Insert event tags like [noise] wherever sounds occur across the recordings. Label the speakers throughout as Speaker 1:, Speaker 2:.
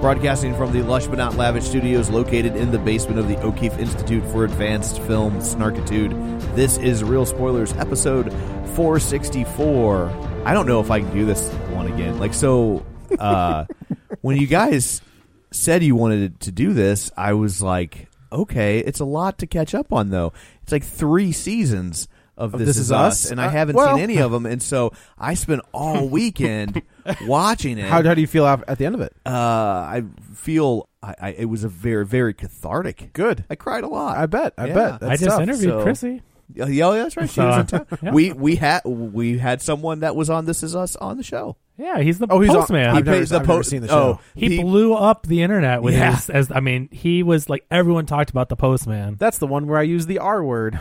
Speaker 1: Broadcasting from the lush but not lavish studios located in the basement of the O'Keefe Institute for Advanced Film Snarkitude, this is Real Spoilers, episode 464. I don't know if I can do this one again. Like, so, uh, [laughs] when you guys said you wanted to do this, I was like, okay, it's a lot to catch up on, though. It's like three seasons of This, Is, Us, and I
Speaker 2: Uh,
Speaker 1: haven't
Speaker 2: well-
Speaker 1: seen any of them. And so I spent [laughs] all weekend watching it
Speaker 2: How, how do you feel af- at the end of it?
Speaker 1: uh, I feel I, I it was a very very cathartic.
Speaker 2: Good.
Speaker 1: I cried a lot.
Speaker 2: I bet. I
Speaker 1: Yeah,
Speaker 2: bet.
Speaker 1: that's
Speaker 3: I just
Speaker 1: tough,
Speaker 3: interviewed
Speaker 1: so-
Speaker 3: Chrissy.
Speaker 1: Yeah, oh, yeah, that's right. She
Speaker 3: So, uh,
Speaker 1: was in town.
Speaker 3: [laughs] yeah.
Speaker 1: We we had we had someone that was on This Is Us on the show.
Speaker 3: Yeah, he's the
Speaker 2: Oh, he's on-
Speaker 3: postman.
Speaker 2: I've
Speaker 1: He
Speaker 2: never-
Speaker 1: pays the
Speaker 2: I've never
Speaker 1: po-
Speaker 2: seen the
Speaker 1: oh,
Speaker 2: show.
Speaker 3: he, blew up the internet with
Speaker 1: Yeah.
Speaker 3: his. As I mean, he was like everyone talked about the postman.
Speaker 2: That's the one where I use the R word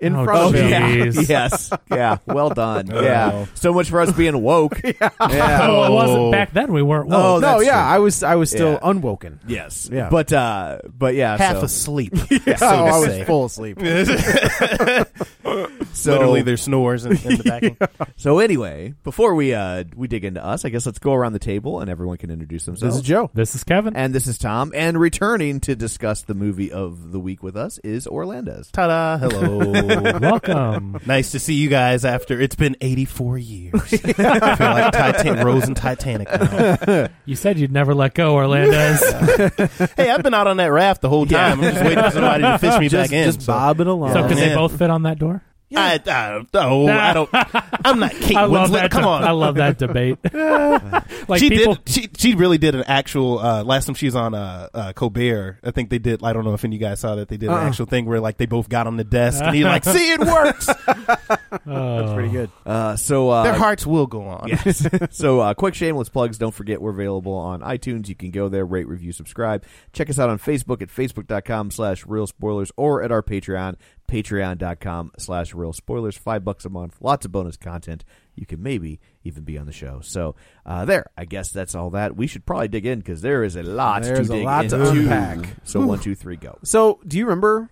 Speaker 2: in
Speaker 3: Oh,
Speaker 2: front of
Speaker 3: geez.
Speaker 2: him.
Speaker 1: [laughs] yeah.
Speaker 3: Jeez.
Speaker 1: yes, yeah. Well done. Yeah. So much for us being woke. yeah.
Speaker 3: Oh, it wasn't back then. We weren't. woke.
Speaker 1: Oh,
Speaker 2: no,
Speaker 1: that's
Speaker 2: yeah,
Speaker 1: true.
Speaker 2: I was I was still
Speaker 1: Yeah.
Speaker 2: unwoken.
Speaker 1: Yes.
Speaker 2: Yeah.
Speaker 1: But uh, but yeah.
Speaker 4: half
Speaker 1: so, [laughs]
Speaker 4: asleep.
Speaker 2: Yeah,
Speaker 4: so
Speaker 2: oh,
Speaker 4: to
Speaker 2: I was
Speaker 4: say.
Speaker 2: full asleep.
Speaker 1: so,
Speaker 4: Literally, there's snores in, in the backing.
Speaker 1: [laughs] So anyway, before we uh we dig into us, I guess let's go around the table and everyone can introduce themselves.
Speaker 2: This is Joe.
Speaker 3: This is Kevin.
Speaker 2: [laughs]
Speaker 1: And this is Tom. And returning to discuss the movie of the week with us is Orlandez.
Speaker 4: Ta-da! Hello.
Speaker 3: Welcome.
Speaker 4: [laughs] nice to see you guys. After it's been 84 years, I feel like Titan- Rose and Titanic. Now.
Speaker 3: You said you'd never let go, Orlandez.
Speaker 4: Hey, I've been out on that raft the whole time. I'm just waiting for somebody to fish me back in.
Speaker 2: Just
Speaker 4: so.
Speaker 2: bobbing along.
Speaker 3: so,
Speaker 4: Yeah.
Speaker 3: could they
Speaker 4: Man.
Speaker 3: both fit on that door?
Speaker 4: I, I, oh, I don't. I'm not Kate
Speaker 3: I love
Speaker 4: Winslet.
Speaker 3: that.
Speaker 4: Come on.
Speaker 3: I love that debate. [laughs] like
Speaker 4: she
Speaker 3: people,
Speaker 4: did. She she really did an actual. Uh, last time she was on uh, uh, Colbert, I think they did. I don't know if any of you guys saw that they did
Speaker 2: Uh-uh.
Speaker 4: an actual thing where like they both got on the desk and he
Speaker 2: [laughs]
Speaker 4: like, see, it works.
Speaker 2: That's pretty good.
Speaker 1: Uh, so
Speaker 4: Their
Speaker 1: uh,
Speaker 4: hearts will go on.
Speaker 1: so uh, quick shameless plugs. Don't forget we're available on iTunes. You can go there, rate, review, subscribe. Check us out on Facebook at facebook.com slash real spoilers or at our Patreon, patreon.com slash real spoilers. Five bucks a month, lots of bonus content. You can maybe even be on the show. So uh, there, I guess that's all that. We should probably dig in because there is a lot
Speaker 2: There's
Speaker 1: to
Speaker 2: a
Speaker 1: dig
Speaker 2: lot to
Speaker 1: into.
Speaker 2: unpack.
Speaker 1: So one, two, three, go.
Speaker 2: So, do you remember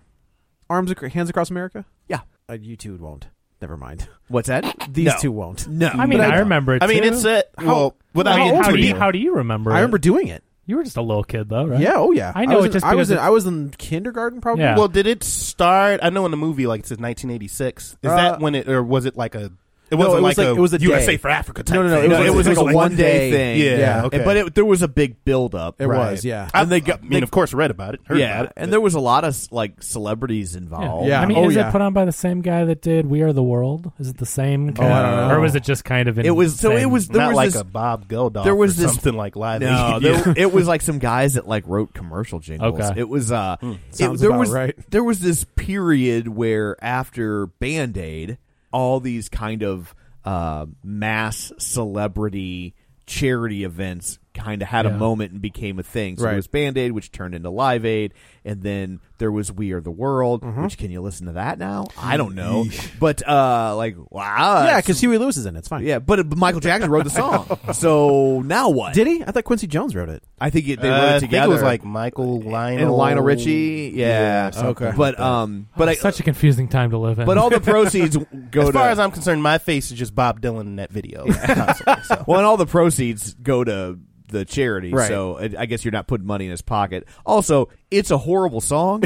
Speaker 2: Arms Ac- Hands Across America?
Speaker 1: Yeah.
Speaker 2: Uh, you two won't. Never mind.
Speaker 1: What's that?
Speaker 2: These
Speaker 4: No.
Speaker 2: two won't.
Speaker 1: No.
Speaker 3: I mean,
Speaker 2: But
Speaker 3: I,
Speaker 2: I-
Speaker 3: remember it.
Speaker 4: I mean,
Speaker 3: too.
Speaker 4: it's it. Well, without
Speaker 3: I mean,
Speaker 4: getting
Speaker 3: how,
Speaker 4: too
Speaker 3: do you,
Speaker 4: deep,
Speaker 3: how do you remember?
Speaker 2: I remember
Speaker 3: It?
Speaker 2: doing it.
Speaker 3: You were just a little kid, though, right?
Speaker 2: Yeah. Oh yeah.
Speaker 3: I know
Speaker 2: was
Speaker 3: it
Speaker 2: in-
Speaker 3: just
Speaker 2: I was
Speaker 3: because
Speaker 2: in,
Speaker 3: it's-
Speaker 2: I was in kindergarten probably.
Speaker 3: Yeah.
Speaker 4: Well, did it start? I know in the movie, like it says 1986. Is
Speaker 2: Uh,
Speaker 4: that when it, or was it like a? It
Speaker 2: No,
Speaker 4: wasn't
Speaker 2: it
Speaker 4: like,
Speaker 2: was
Speaker 4: a
Speaker 2: like- it was a
Speaker 4: USA
Speaker 2: day.
Speaker 4: for Africa type.
Speaker 2: No, no, no,
Speaker 4: thing.
Speaker 2: it was- it was like a one
Speaker 1: day
Speaker 2: day
Speaker 1: thing.
Speaker 4: Yeah,
Speaker 2: Yeah.
Speaker 4: okay.
Speaker 1: But it, there was a big build up.
Speaker 2: It
Speaker 4: Right.
Speaker 2: was. Yeah.
Speaker 4: I, I mean, of course, read about it. Heard
Speaker 1: yeah,
Speaker 4: about it,
Speaker 1: and
Speaker 4: but-
Speaker 1: there was a lot of like celebrities involved.
Speaker 2: Yeah.
Speaker 3: I mean,
Speaker 2: Oh,
Speaker 3: is
Speaker 2: yeah.
Speaker 3: it put on by the same guy that did We Are the World? Is it the same? Kind
Speaker 2: I don't know.
Speaker 3: Or was it just kind of? In
Speaker 1: It was so
Speaker 3: same-
Speaker 1: it was there
Speaker 4: not
Speaker 1: was
Speaker 4: like
Speaker 1: this,
Speaker 4: a Bob Geldof.
Speaker 1: there was
Speaker 4: or
Speaker 1: this-
Speaker 4: something like live.
Speaker 1: no,
Speaker 4: Yeah. [laughs]
Speaker 1: there, [laughs] it was like some guys that like wrote commercial jingles.
Speaker 3: Okay.
Speaker 1: It was uh, it-
Speaker 2: sounds
Speaker 1: there
Speaker 2: about
Speaker 1: was
Speaker 2: right.
Speaker 1: there was this period where after Band Aid, all these kind of uh, mass celebrity charity events kind of had
Speaker 3: Yeah.
Speaker 1: a moment and became a thing. So
Speaker 2: Right.
Speaker 1: there was Band Aid, which turned into Live Aid, and then there was We Are the World.
Speaker 2: Mm-hmm.
Speaker 1: Which can you listen to that now? I don't know, but uh, like wow,
Speaker 2: yeah,
Speaker 1: that's-
Speaker 2: because Huey Lewis is in it. It's fine.
Speaker 1: yeah, but, but Michael Jackson wrote the song.
Speaker 4: [laughs]
Speaker 1: so now what?
Speaker 2: Did he? I thought Quincy Jones wrote it.
Speaker 1: I think it, they
Speaker 4: Uh,
Speaker 1: wrote
Speaker 4: I
Speaker 1: it
Speaker 4: think
Speaker 1: together.
Speaker 4: it was like Michael Lionel
Speaker 1: and Lionel Richie, yeah,
Speaker 4: something
Speaker 1: okay. But um, but I,
Speaker 3: Such a confusing time to live
Speaker 1: [laughs]
Speaker 3: in.
Speaker 1: but all the proceeds
Speaker 4: [laughs]
Speaker 1: go
Speaker 4: as
Speaker 1: to
Speaker 4: far as I'm concerned, my face is just Bob Dylan in that video. constantly, [laughs] so.
Speaker 1: well, and all the proceeds go to the charity.
Speaker 2: Right.
Speaker 1: So I I guess you're not putting money in his pocket. Also, it's a horrible song.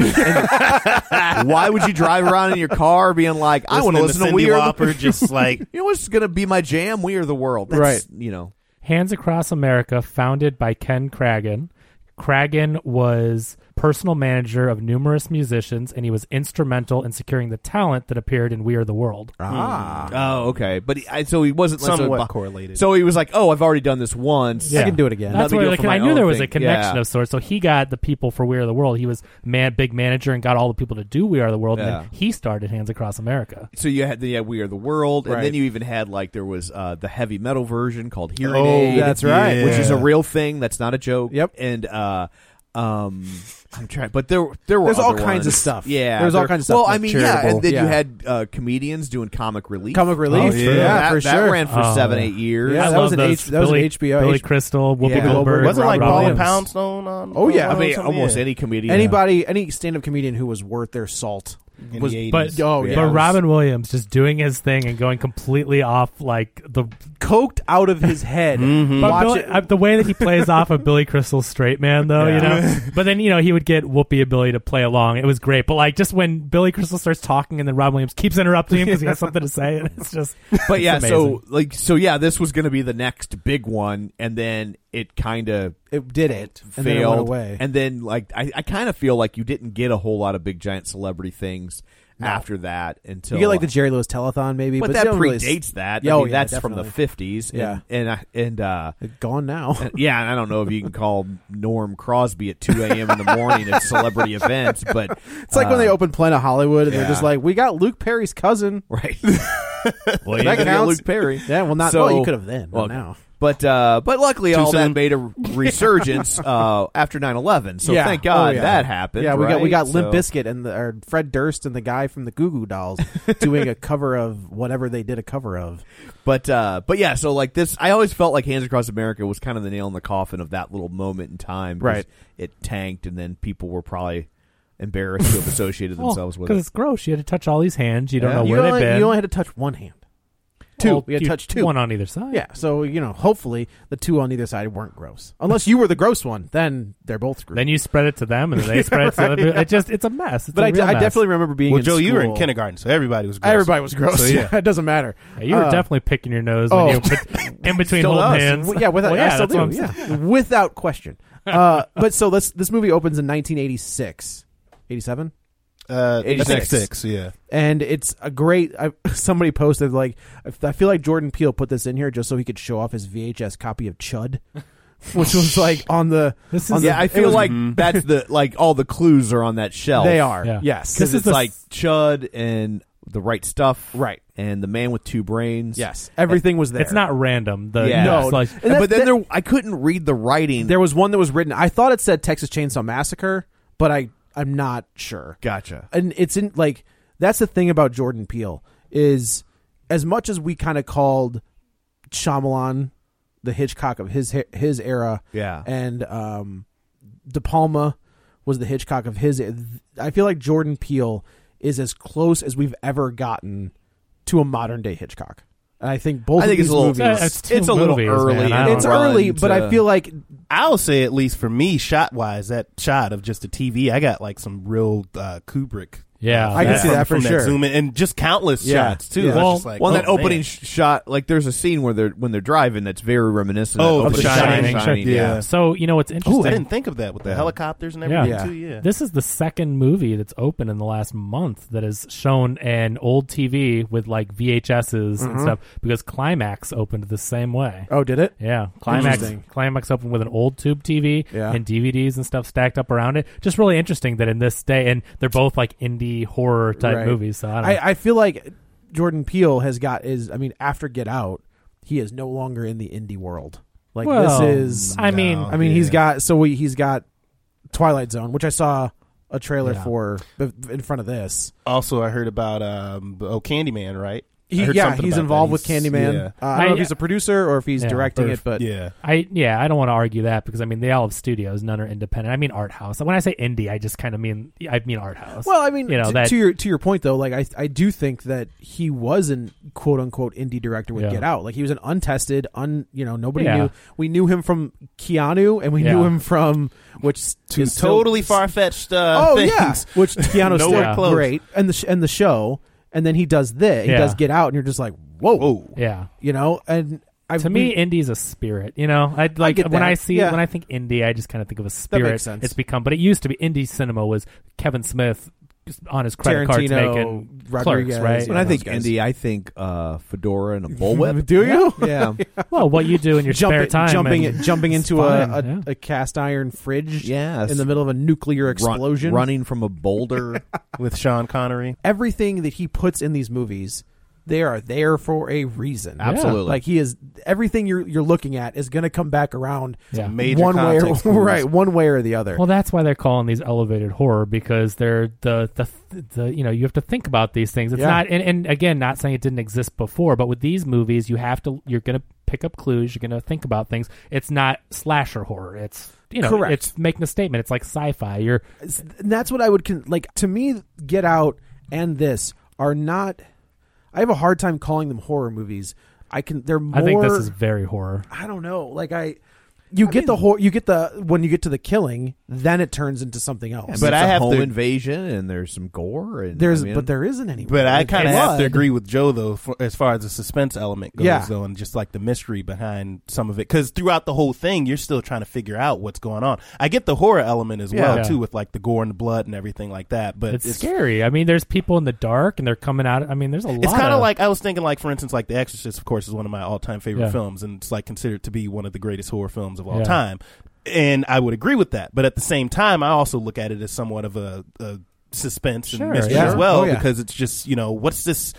Speaker 1: And why would you drive around in your car being like, I want to listen to,
Speaker 4: Cindy
Speaker 1: We Are
Speaker 4: Lauper,
Speaker 1: [laughs] the
Speaker 4: just like
Speaker 1: You know what's going to be my jam? We Are the World. That's,
Speaker 2: Right.
Speaker 1: You know.
Speaker 3: Hands Across America, founded by Ken Cragen. Cragen was personal manager of numerous musicians, and he was instrumental in securing the talent that appeared in We Are the World.
Speaker 1: Ah. Oh, okay. But he, I, so he wasn't like, so-
Speaker 4: somewhat correlated.
Speaker 1: So he was like, "Oh, I've already done this once.
Speaker 3: Yeah.
Speaker 2: I can do it again.
Speaker 1: Let
Speaker 3: That's
Speaker 1: me
Speaker 3: where
Speaker 1: do it
Speaker 3: like,
Speaker 1: for
Speaker 3: I
Speaker 1: my
Speaker 3: knew
Speaker 1: own
Speaker 3: there was
Speaker 1: thing.
Speaker 3: a connection
Speaker 1: Yeah.
Speaker 3: of sorts. So he got the people for We Are the World. He was man, big manager and got all the people to do We Are the World, and
Speaker 1: Yeah.
Speaker 3: then he started Hands Across America.
Speaker 1: So you had, yeah, We Are the World, and
Speaker 2: Right.
Speaker 1: then you even had like there was uh, the heavy metal version called Hearing
Speaker 4: Oh,
Speaker 1: Aid.
Speaker 2: that's right.
Speaker 1: which is a
Speaker 4: Yeah.
Speaker 1: real thing. That's not a joke.
Speaker 2: Yep.
Speaker 1: And uh, um, I'm trying, but there there were
Speaker 2: There's all
Speaker 1: other ones.
Speaker 2: kinds of stuff.
Speaker 1: Yeah,
Speaker 2: There's all
Speaker 1: there-
Speaker 2: kinds of stuff,
Speaker 1: Well, I
Speaker 2: like
Speaker 1: mean, yeah,
Speaker 2: charitable.
Speaker 1: and then you
Speaker 2: Yeah.
Speaker 1: had uh, comedians doing comic relief.
Speaker 2: Comic Relief.
Speaker 4: Oh, yeah.
Speaker 1: yeah,
Speaker 2: Yeah,
Speaker 1: that,
Speaker 2: for
Speaker 1: that
Speaker 2: sure.
Speaker 1: ran for
Speaker 3: Oh.
Speaker 1: seven eight years.
Speaker 2: Yeah,
Speaker 3: I
Speaker 2: that
Speaker 3: love
Speaker 2: was an
Speaker 3: those.
Speaker 2: H- that was an
Speaker 3: Billy,
Speaker 2: HBO.
Speaker 3: Billy
Speaker 2: H-
Speaker 3: Crystal, Whoopi
Speaker 1: Yeah.
Speaker 3: Goldberg,
Speaker 4: wasn't like
Speaker 3: Rob
Speaker 4: Paul
Speaker 3: Williams.
Speaker 4: and Poundstone on?
Speaker 2: Oh, yeah.
Speaker 1: I
Speaker 4: on
Speaker 1: mean,
Speaker 4: something?
Speaker 1: almost
Speaker 4: Yeah.
Speaker 1: any comedian.
Speaker 2: Anybody, any stand-up comedian who was worth their salt
Speaker 4: In
Speaker 2: was.
Speaker 4: the 80s.
Speaker 3: But,
Speaker 2: Oh, yeah.
Speaker 3: but
Speaker 2: It was
Speaker 3: Robin Williams just doing his thing and going completely off like the
Speaker 2: coked out of his head.
Speaker 1: Mm-hmm.
Speaker 3: But
Speaker 2: Watch
Speaker 3: Billy-
Speaker 2: it.
Speaker 3: uh, the way that he plays off of Billy Crystal's straight man, though, you
Speaker 2: [laughs]
Speaker 3: know. But then you know he would get Whoopi and Billy to play along. It was great. But like just when Billy Crystal starts talking, and then Rob Williams keeps interrupting him
Speaker 2: [laughs]
Speaker 3: because he has something to say, and
Speaker 1: [laughs]
Speaker 3: it's just. oh,
Speaker 1: But yeah,
Speaker 3: it's
Speaker 1: so
Speaker 3: amazing.
Speaker 1: like so yeah, this was going to be the next big one, and then it kind of
Speaker 2: it did it. And then it
Speaker 1: failed
Speaker 2: went away.
Speaker 1: And then like I, I kind of feel like you didn't get a whole lot of big giant celebrity things after that until uh,
Speaker 2: you get like the Jerry Lewis telethon, maybe,
Speaker 1: but,
Speaker 2: but,
Speaker 1: that
Speaker 2: they don't really s-
Speaker 1: predates that.
Speaker 2: Yeah,
Speaker 1: I
Speaker 2: oh,
Speaker 1: mean,
Speaker 2: yeah,
Speaker 1: that's from the
Speaker 2: definitely.
Speaker 1: fifties.
Speaker 2: Yeah.
Speaker 1: and and I- and
Speaker 2: [laughs]
Speaker 1: uh,
Speaker 2: Gone now.
Speaker 1: [laughs] yeah, and I don't know if you can call Norm Crosby at two a.m. in the morning at celebrity events, but
Speaker 2: [laughs] [laughs]
Speaker 1: uh,
Speaker 2: It's like when they opened Planet Hollywood and
Speaker 1: yeah.
Speaker 2: they're just like, we got Luke Perry's cousin.
Speaker 1: right.
Speaker 2: [laughs]
Speaker 1: [laughs] well, you
Speaker 2: That
Speaker 1: didn't get
Speaker 2: counts.
Speaker 1: Luke Perry.
Speaker 2: Yeah, well, not- well, you could have then, not
Speaker 1: well,
Speaker 2: now.
Speaker 1: But uh, but luckily, all
Speaker 4: soon.
Speaker 1: that made a [laughs] resurgence uh, after 9-11. So
Speaker 2: Yeah.
Speaker 1: thank God
Speaker 2: Oh, yeah.
Speaker 1: that happened.
Speaker 2: Yeah, we got we got
Speaker 1: right?
Speaker 2: Limp
Speaker 1: So-
Speaker 2: Biscuit and the, or Fred Durst and the guy from the Goo Goo
Speaker 3: [laughs]
Speaker 2: Dolls doing a cover of whatever they did a cover of.
Speaker 1: But uh, but yeah, so like this, I always felt like Hands Across America was kind of the nail in the coffin of that little moment in time. 'cause
Speaker 2: Right.
Speaker 1: It tanked, and then people were probably embarrassed to have [laughs] associated themselves with
Speaker 3: because
Speaker 1: it.
Speaker 3: it's gross. You had to touch all these hands. You don't
Speaker 1: Yeah.
Speaker 3: know
Speaker 2: you
Speaker 3: where
Speaker 2: only,
Speaker 3: they've been.
Speaker 2: You only had to touch one hand. Two.
Speaker 3: Well,
Speaker 2: you had to
Speaker 3: you-
Speaker 2: touch two.
Speaker 3: One on either side.
Speaker 2: yeah, so you know, hopefully the two on either side weren't gross. Unless you were the gross one, then they're both screwed.
Speaker 3: Then you spread it to them, and then they spread it to them. It just it's a mess.
Speaker 2: [laughs]
Speaker 3: It's
Speaker 2: but
Speaker 3: a
Speaker 2: I,
Speaker 3: real
Speaker 2: I
Speaker 3: mess.
Speaker 2: definitely remember being
Speaker 4: well,
Speaker 2: in
Speaker 4: Joe, you were in
Speaker 2: school-
Speaker 4: kindergarten, so everybody was gross.
Speaker 2: Everybody was gross.
Speaker 4: So, [laughs]
Speaker 2: yeah.
Speaker 4: yeah.
Speaker 2: [laughs] it doesn't matter.
Speaker 3: Yeah, You were
Speaker 2: Uh,
Speaker 3: definitely picking your nose
Speaker 2: oh.
Speaker 3: when you
Speaker 2: [laughs]
Speaker 3: were in between
Speaker 2: Still
Speaker 3: holding
Speaker 2: does.
Speaker 3: hands.
Speaker 2: W- Yeah, without,
Speaker 3: Well, yeah,
Speaker 2: I still
Speaker 3: that's what I'm
Speaker 2: do,
Speaker 3: saying.
Speaker 2: yeah. without question.
Speaker 3: [laughs]
Speaker 2: Uh, but so this this movie opens in 1986, 87,
Speaker 4: Uh, I think
Speaker 1: 86.
Speaker 4: six, yeah.
Speaker 2: and it's a great. I, [laughs] somebody posted like, I feel like Jordan Peele put this in here just so he could show off his VHS copy of Chud, [laughs] which was like on the.
Speaker 3: This
Speaker 2: on
Speaker 3: is-
Speaker 2: the-
Speaker 1: Yeah, I
Speaker 2: it
Speaker 1: feel
Speaker 2: was-
Speaker 1: like that's the like all the clues Mm-hmm. are on that shelf.
Speaker 2: they are.
Speaker 3: Yeah.
Speaker 2: Yes,
Speaker 1: because
Speaker 3: This is
Speaker 1: it's
Speaker 3: the
Speaker 1: like
Speaker 3: f-
Speaker 1: Chud and the right stuff,
Speaker 2: Right.
Speaker 1: and the man with two brains.
Speaker 2: yes, everything was there.
Speaker 3: It's not random. The
Speaker 1: Yeah. No,
Speaker 3: no, it's like,
Speaker 2: And that-
Speaker 1: but then
Speaker 2: that-
Speaker 1: there, I couldn't read the writing.
Speaker 2: There was one that was written. I thought it said Texas Chainsaw Massacre, but I I'm not sure.
Speaker 1: gotcha.
Speaker 2: and it's in like that's the thing about Jordan Peele is as much as we kind of called Shyamalan the Hitchcock of his his era,
Speaker 1: Yeah.
Speaker 2: and um, De Palma was the Hitchcock of his. I feel like Jordan Peele is as close as we've ever gotten to a modern day Hitchcock, and I think both
Speaker 1: I think
Speaker 2: of
Speaker 1: it's
Speaker 2: these
Speaker 1: a little
Speaker 2: movies.
Speaker 3: Uh, it's two
Speaker 1: it's a little
Speaker 3: movies,
Speaker 1: early.
Speaker 3: man. I don't
Speaker 2: it's
Speaker 3: know.
Speaker 2: early, but I feel like
Speaker 4: I'll say at least for me, shot wise, that shot of just a TV, I got like some real uh, Kubrick.
Speaker 3: Yeah,
Speaker 4: uh,
Speaker 3: I can see
Speaker 4: from-
Speaker 2: that for
Speaker 4: from
Speaker 2: sure.
Speaker 4: Zoom in, and just countless
Speaker 2: Yeah.
Speaker 4: shots too.
Speaker 2: Yeah.
Speaker 4: I was
Speaker 3: Well-
Speaker 4: just like,
Speaker 1: Well,
Speaker 4: oh,
Speaker 1: that opening
Speaker 4: man.
Speaker 1: sh- shot, like there's a scene where they're when they're driving that's very reminiscent
Speaker 4: Oh,
Speaker 1: of
Speaker 4: of
Speaker 1: opening
Speaker 4: The
Speaker 1: shot in
Speaker 4: Shining.
Speaker 1: Shining,
Speaker 4: Yeah.
Speaker 3: So you know what's
Speaker 4: Ooh,
Speaker 3: interesting.
Speaker 4: I didn't think of that with the helicopters and everything
Speaker 3: Yeah.
Speaker 4: too. Yeah,
Speaker 3: This is the second movie that's open in the last month that is shown an old TV with like VHSs and stuff because Climax opened the same way.
Speaker 2: oh, did it?
Speaker 3: Yeah, Climax
Speaker 2: Interesting.
Speaker 3: Climax opened with an old tube TV
Speaker 2: Yeah.
Speaker 3: and DVDs and stuff stacked up around it. Just really interesting that in this day and they're both like indie horror type
Speaker 2: Right.
Speaker 3: movies. So I don't know.
Speaker 2: I, I feel like Jordan Peele has got is I mean after Get Out, he is no longer in the indie world. Like
Speaker 3: Well,
Speaker 2: this is.
Speaker 3: I mean-
Speaker 2: I mean, he's
Speaker 4: Oh, yeah.
Speaker 2: got so we, he's got Twilight Zone, which I saw a trailer
Speaker 3: Yeah.
Speaker 2: for b- in front of this.
Speaker 4: Also, I heard about um, oh Candyman, right? I
Speaker 2: He,
Speaker 4: heard
Speaker 2: yeah,
Speaker 4: something
Speaker 2: he's
Speaker 4: about
Speaker 2: involved
Speaker 4: that.
Speaker 2: with
Speaker 4: He's-
Speaker 2: Candyman.
Speaker 4: yeah.
Speaker 2: Uh, I don't know
Speaker 3: I-
Speaker 2: if he's a producer or if he's
Speaker 3: Yeah.
Speaker 2: directing
Speaker 4: Or-
Speaker 2: it, but
Speaker 4: yeah,
Speaker 3: I yeah, I don't want to argue that because I mean they all have studios, none are independent. I mean art house. When I say indie, I just kind of mean I mean art house.
Speaker 2: Well, I mean,
Speaker 3: you know
Speaker 2: t-
Speaker 3: that
Speaker 2: to your to your point though, like I I do think that he was an quote unquote indie director with
Speaker 3: Yeah.
Speaker 2: Get Out. Like he was an untested, un you know nobody
Speaker 3: Yeah.
Speaker 2: knew. We knew him from Keanu, and we knew
Speaker 3: Yeah.
Speaker 2: him from which s-
Speaker 4: two
Speaker 2: is still-
Speaker 4: totally far fetched. Uh, [laughs]
Speaker 2: Oh
Speaker 4: things.
Speaker 2: yeah, which Keanu still
Speaker 4: Nowhere close.
Speaker 2: great, and the sh- and the show, and then he does this, he
Speaker 3: Yeah.
Speaker 2: does Get Out, and you're just like, whoa,
Speaker 4: Whoa.
Speaker 3: yeah.
Speaker 2: you know, and. I,
Speaker 3: To me, indie is a spirit. You know, I like
Speaker 2: get
Speaker 3: when
Speaker 2: that.
Speaker 3: I see
Speaker 2: Yeah.
Speaker 3: when I think indie, I just kind of think of a spirit.
Speaker 2: makes sense.
Speaker 3: It's become, but it used to be indie cinema was Kevin Smith on his credit cards
Speaker 2: Tarantino,
Speaker 3: making
Speaker 2: Rodriguez,
Speaker 3: clerks, right?
Speaker 1: When I think
Speaker 2: those guys. [laughs]
Speaker 1: indie, I think uh, fedora and a bullwhip.
Speaker 2: Do you?
Speaker 1: Yeah.
Speaker 3: Well, what you do in your spare
Speaker 2: [laughs] jumping,
Speaker 3: time,
Speaker 2: jumping,
Speaker 3: and-
Speaker 2: jumping
Speaker 3: it's
Speaker 2: into a,
Speaker 3: fine,
Speaker 2: a,
Speaker 3: yeah.
Speaker 2: a cast iron fridge,
Speaker 1: Yes.
Speaker 2: in the middle of a nuclear
Speaker 1: Run-
Speaker 2: explosion,
Speaker 1: running from a
Speaker 2: [laughs]
Speaker 1: boulder.
Speaker 4: with Sean Connery.
Speaker 2: everything that he puts in these movies, they are there for a reason.
Speaker 1: Absolutely.
Speaker 2: Like he is everything you're you're looking at is going to come back around
Speaker 3: Yeah.
Speaker 4: Major
Speaker 2: one way [laughs] or,
Speaker 4: context clues.
Speaker 2: right, one way or the other.
Speaker 3: Well, that's why they're calling these elevated horror because they're the the, the you know you have to think about these things. It's
Speaker 2: Yeah.
Speaker 3: not and, and again not saying it didn't exist before, but with these movies you have to you're going to pick up clues, you're going to think about things. It's not slasher horror. It's you know
Speaker 2: Correct.
Speaker 3: it's making a statement. It's like sci-fi. You're
Speaker 2: and that's what I would con- like to me Get Out and this are not I have a hard time calling them horror movies. I can they're more
Speaker 3: I think this is very horror.
Speaker 2: I don't know. Like I you get the whole you get the when you get to the killing, then it turns into something else.
Speaker 4: But
Speaker 1: It's
Speaker 4: I
Speaker 1: a
Speaker 4: have
Speaker 1: home
Speaker 4: to-
Speaker 1: invasion, and there's some gore. And
Speaker 2: there's
Speaker 1: I mean-
Speaker 2: but there isn't any.
Speaker 4: But I kind of have to
Speaker 2: blood.
Speaker 4: agree with Joe though, for, as far as the suspense element goes,
Speaker 2: Yeah.
Speaker 4: though, and just like the mystery behind some of it, because throughout the whole thing, you're still trying to figure out what's going on. I get the horror element as well
Speaker 3: Yeah.
Speaker 4: too, with like the gore and the blood and everything like that. But
Speaker 3: It's, scary. I mean, there's people in the dark and they're coming out. I mean, there's a lot.
Speaker 4: It's kind
Speaker 3: of
Speaker 4: of like I was thinking, like for instance, like The Exorcist. Of course, is one of my all-time favorite
Speaker 3: Yeah.
Speaker 4: films, and it's like considered to be one of the greatest horror films of all
Speaker 3: Yeah.
Speaker 4: time. And I would agree with that, but at the same time, I also look at it as somewhat of a, a suspense
Speaker 3: Sure,
Speaker 4: and mystery
Speaker 3: yeah.
Speaker 4: as well,
Speaker 2: Oh, yeah.
Speaker 4: because it's just you know what's this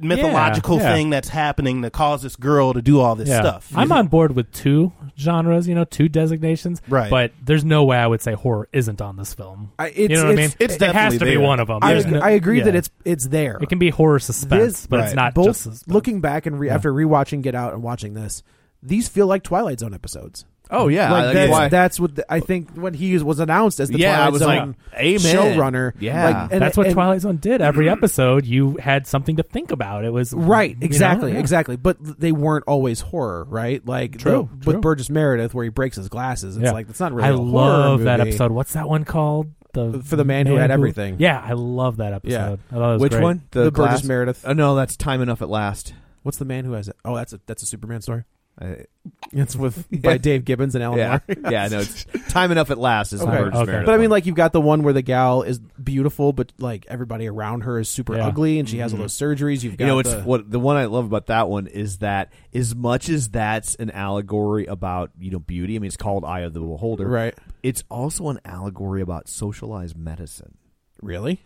Speaker 4: mythological
Speaker 3: yeah.
Speaker 4: thing that's happening that caused this girl to do all this
Speaker 3: Yeah.
Speaker 4: stuff. you
Speaker 3: I'm
Speaker 4: know?
Speaker 3: on board with two genres, you know, two designations.
Speaker 4: Right.
Speaker 3: But there's no way I would say horror isn't on this film.
Speaker 2: I- it's-
Speaker 3: you know what I mean?
Speaker 2: it's-
Speaker 4: it's
Speaker 3: it has to
Speaker 4: definitely
Speaker 3: be
Speaker 4: there.
Speaker 3: one of them.
Speaker 2: I,
Speaker 3: There's
Speaker 2: ag-
Speaker 3: no-
Speaker 2: I agree
Speaker 3: Um, yeah.
Speaker 2: that it's it's there.
Speaker 3: it can be horror suspense,
Speaker 2: This-
Speaker 3: but it's
Speaker 4: Right.
Speaker 3: not
Speaker 2: both
Speaker 3: just suspense.
Speaker 2: looking back and re- after rewatching Get Out and watching this, these feel like Twilight Zone episodes.
Speaker 1: oh yeah,
Speaker 2: like
Speaker 1: I-
Speaker 2: that's,
Speaker 1: why-
Speaker 2: that's what the, I think when he was announced as the
Speaker 1: Yeah, I
Speaker 2: Twilight
Speaker 1: was
Speaker 2: Zone
Speaker 1: like, amen.
Speaker 2: showrunner.
Speaker 1: Yeah.
Speaker 2: like, and-
Speaker 3: That's what
Speaker 2: and- Mm-hmm.
Speaker 3: Twilight Zone did. Every episode, you had something to think about. It
Speaker 2: [laughs]
Speaker 3: was
Speaker 2: Right,
Speaker 3: you know,
Speaker 2: exactly,
Speaker 3: yeah.
Speaker 2: exactly. But they weren't always horror, right? Like
Speaker 3: True,
Speaker 2: the-
Speaker 3: true.
Speaker 2: with Burgess Meredith, where he breaks his glasses. It's
Speaker 3: Yeah.
Speaker 2: like that's not really.
Speaker 3: I
Speaker 2: a horror
Speaker 3: love that
Speaker 2: movie.
Speaker 3: episode. What's that one called? The
Speaker 2: For the Man Who Had Everything.
Speaker 3: Yeah, I love that episode.
Speaker 2: Yeah.
Speaker 3: I thought it was
Speaker 1: Which
Speaker 3: great.
Speaker 1: one?
Speaker 2: The Burgess
Speaker 1: glass-
Speaker 2: Meredith.
Speaker 1: Oh, no, that's time enough at last.
Speaker 2: What's the man who has it? Oh, that's a that's a Superman story.
Speaker 1: I,
Speaker 2: It's with [laughs] by Dave Gibbons and Alan
Speaker 1: yeah,
Speaker 2: Moore.
Speaker 1: yeah, no, it's time enough at last is the
Speaker 3: Okay.
Speaker 1: Burgess
Speaker 3: Okay.
Speaker 1: Meredith
Speaker 2: But I mean,
Speaker 1: one.
Speaker 2: like you've got the one where the gal is beautiful, but like everybody around her is super
Speaker 3: Yeah.
Speaker 2: ugly, and she has all those surgeries. You've got
Speaker 1: you know, it's
Speaker 2: the-
Speaker 1: what the one I love about that one is that as much as that's an allegory about you know beauty, I mean, it's called Eye of the Beholder,
Speaker 2: Right.
Speaker 1: It's also an allegory about socialized medicine
Speaker 2: really?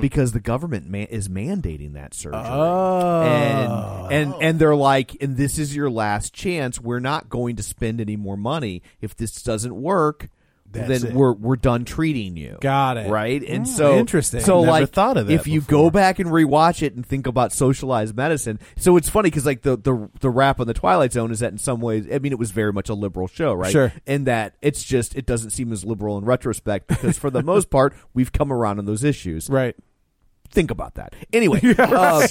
Speaker 1: because the government man- is mandating that surgery.
Speaker 2: Hmm. Oh,
Speaker 1: and and and they're like, and this is your last chance. We're not going to spend any more money if this doesn't work.
Speaker 4: That's
Speaker 1: then
Speaker 4: it. Hmm,
Speaker 1: we're we're done treating you.
Speaker 2: Got it.
Speaker 1: Right, and so
Speaker 2: interesting.
Speaker 1: So
Speaker 4: Never
Speaker 1: like,
Speaker 4: thought of that
Speaker 1: if you
Speaker 4: before.
Speaker 1: go back and rewatch it and think about socialized medicine, so it's funny because like the the the rap on the Twilight Zone is that in some ways, I mean, it was very much a liberal show, right?
Speaker 2: Sure.
Speaker 1: And that it's just it doesn't seem as liberal in retrospect because for
Speaker 4: [laughs]
Speaker 1: the most part we've come around on those issues
Speaker 2: right.
Speaker 1: think about that.
Speaker 2: [laughs]
Speaker 1: Anyway, um,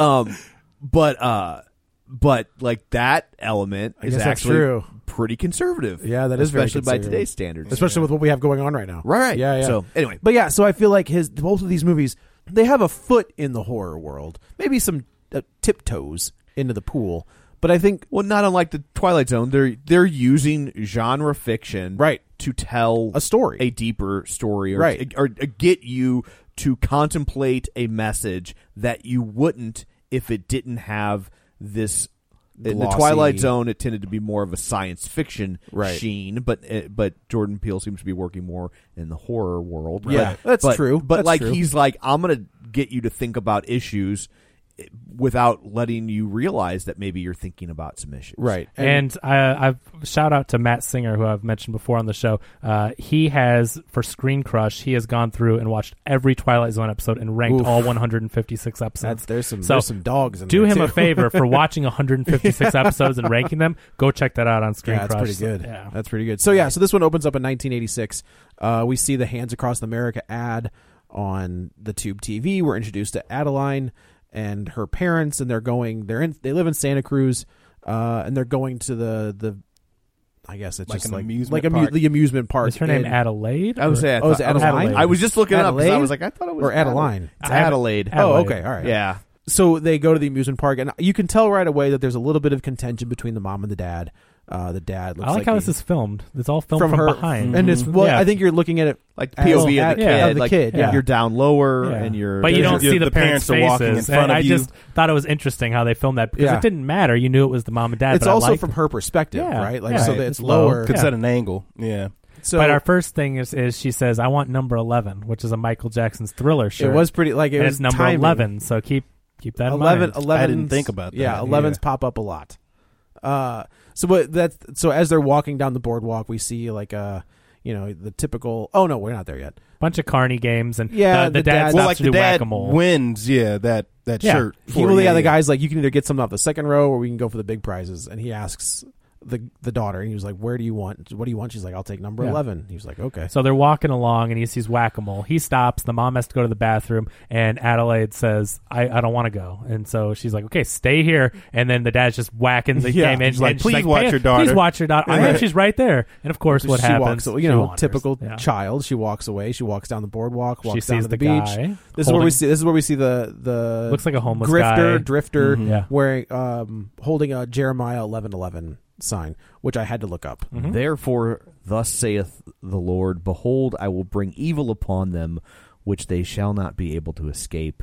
Speaker 1: um, but uh, but like that element
Speaker 2: I
Speaker 1: is
Speaker 2: guess that's
Speaker 1: actually
Speaker 2: true.
Speaker 1: pretty conservative.
Speaker 2: Yeah, that is very
Speaker 1: especially by
Speaker 2: conservative.
Speaker 1: today's standards.
Speaker 2: Especially with what we have going on right now.
Speaker 1: Right.
Speaker 2: Yeah. Yeah.
Speaker 1: So, anyway.
Speaker 2: but yeah, so I feel like his both of these movies they have a foot in the horror world, maybe some uh, tiptoes into the pool, but I think
Speaker 1: well, not unlike the Twilight Zone, they're they're using genre fiction
Speaker 2: Right.
Speaker 1: to tell
Speaker 2: A story.
Speaker 1: a deeper story, or,
Speaker 2: Right.
Speaker 1: or, get you to contemplate a message that you wouldn't if it didn't have this. In the
Speaker 2: Glossy.
Speaker 1: Twilight Zone, it tended to be more of a science fiction
Speaker 2: Right.
Speaker 1: sheen, but uh, but Jordan Peele seems to be working more in the horror world.
Speaker 2: Yeah,
Speaker 1: But-
Speaker 2: that's
Speaker 1: but-
Speaker 2: true.
Speaker 1: But
Speaker 2: That's
Speaker 1: like
Speaker 2: true.
Speaker 1: he's like, I'm gonna get you to think about issues without letting you realize that maybe you're thinking about some issues.
Speaker 2: Right.
Speaker 3: And, I, I've shout out to Matt Singer, who I've mentioned before on the show. Uh, he has for Screen Crush, he has gone through and watched every Twilight Zone episode and ranked
Speaker 2: Oof.
Speaker 3: all 156 episodes.
Speaker 2: That's, there's some
Speaker 3: So,
Speaker 2: there's some dogs. In
Speaker 3: Do
Speaker 2: there,
Speaker 3: him a
Speaker 2: too.
Speaker 3: favor
Speaker 2: [laughs]
Speaker 3: for watching 156 episodes and ranking them. Go check that out on Screen
Speaker 2: yeah, that's
Speaker 3: Crush.
Speaker 2: pretty good.
Speaker 3: Yeah.
Speaker 2: That's pretty good. So yeah, so this one opens up in 1986. Uh, we see the Hands Across America ad on the tube TV. We're introduced to Adeline and her parents, and they're going. They're in. They live in Santa Cruz, uh, and they're going to the the. I guess it's
Speaker 4: Like
Speaker 2: just
Speaker 4: an
Speaker 2: like
Speaker 4: amusement
Speaker 2: like amu-
Speaker 4: park.
Speaker 2: the amusement park.
Speaker 3: Is her name
Speaker 2: in-
Speaker 3: Adelaide?
Speaker 1: I was
Speaker 3: Or-
Speaker 1: saying, I,
Speaker 2: Oh, is it
Speaker 1: thought- I was-
Speaker 2: Adeline?
Speaker 1: I was just looking it up 'cause I
Speaker 2: Adelaide?
Speaker 1: was like, I thought it was
Speaker 2: or Adeline.
Speaker 1: It's
Speaker 3: I haven't-
Speaker 1: Adelaide.
Speaker 3: Adelaide.
Speaker 2: Oh, okay, all right.
Speaker 1: Yeah.
Speaker 2: so they go to the amusement park, and you can tell right away that there's a little bit of contention between the mom and the dad. Uh, the dad.
Speaker 3: I
Speaker 2: Looks
Speaker 3: like, how
Speaker 2: he-
Speaker 3: this is filmed. It's all filmed
Speaker 2: from,
Speaker 3: from,
Speaker 2: her Mm.
Speaker 3: behind.
Speaker 2: and it's well.
Speaker 3: Mm-hmm. Yeah.
Speaker 2: I think you're looking at it
Speaker 1: Like
Speaker 2: As-
Speaker 1: POV
Speaker 2: yeah,
Speaker 1: of the
Speaker 2: yeah,
Speaker 1: kid,
Speaker 2: of the
Speaker 1: like
Speaker 2: kid, yeah.
Speaker 1: you're down lower
Speaker 3: Yeah.
Speaker 1: and you're,
Speaker 3: but you
Speaker 4: there's
Speaker 3: don't
Speaker 4: your-
Speaker 3: see the,
Speaker 4: the
Speaker 3: parents,
Speaker 4: parents are walking in
Speaker 3: faces,
Speaker 4: front
Speaker 3: and
Speaker 4: of
Speaker 3: I
Speaker 4: you.
Speaker 3: just thought it was interesting how they filmed that because
Speaker 2: Yeah.
Speaker 3: it didn't matter. You knew it was the mom and dad.
Speaker 2: it's
Speaker 3: but I
Speaker 2: also
Speaker 3: liked-
Speaker 2: from her perspective,
Speaker 3: Yeah,
Speaker 2: right? Like
Speaker 3: yeah.
Speaker 2: so
Speaker 3: Right,
Speaker 2: that it's
Speaker 3: it's low.
Speaker 2: lower.
Speaker 4: Could
Speaker 3: Yeah.
Speaker 4: set an angle. Yeah.
Speaker 2: So
Speaker 3: but our first thing is, is she says, "I want number 11, which is a Michael Jackson's Thriller shirt.
Speaker 2: it was pretty like it
Speaker 3: And
Speaker 2: was
Speaker 3: it's number
Speaker 2: timing.
Speaker 3: eleven, so keep keep that in
Speaker 2: 11
Speaker 3: mind.
Speaker 2: 11
Speaker 4: I didn't think about that.
Speaker 2: Yeah,
Speaker 4: Yeah.
Speaker 2: 11s pop up a lot. Uh, so but that's so as they're walking down the boardwalk, we see like uh you know the typical. Oh no, we're not there yet.
Speaker 3: Bunch of carny games and
Speaker 2: Yeah, the
Speaker 3: the, the dad
Speaker 2: dad-
Speaker 3: stops
Speaker 2: Well,
Speaker 3: to do whack a mole.
Speaker 4: wins. Yeah, that that
Speaker 3: Yeah.
Speaker 4: shirt.
Speaker 2: He,
Speaker 4: for-
Speaker 2: well, yeah,
Speaker 4: yeah,
Speaker 2: the
Speaker 4: yeah.
Speaker 2: guy's like, you can either get something off the second row or we can go for the big prizes. And he asks the the daughter, and he was like, "Where do you want? What do you want?" She's like, "I'll take number
Speaker 3: Yeah.
Speaker 2: 11. He was like, "Okay."
Speaker 3: So they're walking along and he sees whack a mole. He stops. The mom has to go to the bathroom, and Adelaide says, I, I don't want to go. And so she's like, okay, stay here. And then the dad's just whacking the
Speaker 2: Yeah.
Speaker 3: game in. She's
Speaker 4: He's
Speaker 3: like,
Speaker 4: like,
Speaker 3: she's
Speaker 4: "Please
Speaker 3: like,
Speaker 4: watch
Speaker 3: "Hey,
Speaker 4: your daughter."
Speaker 3: Please watch your daughter. I know she's right there. And of course, what
Speaker 2: she Walks,
Speaker 3: happens?
Speaker 2: you
Speaker 3: she
Speaker 2: know,
Speaker 3: wanders.
Speaker 2: typical
Speaker 3: Yeah.
Speaker 2: child. She walks away. She walks down the boardwalk. Walks
Speaker 3: She
Speaker 2: down
Speaker 3: sees
Speaker 2: to the,
Speaker 3: the
Speaker 2: beach.
Speaker 3: guy
Speaker 2: this is where we
Speaker 3: holding-
Speaker 2: see. This is where we see the the
Speaker 3: Looks like a homeless
Speaker 2: grifter,
Speaker 3: guy.
Speaker 2: drifter,
Speaker 3: Mhm. Yeah.
Speaker 2: wearing um holding a Jeremiah eleven eleven sign, which I had to look up.
Speaker 3: Mm.
Speaker 1: Therefore, thus saith the Lord, Behold, I will bring evil upon them, which they shall not be able to escape.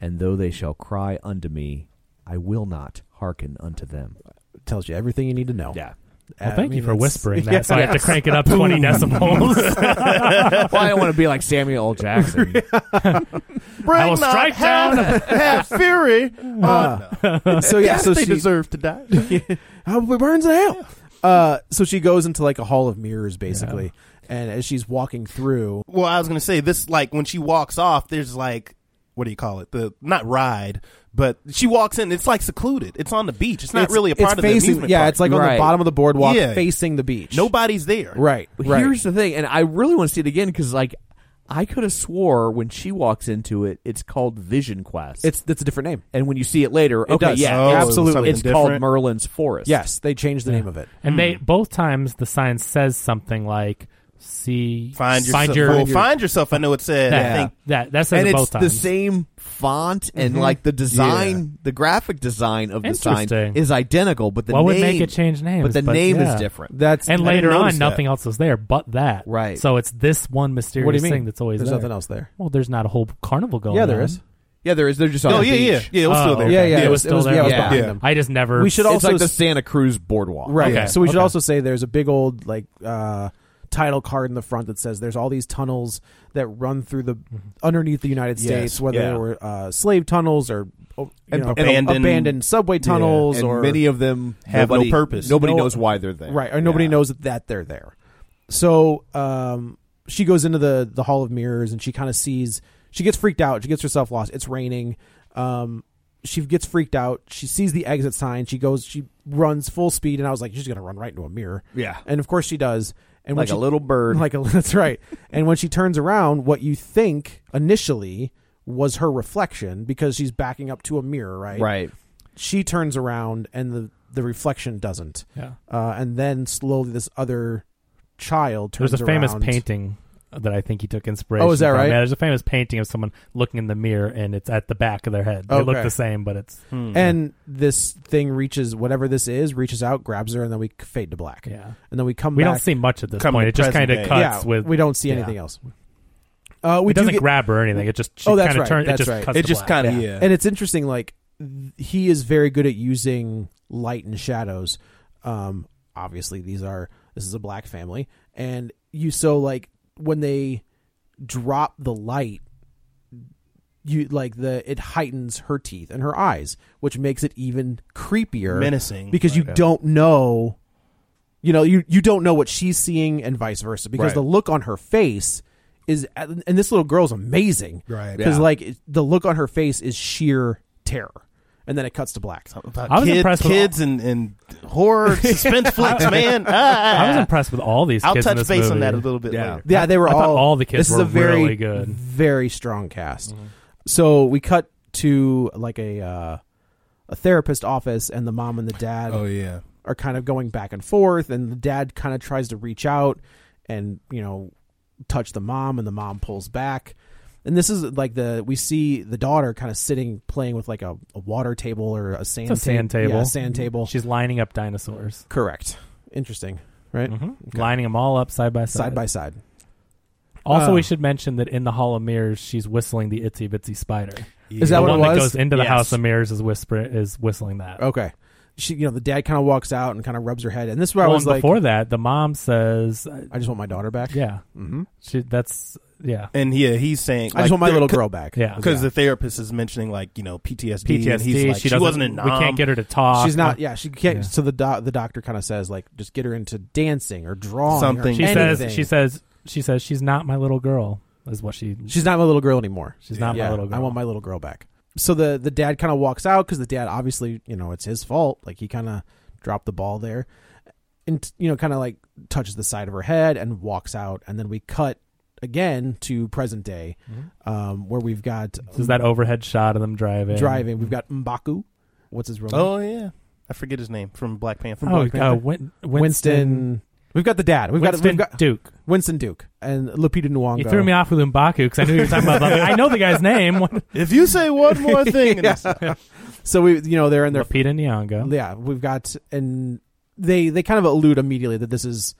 Speaker 1: And though they shall cry unto me, I will not hearken unto them.
Speaker 2: Tells you everything you need to know. Uh,
Speaker 3: Well,
Speaker 2: I
Speaker 3: thank
Speaker 2: mean,
Speaker 3: you for
Speaker 2: that's- [laughs]
Speaker 3: whispering that.
Speaker 2: Yeah.
Speaker 3: So I have to crank it up 20
Speaker 2: [laughs]
Speaker 3: decibels.
Speaker 1: well, I don't want to be like Samuel L. Jackson.
Speaker 3: I will strike down.
Speaker 4: Have fury.
Speaker 2: [laughs] Uh, so yeah, so
Speaker 4: they
Speaker 2: she
Speaker 4: deserve to
Speaker 2: [laughs]
Speaker 4: die.
Speaker 2: How it burns in hell. Uh, so she goes into like a hall of mirrors, basically, and as she's walking through,
Speaker 4: Well, I was gonna say this. Like when she walks off, there's like what do you call it? The not ride, but she walks in. It's like secluded. It's on the beach. It's not really a
Speaker 2: it's
Speaker 4: part of the
Speaker 2: facing-
Speaker 4: amusement
Speaker 2: Yeah,
Speaker 4: park.
Speaker 2: it's like on the
Speaker 1: Right.
Speaker 2: bottom of the boardwalk,
Speaker 4: Yeah.
Speaker 2: facing the beach.
Speaker 4: nobody's there.
Speaker 2: Right, right.
Speaker 1: Here's the thing, and I really want to see it again because, like, I could have swore when she walks into it, it's called Vision Quest.
Speaker 2: It's that's a different name.
Speaker 1: and when you see it later,
Speaker 2: It
Speaker 1: okay,
Speaker 2: does.
Speaker 1: yeah,
Speaker 4: Oh,
Speaker 1: it's-
Speaker 4: absolutely.
Speaker 1: It's
Speaker 4: something
Speaker 1: called
Speaker 4: different.
Speaker 1: Merlin's Forest.
Speaker 2: Yes, they changed the name of it.
Speaker 3: And they both times the sign says something like, see,
Speaker 4: Find yourself.
Speaker 3: find your,
Speaker 4: well, find yourself. I know it said.
Speaker 3: that,
Speaker 4: I think
Speaker 3: that, that says
Speaker 1: and
Speaker 3: it
Speaker 1: it's
Speaker 3: both
Speaker 1: the
Speaker 3: times.
Speaker 1: same font and like the design,
Speaker 4: Yeah.
Speaker 1: the graphic design of the sign
Speaker 3: Interesting.
Speaker 1: is identical, but the
Speaker 3: What
Speaker 1: name
Speaker 3: would make it change names,
Speaker 1: But the
Speaker 3: but
Speaker 1: name
Speaker 3: yeah.
Speaker 1: is different.
Speaker 2: That's
Speaker 3: and
Speaker 4: I didn't
Speaker 3: later on,
Speaker 4: notice that.
Speaker 3: nothing else is there but that.
Speaker 1: Right.
Speaker 3: So it's this one mysterious
Speaker 2: what do you mean?
Speaker 3: thing that's always
Speaker 2: There's
Speaker 3: there.
Speaker 2: nothing else there.
Speaker 3: Well, there's not a whole carnival going.
Speaker 2: Yeah, there
Speaker 3: on.
Speaker 2: is.
Speaker 1: yeah, there is. They're just on
Speaker 4: Oh
Speaker 1: the
Speaker 4: yeah, yeah,
Speaker 1: beach.
Speaker 4: yeah. It was
Speaker 3: Oh,
Speaker 4: still there.
Speaker 3: okay.
Speaker 2: Yeah, yeah,
Speaker 3: It
Speaker 2: it
Speaker 3: was
Speaker 2: was- it
Speaker 3: still
Speaker 2: was-
Speaker 3: there.
Speaker 2: yeah, it was
Speaker 3: Okay.
Speaker 2: behind them.
Speaker 3: I just never.
Speaker 2: We should
Speaker 1: It's
Speaker 2: also
Speaker 1: like the
Speaker 2: s-
Speaker 1: Santa Cruz boardwalk.
Speaker 2: Right.
Speaker 3: Okay,
Speaker 2: So we should
Speaker 3: okay.
Speaker 2: also say there's a big old like uh, title card in the front that says there's all these tunnels that run through the underneath the United
Speaker 4: Mm-hmm. Yes,
Speaker 2: States, whether
Speaker 4: yeah.
Speaker 2: they were uh, slave tunnels or oh, you
Speaker 4: And
Speaker 2: know,
Speaker 4: abandoned-
Speaker 2: abandoned subway tunnels
Speaker 1: and
Speaker 2: or
Speaker 1: many of them
Speaker 4: Have no
Speaker 1: nobody-
Speaker 4: purpose.
Speaker 1: Nobody
Speaker 4: No-
Speaker 1: knows why they're there.
Speaker 2: right or nobody
Speaker 4: Yeah.
Speaker 2: knows that they're there. So um, she goes into the the hall of mirrors and she kind of sees she gets freaked out. She gets herself lost. It's raining. Um, she gets freaked out. She sees the exit sign. She goes. She runs full speed, and I was like, "She's gonna run right into a mirror."
Speaker 1: Yeah.
Speaker 2: and of course she does. And when
Speaker 1: Like a
Speaker 2: she-
Speaker 1: little bird.
Speaker 2: [laughs] Like a that's right. and when she turns around, what you think initially was her reflection because she's backing up to a mirror, right?
Speaker 1: Right.
Speaker 2: She turns around, and the the reflection doesn't.
Speaker 3: Yeah.
Speaker 2: Uh, and then slowly, this other child turns.
Speaker 3: There's a famous
Speaker 2: around.
Speaker 3: painting that I think he took inspiration.
Speaker 2: Oh, is that
Speaker 3: from.
Speaker 2: right?
Speaker 3: Yeah, there's a famous painting of someone looking in the mirror, and it's at the back of their head. They
Speaker 2: Okay.
Speaker 3: look the same, but it's
Speaker 4: Hmm.
Speaker 2: and this thing reaches whatever this is, reaches out, grabs her, and then we fade to black.
Speaker 3: yeah.
Speaker 2: and then we come.
Speaker 3: We
Speaker 2: back.
Speaker 3: don't see much at this
Speaker 4: Come
Speaker 3: point.
Speaker 4: to
Speaker 3: It just
Speaker 4: present
Speaker 3: kind of
Speaker 4: day.
Speaker 3: cuts
Speaker 2: yeah,
Speaker 3: with.
Speaker 2: we don't see
Speaker 3: yeah.
Speaker 2: anything else. Uh, we
Speaker 3: It doesn't
Speaker 2: do get,
Speaker 3: grab her or anything. It just she
Speaker 2: Oh, that's
Speaker 3: kinda
Speaker 2: right,
Speaker 3: turns-
Speaker 2: that's
Speaker 3: it just
Speaker 2: right.
Speaker 3: cuts
Speaker 4: It
Speaker 3: to
Speaker 4: just
Speaker 3: black.
Speaker 4: kind of yeah.
Speaker 2: and it's interesting like th- he is very good at using light and shadows um obviously these are this is a black family and you so like when they drop the light you like the it heightens her teeth and her eyes, which makes it even creepier,
Speaker 4: Menacing,
Speaker 2: because you
Speaker 4: like, uh,
Speaker 2: don't know, you know, you you don't know what she's seeing and vice versa because
Speaker 1: Right.
Speaker 2: the look on her face is and this little girl's amazing,
Speaker 4: Right.
Speaker 2: Because
Speaker 1: Yeah.
Speaker 2: like it- the look on her face is sheer terror, and then it cuts to black.
Speaker 4: About
Speaker 3: I was
Speaker 4: kid-
Speaker 3: impressed with
Speaker 4: kids and, and horror suspense flicks, man.
Speaker 3: I was
Speaker 4: Ah.
Speaker 3: impressed with all these.
Speaker 4: I'll
Speaker 3: kids
Speaker 4: touch
Speaker 3: in this
Speaker 4: base on
Speaker 3: movie.
Speaker 4: that a little bit
Speaker 1: Yeah.
Speaker 4: later.
Speaker 2: Yeah, they were
Speaker 3: I thought
Speaker 2: all
Speaker 3: all the kids
Speaker 2: This is
Speaker 3: were
Speaker 2: a very
Speaker 3: really good. Mm-hmm.
Speaker 2: very strong cast. So we cut to like a uh, a therapist office, and the mom and the dad
Speaker 4: Oh yeah.
Speaker 2: are kind of going back and forth, and the dad kind of tries to reach out and you know touch the mom, and the mom pulls back. And this is like the we see the daughter kind of sitting playing with like a, a water table or a sand,
Speaker 3: It's a sand
Speaker 2: ta-
Speaker 3: table.
Speaker 2: yeah, a sand table.
Speaker 3: She's lining up dinosaurs.
Speaker 2: Correct. Interesting, right? Okay.
Speaker 3: Mm-hmm. Lining them all up side by side.
Speaker 2: Side by side.
Speaker 3: Also,
Speaker 2: Uh.
Speaker 3: we should mention that in the Hall of Mirrors, she's whistling the Itsy Bitsy Spider.
Speaker 2: Is that
Speaker 3: the
Speaker 2: what
Speaker 3: one
Speaker 2: it was? Uh,
Speaker 3: that goes into the
Speaker 2: Yes.
Speaker 3: House of Mirrors is whisper is whistling that.
Speaker 2: Okay. She, you know, the dad kind of walks out and kind of rubs her head, and this is where
Speaker 3: Well,
Speaker 2: I was
Speaker 3: and
Speaker 2: like,
Speaker 3: before that, the mom says, uh,
Speaker 2: I just want my daughter back.
Speaker 3: "Yeah,
Speaker 2: Mm-hmm.
Speaker 3: she, that's yeah."
Speaker 4: And yeah, he's saying
Speaker 2: I just want my little girl back.
Speaker 3: Yeah.
Speaker 4: because the therapist is mentioning like you know PTSD,
Speaker 3: PTSD.
Speaker 4: and he's like
Speaker 3: she,
Speaker 4: she,
Speaker 3: doesn't-
Speaker 4: wasn't in.
Speaker 3: We can't get her to talk.
Speaker 2: She's not. Yeah, she can't.
Speaker 3: Yeah.
Speaker 2: So the doc, the doctor kind of says like, just get her into dancing or drawing. or
Speaker 4: Something.
Speaker 3: She
Speaker 2: anything.
Speaker 3: says. She says. She says she's not my little girl. Is what she.
Speaker 2: she's not my little girl anymore.
Speaker 3: She's not
Speaker 2: Yeah,
Speaker 3: my little girl.
Speaker 2: I want my little girl back. So the the dad kind of walks out because the dad obviously you know it's his fault. Like he kind of dropped the ball there, and you know kind of like touches the side of her head and walks out. And then we cut again to present day, um, where we've got
Speaker 3: Mm-hmm. This is that overhead shot of them driving.
Speaker 2: driving. We've got Mbaku. What's his real name?
Speaker 4: Oh yeah, I forget his name from Black Panther.
Speaker 3: Oh,
Speaker 4: Black
Speaker 3: uh,
Speaker 4: Panther.
Speaker 3: Win- Winston.
Speaker 2: Winston. We've got the dad. We've got we've
Speaker 3: Winston
Speaker 2: got
Speaker 3: Duke.
Speaker 2: Winston Duke and Lupita Nyong'o.
Speaker 3: You threw me off with Umbaku because I knew you were talking about. Lupita. I know the guy's
Speaker 2: [laughs]
Speaker 3: name. What-
Speaker 4: if you say one
Speaker 3: [laughs]
Speaker 4: more thing, and it's-
Speaker 2: So we, you know, they're in their
Speaker 3: Lupita Nyong'o.
Speaker 2: yeah. We've got and they they kind of allude immediately that this is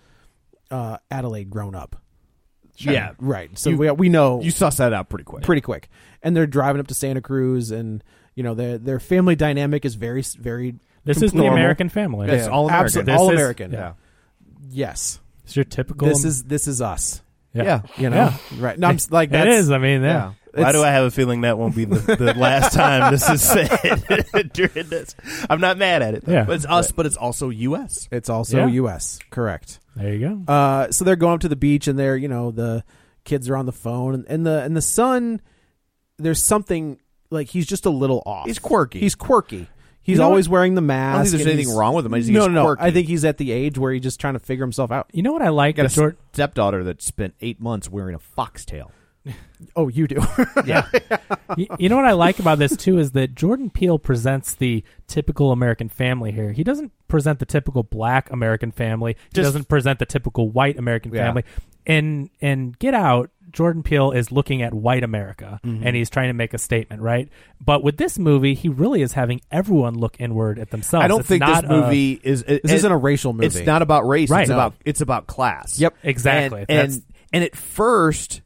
Speaker 2: uh Adelaide grown up.
Speaker 1: Yeah.
Speaker 2: Right. So
Speaker 1: You-
Speaker 2: we we know
Speaker 1: You suss that out pretty quick.
Speaker 2: pretty quick, and they're driving up to Santa Cruz, and you know their their family dynamic is very very
Speaker 3: This is the
Speaker 2: normal.
Speaker 3: American family.
Speaker 1: It's all American.
Speaker 2: Absolute-
Speaker 3: This
Speaker 2: all
Speaker 3: is-
Speaker 2: American.
Speaker 3: yeah.
Speaker 2: Yes.
Speaker 3: It's your typical.
Speaker 2: This is this is us.
Speaker 1: yeah.
Speaker 2: You know.
Speaker 3: Yeah.
Speaker 2: Right. No, I'm s- like
Speaker 3: It
Speaker 2: that's,
Speaker 3: is. I mean, yeah.
Speaker 4: Why
Speaker 2: It's-
Speaker 4: do I have a feeling that won't be the,
Speaker 3: [laughs]
Speaker 4: the last time this is said [laughs] during this? I'm not mad at it. though.
Speaker 3: Yeah.
Speaker 4: But
Speaker 1: It's us, but it's also U.S.
Speaker 2: It's also
Speaker 3: Yeah.
Speaker 2: U.S. Correct.
Speaker 3: There you go.
Speaker 2: Uh, so they're going up to the beach, and they're you know the kids are on the phone, and, and the and the son, there's something like he's just a little off.
Speaker 1: He's quirky.
Speaker 2: He's quirky. He's
Speaker 1: know
Speaker 2: always wearing the
Speaker 1: I
Speaker 2: mask.
Speaker 1: don't think there's
Speaker 2: and
Speaker 1: anything
Speaker 2: he's-
Speaker 1: wrong with him. I just think
Speaker 2: no,
Speaker 1: he's
Speaker 2: no, no.
Speaker 1: quirky.
Speaker 2: I think he's at the age where he's just trying to figure himself out.
Speaker 3: You know what I like?
Speaker 1: got a
Speaker 3: that Jor-
Speaker 1: stepdaughter that spent eight months wearing a foxtail.
Speaker 2: Oh, you do. [laughs]
Speaker 1: Yeah,
Speaker 3: you, you know what I like about this too is that Jordan Peele presents the typical American family here. He doesn't present the typical black American family. He
Speaker 4: Just-
Speaker 3: doesn't present the typical white American
Speaker 1: Yeah.
Speaker 3: family. And and Get Out, Jordan Peele is looking at white America
Speaker 1: Mm-hmm.
Speaker 3: and he's trying to make a statement, right? But with this movie, he really is having everyone look inward at themselves.
Speaker 1: I don't
Speaker 3: It's
Speaker 1: think this
Speaker 3: not uh, a-
Speaker 1: movie is. It,
Speaker 2: This
Speaker 1: it-
Speaker 2: isn't a racial movie.
Speaker 1: It's not about race.
Speaker 3: Right.
Speaker 1: It's
Speaker 3: No.
Speaker 1: about it's about class.
Speaker 2: Yep.
Speaker 3: Exactly.
Speaker 1: And
Speaker 3: That's-
Speaker 1: and, and at first,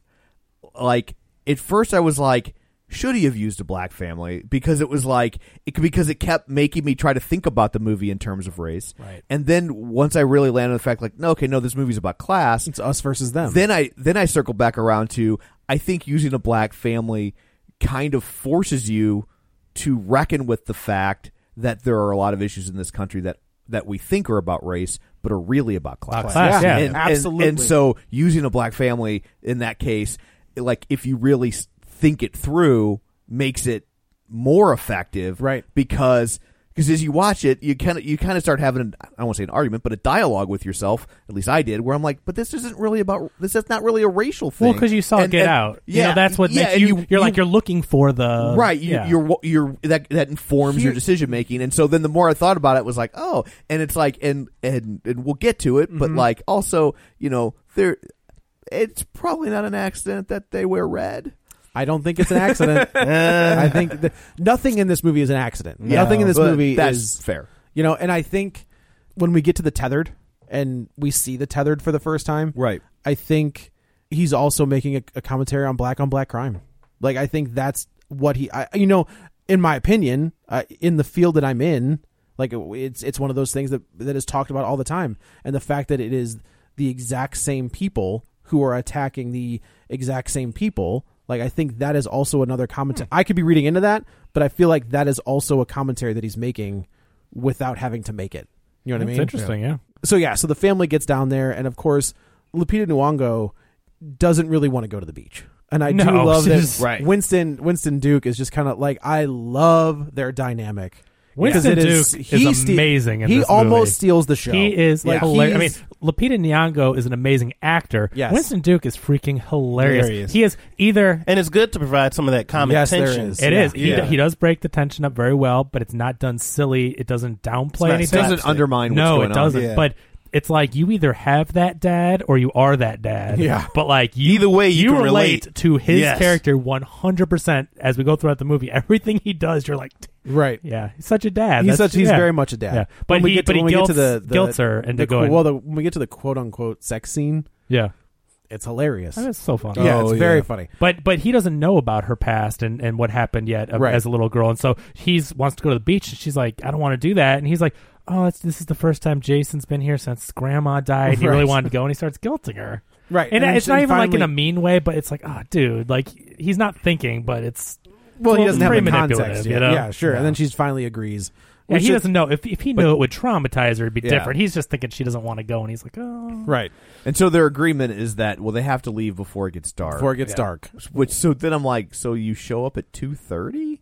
Speaker 1: like at first, I was like. Should he have used a black family because it was like it, because it kept making me try to think about the movie in terms of race,
Speaker 3: Right.
Speaker 1: And then once I really landed on the fact, like, no, okay, no, this movie's about
Speaker 2: [laughs]
Speaker 1: class.
Speaker 2: it's us versus them.
Speaker 1: Then I then I circle back around to I think using a black family kind of forces you to reckon with the fact that there are a lot of issues in this country that that we think are about race but are really about class.
Speaker 3: About class, Yeah, yeah.
Speaker 1: And, and-
Speaker 2: absolutely.
Speaker 1: And, so using a black family in that case, like if you really s- think it through, makes it more effective,
Speaker 2: Right.
Speaker 1: Because because as you watch it, you kind of you kind of start having an, I don't want to say an argument, but a dialogue with yourself. At least I did, where I'm like, but this isn't really about this. is not really a racial thing.
Speaker 3: Well, because you saw
Speaker 1: And-
Speaker 3: Get
Speaker 1: and-
Speaker 3: Out,
Speaker 1: yeah,
Speaker 3: you know, that's what
Speaker 1: yeah,
Speaker 3: makes
Speaker 1: and
Speaker 3: you, you. are like you're looking for the uh,
Speaker 1: right you,
Speaker 3: yeah.
Speaker 1: you're wa- you're that that informs your decision making and so then the more i thought about it it was like oh and it's like and and, and we'll get to it
Speaker 3: Mm-hmm.
Speaker 1: but like also you know there it's probably not an accident that they wear red
Speaker 2: I don't think it's
Speaker 1: [laughs]
Speaker 2: an accident. I think that nothing in this movie is an accident. nothing in this
Speaker 1: Uh. But
Speaker 2: movie
Speaker 1: that's
Speaker 2: is
Speaker 1: fair
Speaker 2: You know, and I think when we get to the tethered and we see the tethered for the first time,
Speaker 1: right
Speaker 2: I think he's also making a, a commentary on black on black crime. Like I think that's what he, I, you know, in my opinion, uh, in the field that I'm in, like it's it's one of those things that that is talked about all the time, and the fact that it is the exact same people who are attacking the exact same people Like I think that is also another
Speaker 3: Hmm.
Speaker 2: commentary. I could be reading into that, but I feel like that is also a commentary that he's making without having to make it. You know what
Speaker 3: That's
Speaker 2: I mean?
Speaker 3: interesting, yeah.
Speaker 2: So yeah, so the family gets down there, and of course, Lupita Nyong'o doesn't really want to go to the beach. And I do
Speaker 3: No,
Speaker 2: love that
Speaker 3: she's- Right.
Speaker 2: Winston Winston Duke is just kind of like I love their dynamic. 'Cause
Speaker 3: Winston
Speaker 2: it
Speaker 3: Duke
Speaker 2: he
Speaker 3: is
Speaker 2: ste-
Speaker 3: amazing. In
Speaker 2: he
Speaker 3: this
Speaker 2: almost
Speaker 3: movie.
Speaker 2: steals the show.
Speaker 3: He is like
Speaker 2: Yeah.
Speaker 3: hilarious. I mean,
Speaker 2: He's-
Speaker 3: Lupita Nyong'o is an amazing actor.
Speaker 2: Yes.
Speaker 3: Winston Duke is freaking hilarious.
Speaker 4: Hilarious.
Speaker 3: He is either
Speaker 4: And it's good to provide some of that comic
Speaker 2: Yes, there
Speaker 4: tension.
Speaker 2: is.
Speaker 3: It
Speaker 2: Yeah.
Speaker 3: is. He,
Speaker 4: Yeah.
Speaker 3: he does break the tension up very well, but it's not done silly. It doesn't downplay
Speaker 4: It's
Speaker 3: anything.
Speaker 4: not
Speaker 1: doesn't
Speaker 4: slapstick.
Speaker 1: undermine what's
Speaker 3: no,
Speaker 1: going
Speaker 3: it doesn't.
Speaker 4: Yeah.
Speaker 3: But it's like you either have that dad or you are that dad.
Speaker 2: Yeah.
Speaker 3: But like you,
Speaker 4: Either way, you can
Speaker 3: relate,
Speaker 4: relate.
Speaker 3: to his
Speaker 4: Yes.
Speaker 3: character one hundred percent as we go throughout the movie. Everything he does, you're like,
Speaker 2: right.
Speaker 3: yeah, he's such a dad.
Speaker 2: He's
Speaker 3: That's-
Speaker 2: such. He's
Speaker 3: yeah.
Speaker 2: very much a dad.
Speaker 3: Yeah. But
Speaker 2: when we
Speaker 3: he-
Speaker 2: get to,
Speaker 3: but he
Speaker 2: when we get to the,
Speaker 3: guilts-
Speaker 2: the
Speaker 3: guilts her into
Speaker 2: the,
Speaker 3: going-
Speaker 2: Well, the, when we get to the quote unquote sex scene,
Speaker 3: Yeah,
Speaker 2: it's hilarious.
Speaker 3: that's so fun.
Speaker 2: yeah,
Speaker 4: Oh,
Speaker 2: it's very
Speaker 4: yeah.
Speaker 2: funny.
Speaker 3: But but he doesn't know about her past and, and what happened yet uh,
Speaker 2: Right.
Speaker 3: as a little girl, and so he's wants to go to the beach, and she's like, I don't want to do that, and he's like, Oh, it's, this is the first time Jason's been here since Grandma died. and He really
Speaker 2: Right.
Speaker 3: wanted to go, and he starts guilting her.
Speaker 2: Right,
Speaker 3: and,
Speaker 2: and
Speaker 3: it's
Speaker 2: she-
Speaker 3: not even like in
Speaker 2: finally-
Speaker 3: a mean way, but it's like, oh, dude, like he's not thinking, but it's
Speaker 2: Well, he
Speaker 3: Well,
Speaker 2: doesn't have
Speaker 3: pretty
Speaker 2: the
Speaker 3: manipulative,
Speaker 2: context.
Speaker 3: you
Speaker 2: yet.
Speaker 3: know?
Speaker 2: Yeah, sure.
Speaker 3: Yeah.
Speaker 2: And then she finally agrees.
Speaker 3: yeah,
Speaker 2: Which
Speaker 3: he
Speaker 2: is-
Speaker 3: doesn't know if if he knew it would traumatize her, it'd be
Speaker 2: Yeah.
Speaker 3: different. He's just thinking she doesn't want to go, and he's like, oh,
Speaker 2: Right.
Speaker 1: And so their agreement is that well they have to leave before it gets dark.
Speaker 2: Before it gets dark.
Speaker 1: Which so then I'm like, so you show up at two
Speaker 2: [laughs]
Speaker 1: thirty?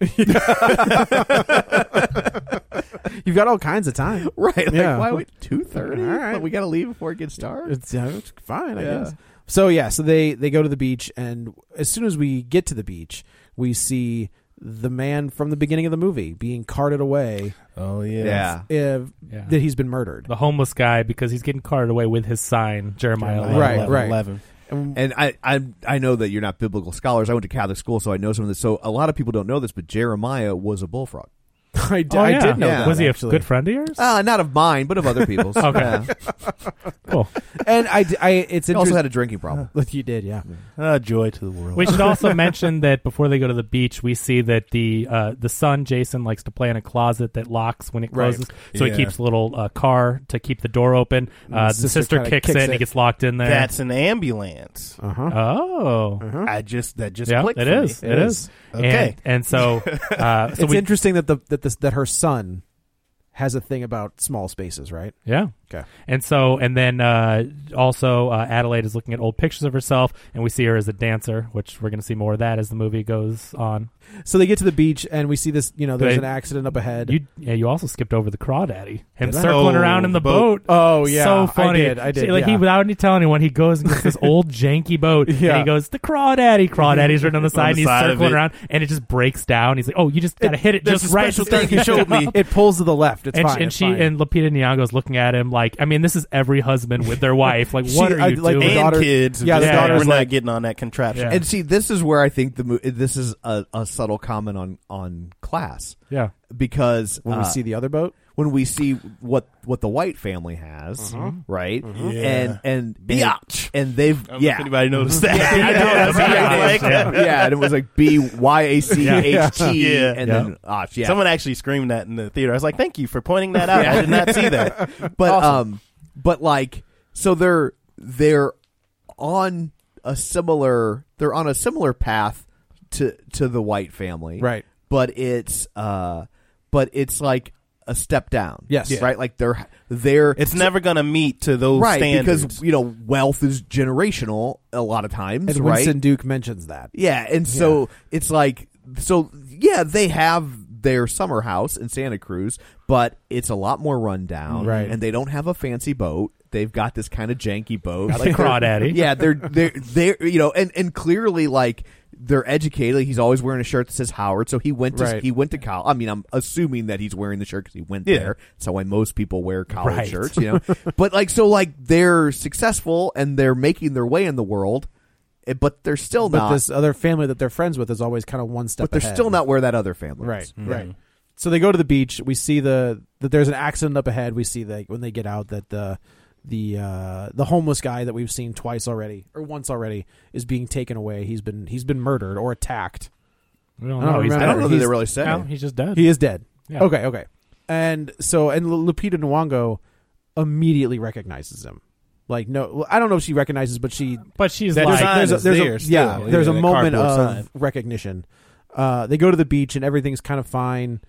Speaker 2: You've got all kinds of
Speaker 3: [laughs]
Speaker 2: time.
Speaker 1: right. Like
Speaker 2: Yeah.
Speaker 1: why wait two thirty?
Speaker 2: All right.
Speaker 1: we gotta leave before it gets dark.
Speaker 2: It's, yeah, it's fine, I
Speaker 1: Yeah.
Speaker 2: guess. So yeah, so they they go to the beach, and as soon as we get to the beach, we see the man from the beginning of the movie being carted away.
Speaker 4: Oh yeah.
Speaker 1: yeah.
Speaker 2: Uh,
Speaker 3: Yeah.
Speaker 2: That he's been murdered.
Speaker 3: the homeless guy because he's getting carted away with his sign, Jeremiah.
Speaker 4: Eleven,
Speaker 2: Right,
Speaker 4: eleven,
Speaker 2: right.
Speaker 4: eleven.
Speaker 3: [laughs]
Speaker 1: And I, I I know that you're not biblical scholars. I went to Catholic school, so I know some of this. So a lot of people don't know this, but Jeremiah was a bullfrog.
Speaker 2: I, d-
Speaker 3: Oh,
Speaker 2: I
Speaker 3: yeah.
Speaker 2: did know.
Speaker 1: Yeah.
Speaker 2: that,
Speaker 3: was he a
Speaker 2: actually.
Speaker 3: good friend of yours?
Speaker 2: Ah,
Speaker 1: Uh, not of mine, but of other
Speaker 2: [laughs]
Speaker 1: people's.
Speaker 3: Okay.
Speaker 1: Yeah.
Speaker 3: cool.
Speaker 2: And I, d- I it's
Speaker 1: He also
Speaker 2: interesting. [laughs]
Speaker 1: had a drinking problem.
Speaker 2: you did, yeah.
Speaker 4: Ah, joy to the world.
Speaker 3: We should also mention that before they go to the beach, we see that the uh, the son Jason likes to play in a closet that locks when it
Speaker 2: Right.
Speaker 3: closes, so
Speaker 4: Yeah.
Speaker 3: he keeps a little uh, car to keep the door open. Uh, the
Speaker 2: sister
Speaker 3: sister,
Speaker 2: kinda
Speaker 3: kicks,
Speaker 2: kicks
Speaker 3: it, and
Speaker 2: it.
Speaker 3: he gets locked in there.
Speaker 4: That's an ambulance.
Speaker 2: Uh huh.
Speaker 3: oh.
Speaker 4: I just that just
Speaker 3: Yeah,
Speaker 4: clicked.
Speaker 3: it
Speaker 4: for
Speaker 3: is.
Speaker 4: me.
Speaker 3: It is.
Speaker 4: Okay.
Speaker 3: And, and so, uh, so
Speaker 2: it's
Speaker 3: we,
Speaker 2: interesting that the that this that her son has a thing about small spaces, right?
Speaker 3: yeah.
Speaker 2: Okay.
Speaker 3: And so, and then uh, also uh, Adelaide is looking at old pictures of herself, and we see her as a dancer, which we're going to see more of that as the movie goes on.
Speaker 2: So they get to the beach and we see this. You know, there's
Speaker 3: They-
Speaker 2: an accident up ahead. [laughs]
Speaker 3: You yeah, you also skipped over the crawdaddy him
Speaker 4: Did I?
Speaker 3: circling
Speaker 4: Oh,
Speaker 3: around in the
Speaker 4: the boat.
Speaker 3: boat.
Speaker 2: Oh, yeah. I
Speaker 3: so funny.
Speaker 2: did, I did,
Speaker 3: See, like
Speaker 2: yeah.
Speaker 3: he without any telling anyone, he goes and
Speaker 2: [laughs]
Speaker 3: gets this old janky boat.
Speaker 2: Yeah.
Speaker 3: and he goes the crawdaddy. Crawdaddy's written on
Speaker 2: [laughs]
Speaker 3: the
Speaker 4: the
Speaker 3: side, and he's
Speaker 4: side of it.
Speaker 3: circling around, and it just breaks down. He's like, oh, you just gotta hit it
Speaker 4: there's
Speaker 3: just
Speaker 4: a
Speaker 3: right.
Speaker 4: special
Speaker 3: to start
Speaker 4: thing you
Speaker 3: to
Speaker 4: showed
Speaker 3: come
Speaker 4: me.
Speaker 3: up."
Speaker 2: it pulls to the left. It's
Speaker 3: [laughs] And,
Speaker 2: fine.
Speaker 3: she, and
Speaker 2: it's
Speaker 3: she
Speaker 2: fine.
Speaker 3: and Lupita Nyong'o's looking at him like, I mean, this is every husband with their wife. Like,
Speaker 2: She-
Speaker 3: what are
Speaker 2: I-
Speaker 3: you
Speaker 2: like, the
Speaker 3: doing?
Speaker 4: And
Speaker 2: daughter-
Speaker 4: kids.
Speaker 2: yeah,
Speaker 3: the
Speaker 4: Just like,
Speaker 3: daughter's
Speaker 4: we're
Speaker 2: like-
Speaker 4: not getting on that contraption.
Speaker 3: Yeah.
Speaker 1: And see, this is where I think the mo- this is a, a subtle comment on on class
Speaker 3: yeah,
Speaker 1: because
Speaker 2: when we
Speaker 1: uh,
Speaker 2: see the other boat,
Speaker 1: when we see what what the white family has, right? And and
Speaker 4: Biatch.
Speaker 1: and, and they've
Speaker 4: I don't know if
Speaker 1: [laughs]
Speaker 4: [laughs]
Speaker 1: yeah.
Speaker 4: anybody noticed that? [laughs]
Speaker 1: yeah,
Speaker 3: that's what
Speaker 1: yeah,
Speaker 3: it
Speaker 1: yeah, and it was like B Y A C H T,
Speaker 4: Yeah.
Speaker 1: and
Speaker 4: Yeah.
Speaker 1: then ah, Ach, yeah.
Speaker 4: Someone actually screamed that in the theater. I was like, "Thank you for pointing that out. I did
Speaker 1: [laughs]
Speaker 4: not see that."
Speaker 1: but um, but like, so they're they're on a similar they're on a similar path to to the white family,
Speaker 2: Right.
Speaker 1: But it's uh, but it's like a step down,
Speaker 2: Yes. Yeah.
Speaker 1: right? Like they're they're
Speaker 4: It's never going to meet to those
Speaker 1: right
Speaker 4: standards.
Speaker 1: because you know wealth is generational a lot of times,
Speaker 2: and
Speaker 1: right?
Speaker 2: Winston Duke mentions that.
Speaker 1: Yeah, and so it's like so yeah, they have their summer house in Santa Cruz, but it's a lot more rundown,
Speaker 2: Right.
Speaker 1: And they don't have a fancy boat. They've got this kind of janky boat,
Speaker 3: Got the
Speaker 1: [laughs]
Speaker 3: crawdaddy.
Speaker 1: Yeah, they're they're they're you know, and and clearly like they're educated. Like, he's always wearing a shirt that says Howard, so he went to
Speaker 2: Right.
Speaker 1: he went to college. I mean, I'm assuming that he's wearing the shirt because he went
Speaker 4: Yeah.
Speaker 1: there. That's how why most people wear college
Speaker 3: Right.
Speaker 1: shirts, you know. but like so, like they're successful and they're making their way in the world. eh, But they're still
Speaker 2: But
Speaker 1: not
Speaker 2: this other family that they're friends with is always kind of one step.
Speaker 1: but they're
Speaker 2: ahead.
Speaker 1: still not where that other family
Speaker 2: right.
Speaker 1: is.
Speaker 3: Mm-hmm.
Speaker 2: Right. So they go to the beach. We see the that there's an accident up ahead. We see that when they get out that the the uh, the homeless guy that we've seen twice already or once already is being taken away. He's been he's been murdered or attacked.
Speaker 3: we don't
Speaker 2: I don't
Speaker 3: know. He's
Speaker 2: remember.
Speaker 1: I don't know that
Speaker 2: He's-
Speaker 1: they really say.
Speaker 3: no, he's just dead.
Speaker 2: He is dead.
Speaker 3: Yeah.
Speaker 2: Okay, okay. And so and Lu- Lupita Nyong'o immediately recognizes him. Like no, well, I don't know if she recognizes, but she.
Speaker 3: But she's
Speaker 4: That
Speaker 3: like,
Speaker 4: design
Speaker 2: there's a,
Speaker 4: is
Speaker 2: there's
Speaker 4: there
Speaker 2: a, yeah,
Speaker 4: still,
Speaker 2: there's
Speaker 4: yeah,
Speaker 2: a
Speaker 4: the
Speaker 2: moment of
Speaker 4: cardboard sign.
Speaker 2: recognition. Uh, they go to the beach and everything's kind of fine.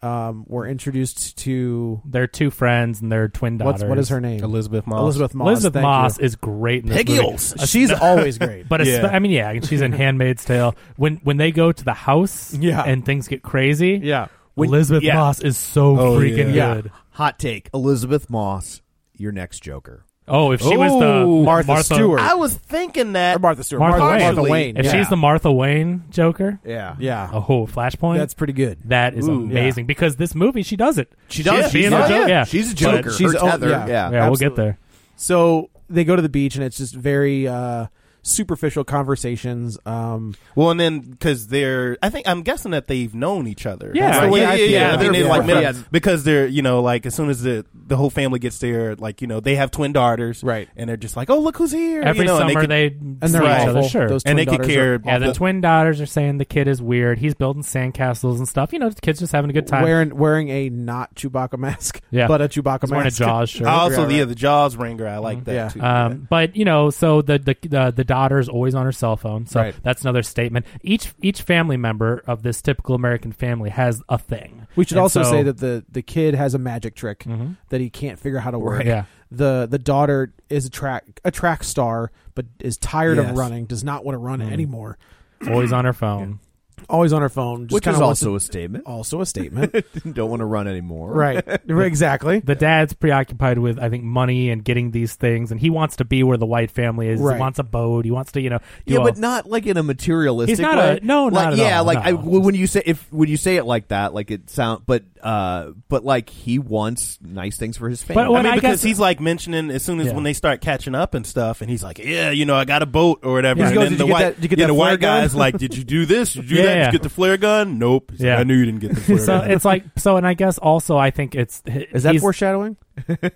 Speaker 2: Um, we're introduced to
Speaker 3: their two friends and their twin daughters.
Speaker 2: what's what is her name?
Speaker 4: Elizabeth Moss.
Speaker 2: Elizabeth Moss.
Speaker 3: Elizabeth
Speaker 2: thank
Speaker 3: Moss
Speaker 2: you.
Speaker 3: is great in this
Speaker 4: Peggy
Speaker 3: movie.
Speaker 4: Olson.
Speaker 3: Uh,
Speaker 2: She's
Speaker 4: [laughs]
Speaker 2: always great.
Speaker 3: But it's,
Speaker 4: Yeah.
Speaker 3: I mean, yeah, and she's in Handmaid's Tale. When when they go to the house,
Speaker 2: Yeah.
Speaker 3: and things get crazy,
Speaker 2: yeah,
Speaker 3: Elizabeth
Speaker 4: yeah.
Speaker 3: Moss is so
Speaker 4: Oh,
Speaker 3: freaking
Speaker 4: yeah.
Speaker 3: good.
Speaker 1: Hot take: Elizabeth Moss, your next Joker.
Speaker 3: Oh, if she was
Speaker 4: Ooh,
Speaker 3: the
Speaker 2: Martha Stewart.
Speaker 4: I was thinking
Speaker 2: Or
Speaker 4: that.
Speaker 2: Martha Stewart.
Speaker 3: Martha Wayne.
Speaker 2: Martha Wayne.
Speaker 3: if
Speaker 2: yeah.
Speaker 3: she's the Martha Wayne Joker,
Speaker 1: Yeah,
Speaker 2: yeah,
Speaker 3: oh, Flashpoint.
Speaker 2: that's pretty good.
Speaker 3: that is
Speaker 4: Ooh.
Speaker 3: amazing because this movie she does it.
Speaker 1: She does.
Speaker 3: She's being
Speaker 1: She's-
Speaker 3: a
Speaker 1: oh,
Speaker 3: Joker.
Speaker 1: yeah.
Speaker 3: Yeah.
Speaker 1: She's a Joker.
Speaker 2: she's
Speaker 1: Her
Speaker 2: oh,
Speaker 1: tether. Yeah.
Speaker 2: yeah.
Speaker 3: yeah, we'll get
Speaker 2: Absolutely.
Speaker 3: there.
Speaker 2: So they go to the beach and it's just very uh, superficial conversations. Um,
Speaker 4: Well, and then because they're, I think I'm guessing that they've known each other.
Speaker 3: Yeah. That's the
Speaker 4: right?
Speaker 3: way
Speaker 4: yeah,
Speaker 3: I
Speaker 4: yeah,
Speaker 3: feel.
Speaker 4: yeah. I
Speaker 3: Yeah.
Speaker 4: think they
Speaker 1: They're
Speaker 4: like met up
Speaker 1: friends.
Speaker 4: because they're, you know, like as soon as the the whole family gets there, like you know, they have twin daughters,
Speaker 2: Right.
Speaker 4: And they're just like, oh, look who's here.
Speaker 3: Every
Speaker 4: you know,
Speaker 3: summer
Speaker 4: and they, could-
Speaker 3: they,
Speaker 2: and
Speaker 3: see
Speaker 2: they're
Speaker 3: each
Speaker 2: awful.
Speaker 3: other. Sure,
Speaker 2: Those
Speaker 4: and
Speaker 2: twin
Speaker 4: they could
Speaker 2: daughters
Speaker 4: care.
Speaker 2: are
Speaker 3: yeah, the
Speaker 4: awful.
Speaker 3: twin daughters are saying the kid is weird. He's building sandcastles and stuff. You know, the kid's just having a good time.
Speaker 2: Wearing wearing a not Chewbacca mask,
Speaker 3: Yeah.
Speaker 2: but a Chewbacca mask.
Speaker 3: He's wearing a Jaws
Speaker 4: [laughs]
Speaker 3: shirt.
Speaker 4: Also,
Speaker 2: Yeah,
Speaker 4: yeah, the Jaws ringer. I like that
Speaker 2: Yeah.
Speaker 4: too.
Speaker 3: Um, but you know, so the the the, the daughter's always on her cell phone. So
Speaker 2: Right.
Speaker 3: that's another statement. Each each family member of this typical American family has a thing.
Speaker 2: We should
Speaker 3: And
Speaker 2: also
Speaker 3: so- Mm-hmm.
Speaker 2: say that the the kid has a magic trick that he can't figure how to work.
Speaker 3: Right. Yeah.
Speaker 2: The the daughter is a track a track star, but is tired
Speaker 4: Yes.
Speaker 2: of running. Does not want to run
Speaker 3: Mm-hmm.
Speaker 2: anymore.
Speaker 3: [clears throat] always on her phone.
Speaker 2: Always on her phone. Just
Speaker 1: Which
Speaker 2: kinda
Speaker 1: is
Speaker 2: wants
Speaker 1: also
Speaker 2: to-
Speaker 1: a
Speaker 3: [laughs]
Speaker 1: statement.
Speaker 2: also a statement.
Speaker 4: [laughs]
Speaker 1: Don't want to run anymore.
Speaker 2: right. [laughs] Exactly.
Speaker 3: The dad's preoccupied with I think money and getting these things, and he wants to be where the white family is.
Speaker 2: Right.
Speaker 3: He wants a boat. He wants to you know. do
Speaker 1: Yeah,
Speaker 3: all-
Speaker 1: but not like in a materialistic.
Speaker 3: He's not
Speaker 1: way.
Speaker 3: a- no,
Speaker 1: like,
Speaker 3: not at
Speaker 1: yeah,
Speaker 3: all,
Speaker 1: like I,
Speaker 3: no.
Speaker 1: w- when you say if when you say it like that, like it sound, but uh, but like he wants nice things for his family.
Speaker 3: But when
Speaker 4: I mean,
Speaker 3: I
Speaker 4: because
Speaker 3: guess-
Speaker 4: he's like mentioning as soon as
Speaker 3: Yeah.
Speaker 4: when they start catching up and stuff, and he's like, "Yeah, you know, I got a boat or whatever."
Speaker 2: Yeah.
Speaker 4: And
Speaker 2: He goes,
Speaker 4: then
Speaker 2: "Did
Speaker 4: the
Speaker 2: you get
Speaker 4: white,
Speaker 2: that- did you get
Speaker 4: yeah,
Speaker 2: that
Speaker 4: the
Speaker 2: flare
Speaker 4: white
Speaker 2: gun?"
Speaker 4: guy's like, "Did you do this?
Speaker 2: [laughs]
Speaker 4: Did you do
Speaker 3: Yeah,
Speaker 4: that? Did
Speaker 3: yeah.
Speaker 4: you get the flare gun? Nope. He's like,
Speaker 3: Yeah.
Speaker 4: I knew you didn't get the flare
Speaker 3: [laughs] so
Speaker 4: gun."
Speaker 3: it's like so, and I guess also I think it's
Speaker 2: Is that
Speaker 3: he's-
Speaker 2: foreshadowing?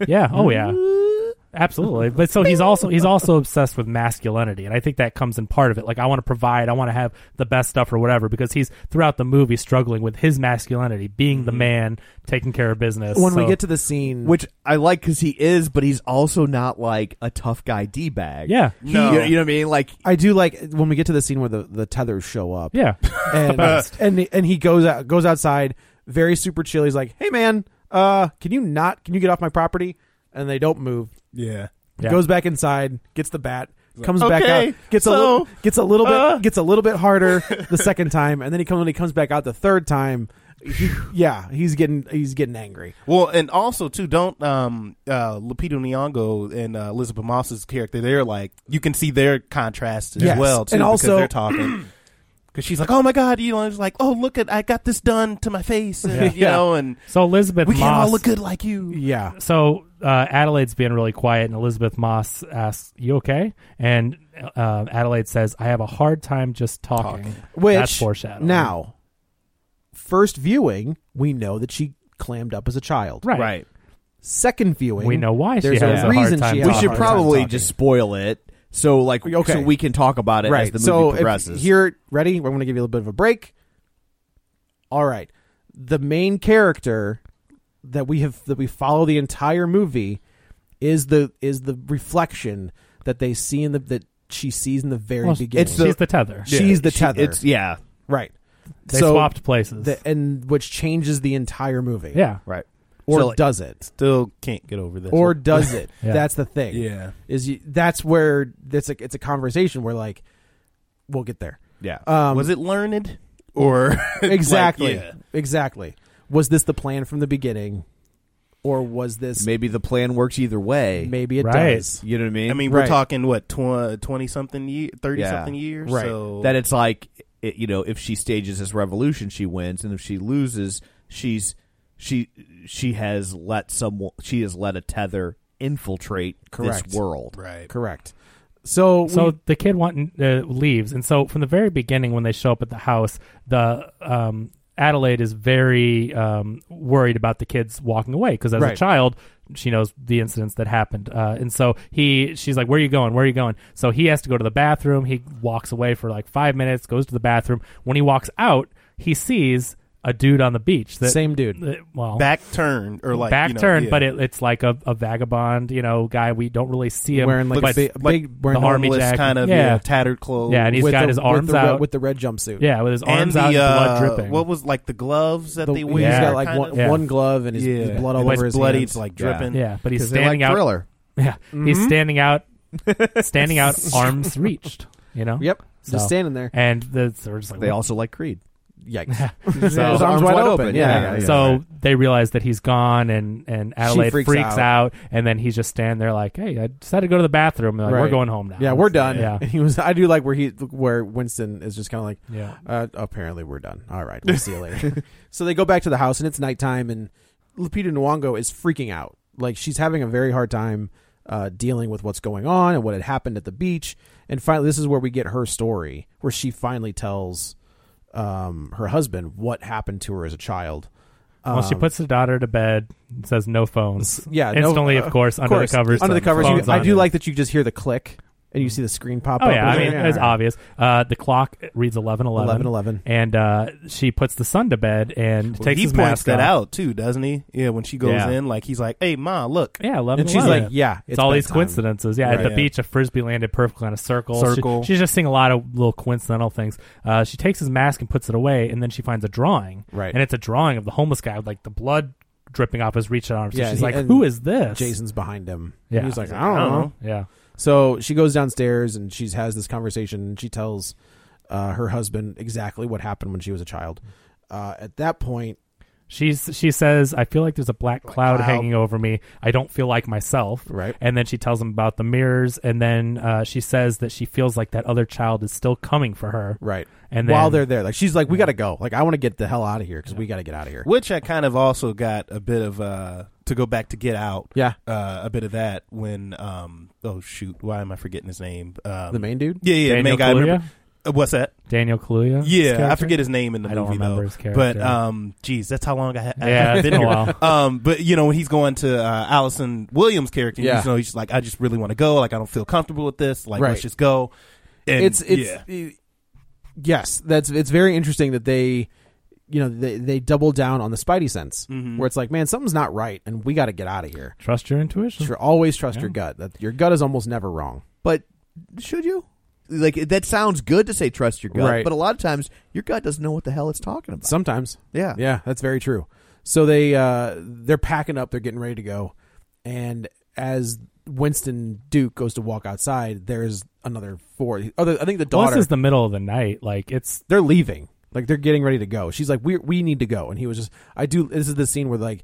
Speaker 3: Yeah.
Speaker 2: [laughs]
Speaker 3: Oh yeah. Absolutely. But so he's also he's also obsessed with masculinity and I think that comes in part of it. Like I want to provide, I want to have the best stuff or whatever because he's throughout the movie struggling with his masculinity, being the man, taking care of business.
Speaker 2: Mm-hmm. When we
Speaker 3: So-
Speaker 2: get to the scene,
Speaker 1: which I like because he is, but he's also not like a tough guy d bag.
Speaker 3: [laughs] Yeah.
Speaker 1: He-
Speaker 4: No.
Speaker 1: you, know, you know what I mean. Like
Speaker 2: I do like when we get to the scene where the, the tethers show up.
Speaker 3: Yeah.
Speaker 2: and
Speaker 3: [laughs]
Speaker 2: and and he goes out goes outside, very super chill. He's like, "Hey man, uh, can you not? Can you get off my property?" And they don't move.
Speaker 4: [laughs] yeah.
Speaker 3: Yeah.
Speaker 2: Goes back inside, gets the bat, comes back
Speaker 4: "Okay,
Speaker 2: out, gets
Speaker 4: so,
Speaker 2: a little, gets a little
Speaker 4: uh."
Speaker 2: bit, gets a little bit harder
Speaker 3: [laughs]
Speaker 2: the second time, and then he comes when he comes back out the third time. He, yeah, he's getting he's getting angry.
Speaker 4: Well, and also too, don't um uh Lupita Nyong'o and uh, Elizabeth Moss's character, they're like you can see their contrast as
Speaker 2: Yes.
Speaker 4: well too,
Speaker 2: And
Speaker 4: because
Speaker 2: also-
Speaker 4: they're
Speaker 2: [clears throat]
Speaker 4: talking. Because she's like, oh my god, you know, it's like, oh look at, I got this done to my face, and, you
Speaker 2: Yeah.
Speaker 4: know, and
Speaker 3: so Elizabeth
Speaker 4: we can't all
Speaker 3: Moss
Speaker 4: look good like you.
Speaker 2: Yeah,
Speaker 3: So uh, Adelaide's being really quiet, and Elizabeth Moss asks, "You okay?" And uh, Adelaide says, "I have a hard time just talking."
Speaker 2: which
Speaker 3: That's foreshadowing.
Speaker 2: Now, first viewing, we know that she clammed up as a child.
Speaker 3: right?
Speaker 2: Second viewing,
Speaker 3: We know why she
Speaker 2: there's
Speaker 3: has
Speaker 2: a
Speaker 3: a hard
Speaker 2: reason
Speaker 3: time
Speaker 2: she
Speaker 3: Yeah,
Speaker 1: we
Speaker 2: has a
Speaker 1: should
Speaker 2: hard time
Speaker 1: probably
Speaker 2: talking.
Speaker 1: just spoil it so like
Speaker 2: Okay.
Speaker 1: so we can talk about it as the movie
Speaker 2: so if-
Speaker 1: progresses.
Speaker 2: here, ready? We're going to give you a little bit of a break. All right, the main character that we have that we follow the entire movie is the is the reflection that they see in the that she sees in the very
Speaker 3: Well,
Speaker 2: beginning.
Speaker 1: it's
Speaker 3: she's the tether.
Speaker 1: Yeah,
Speaker 2: she's the
Speaker 1: she-
Speaker 2: tether.
Speaker 1: It's yeah,
Speaker 2: right.
Speaker 3: They
Speaker 2: so
Speaker 3: swapped places.
Speaker 2: the, and which changes the entire movie.
Speaker 3: yeah.
Speaker 1: right.
Speaker 2: or
Speaker 4: So, like-
Speaker 2: does it?
Speaker 4: Still can't get over this.
Speaker 1: [laughs]
Speaker 2: Or does it?
Speaker 3: Yeah.
Speaker 2: That's the thing.
Speaker 4: yeah,
Speaker 2: is you, that's where it's a it's a conversation where like we'll get there.
Speaker 1: Yeah.
Speaker 2: Um,
Speaker 4: was it learned or
Speaker 2: [laughs]
Speaker 4: [laughs]
Speaker 2: exactly
Speaker 4: Like, yeah.
Speaker 2: exactly was this the plan from the beginning or was this maybe,
Speaker 1: Maybe the plan works either way.
Speaker 2: it
Speaker 3: Right.
Speaker 2: does
Speaker 1: You know what I mean?
Speaker 4: I mean,
Speaker 2: Right.
Speaker 4: we're talking what twenty something year, thirty something years.
Speaker 2: Right.
Speaker 4: So
Speaker 1: that it's like it, you know if she stages this revolution she wins and if she loses she's she she has let someone she has let a tether infiltrate
Speaker 2: Correct.
Speaker 1: this world
Speaker 4: right.
Speaker 2: correct so
Speaker 3: So
Speaker 2: we-
Speaker 3: the kid want, uh, leaves, and so from the very beginning, when they show up at the house, the um, Adelaide is very um, worried about the kids walking away because as
Speaker 2: Right.
Speaker 3: a child, she knows the incidents that happened, uh, and so he, she's like, "Where are you going? Where are you going?" So he has to go to the bathroom. He walks away for like five minutes, goes to the bathroom. When he walks out, he sees a dude on the beach. That,
Speaker 2: Same dude.
Speaker 3: uh, well,
Speaker 4: back turned or like
Speaker 3: back
Speaker 4: you know,
Speaker 3: turned,
Speaker 4: yeah.
Speaker 3: but it, it's like a, a vagabond, you know, guy. We don't really see him
Speaker 2: Wearing like
Speaker 3: but-
Speaker 2: a big,
Speaker 4: like
Speaker 2: big wearing
Speaker 3: the army
Speaker 4: homeless
Speaker 3: jacket.
Speaker 4: kind of
Speaker 3: Yeah.
Speaker 4: yeah, tattered clothes.
Speaker 3: yeah, and he's
Speaker 2: with
Speaker 3: got
Speaker 2: the-
Speaker 3: his
Speaker 2: with
Speaker 3: arms
Speaker 2: the red-
Speaker 3: out
Speaker 2: with the red jumpsuit.
Speaker 3: yeah, with his
Speaker 4: and
Speaker 3: arms
Speaker 4: the,
Speaker 3: out, and blood
Speaker 4: uh,
Speaker 3: dripping.
Speaker 4: What was like the gloves that
Speaker 2: The-
Speaker 4: they
Speaker 2: he's
Speaker 4: wear?
Speaker 2: got like
Speaker 4: kind
Speaker 2: one,
Speaker 4: of-
Speaker 3: yeah.
Speaker 2: one glove and his,
Speaker 4: yeah,
Speaker 2: his blood all
Speaker 4: And
Speaker 2: over
Speaker 4: his
Speaker 2: his
Speaker 4: bloody,
Speaker 2: hands.
Speaker 4: it's like
Speaker 2: Yeah.
Speaker 4: dripping.
Speaker 3: yeah, but he's
Speaker 2: 'Cause they
Speaker 3: standing
Speaker 2: like
Speaker 3: out.
Speaker 2: Thriller. Mm-hmm.
Speaker 3: Yeah,
Speaker 4: Mm-hmm.
Speaker 3: he's
Speaker 2: [laughs]
Speaker 3: standing out, standing out, arms reached. You know.
Speaker 2: Yep,
Speaker 3: So-
Speaker 2: just standing there.
Speaker 3: And the, so we're just like,
Speaker 1: They
Speaker 3: what
Speaker 1: also like Creed.
Speaker 2: Yikes!
Speaker 1: So-
Speaker 2: his arms wide open. Yeah, yeah, yeah.
Speaker 3: so they realize that he's gone, and and Adelaide
Speaker 2: freaks
Speaker 3: freaks, out. and then he's just standing there like, "Hey, I decided to go to the bathroom. They're like,
Speaker 2: Right.
Speaker 3: We're going home now.
Speaker 2: Yeah, we're done. [laughs]
Speaker 3: Yeah,
Speaker 2: And he was. I do like where he where Winston is just kind of like,
Speaker 3: yeah.
Speaker 2: uh, apparently we're done. All right, we'll see you later. so they go back to the house and it's nighttime and Lupita Nyong'o is freaking out. Like she's having a very hard time uh, dealing with what's going on and what had happened at the beach. And finally, this is where we get her story, where she finally tells um, her husband what happened to her as a child.
Speaker 3: well, she
Speaker 2: Um,
Speaker 3: puts the daughter to bed. and Says no phones.
Speaker 2: yeah, no-
Speaker 3: instantly,
Speaker 2: uh,
Speaker 3: of course, under the covers.
Speaker 2: Under the covers,
Speaker 3: Phones
Speaker 2: you, I
Speaker 3: on.
Speaker 2: do like that you just hear the click and you see the screen pop
Speaker 3: Oh
Speaker 2: up.
Speaker 3: yeah, I mean it's
Speaker 2: Yeah.
Speaker 3: obvious. Uh, the clock reads eleven eleven.
Speaker 2: 11:11.
Speaker 3: and uh, she puts the son to bed and
Speaker 4: Well,
Speaker 3: takes
Speaker 4: he
Speaker 3: his
Speaker 4: points
Speaker 3: mask
Speaker 4: that
Speaker 3: off.
Speaker 4: out too, doesn't he? Yeah, when she goes
Speaker 3: Yeah.
Speaker 4: in, like he's like, "Hey, ma, look."
Speaker 3: Oh, Yeah, eleven.
Speaker 2: And she's like, yeah,
Speaker 3: It's, all these
Speaker 2: bedtime.
Speaker 3: coincidences. Yeah, at
Speaker 4: Right.
Speaker 3: the
Speaker 4: Yeah.
Speaker 3: beach, a frisbee landed perfectly on a circle. She-
Speaker 4: Circle.
Speaker 3: she's just seeing a lot of little coincidental things. Uh, she takes his mask and puts it away, and then she finds a drawing.
Speaker 2: Right.
Speaker 3: and it's a drawing of the homeless guy with like the blood dripping off his reach arm. So
Speaker 2: Yeah,
Speaker 3: she's
Speaker 2: he-
Speaker 3: like,
Speaker 2: and
Speaker 3: "Who is this?"
Speaker 2: Jason's behind him.
Speaker 3: Yeah.
Speaker 2: he's like,
Speaker 3: He's
Speaker 2: I don't, know.
Speaker 3: Yeah,
Speaker 2: So she goes downstairs and she has this conversation. And she tells uh, her husband exactly what happened when she was a child. Uh, at that point,
Speaker 3: she's she says, "I feel like there's a black cloud, hanging over me. I don't feel like myself."
Speaker 2: Right.
Speaker 3: and then she tells him about the mirrors, and then uh, she says that she feels like that other child is still coming for her.
Speaker 2: right,
Speaker 3: And
Speaker 2: while
Speaker 3: then-
Speaker 2: they're there, like she's like, "We got to go. Like, I want to get the hell out of here because we got to get out of here."
Speaker 4: Which I kind of also got a bit of uh to go back to Get Out.
Speaker 2: Yeah.
Speaker 4: uh, a bit of that when um oh shoot, why am I forgetting his name? Um,
Speaker 2: The main dude.
Speaker 4: yeah yeah
Speaker 3: Daniel
Speaker 4: main guy. I remember-
Speaker 3: Kaluuya?
Speaker 4: Uh, what's that?
Speaker 3: Daniel Kaluuya. his
Speaker 4: Yeah, I
Speaker 3: character?
Speaker 4: forget his name in the
Speaker 3: I don't
Speaker 4: movie
Speaker 3: remember
Speaker 4: though.
Speaker 3: his character.
Speaker 4: But um, geez, that's how long I, ha- I
Speaker 3: Yeah,
Speaker 4: have
Speaker 3: it's
Speaker 4: been
Speaker 3: been a
Speaker 4: here.
Speaker 3: while.
Speaker 4: Um, but you know, when he's going to uh, Allison Williams' character,
Speaker 2: Yeah.
Speaker 4: you know, he's just like, I just really want to go. Like, I don't feel comfortable with this. Like,
Speaker 2: Right.
Speaker 4: let's just go. And,
Speaker 2: it's it's
Speaker 4: yeah.
Speaker 2: y- yes that's it's very interesting that they you know they, they double down on the spidey sense where it's like man something's not right and we got to get out of here
Speaker 3: Trust your intuition.
Speaker 2: Sure, always trust your gut that your gut is almost never wrong
Speaker 1: But should you? Like that sounds good to say trust your gut,
Speaker 2: Right.
Speaker 1: but a lot of times your gut doesn't know what the hell it's talking about.
Speaker 2: sometimes
Speaker 1: yeah.
Speaker 2: Yeah, that's very true. So they uh, they're packing up, they're getting ready to go, and as Winston Duke goes to walk outside, there's another four. Other, I think the
Speaker 3: Well,
Speaker 2: daughter.
Speaker 3: this is the middle of the night. Like it's
Speaker 2: they're leaving, like they're getting ready to go. She's like, "We we need to go," and he was just, "I do." This is the scene where like,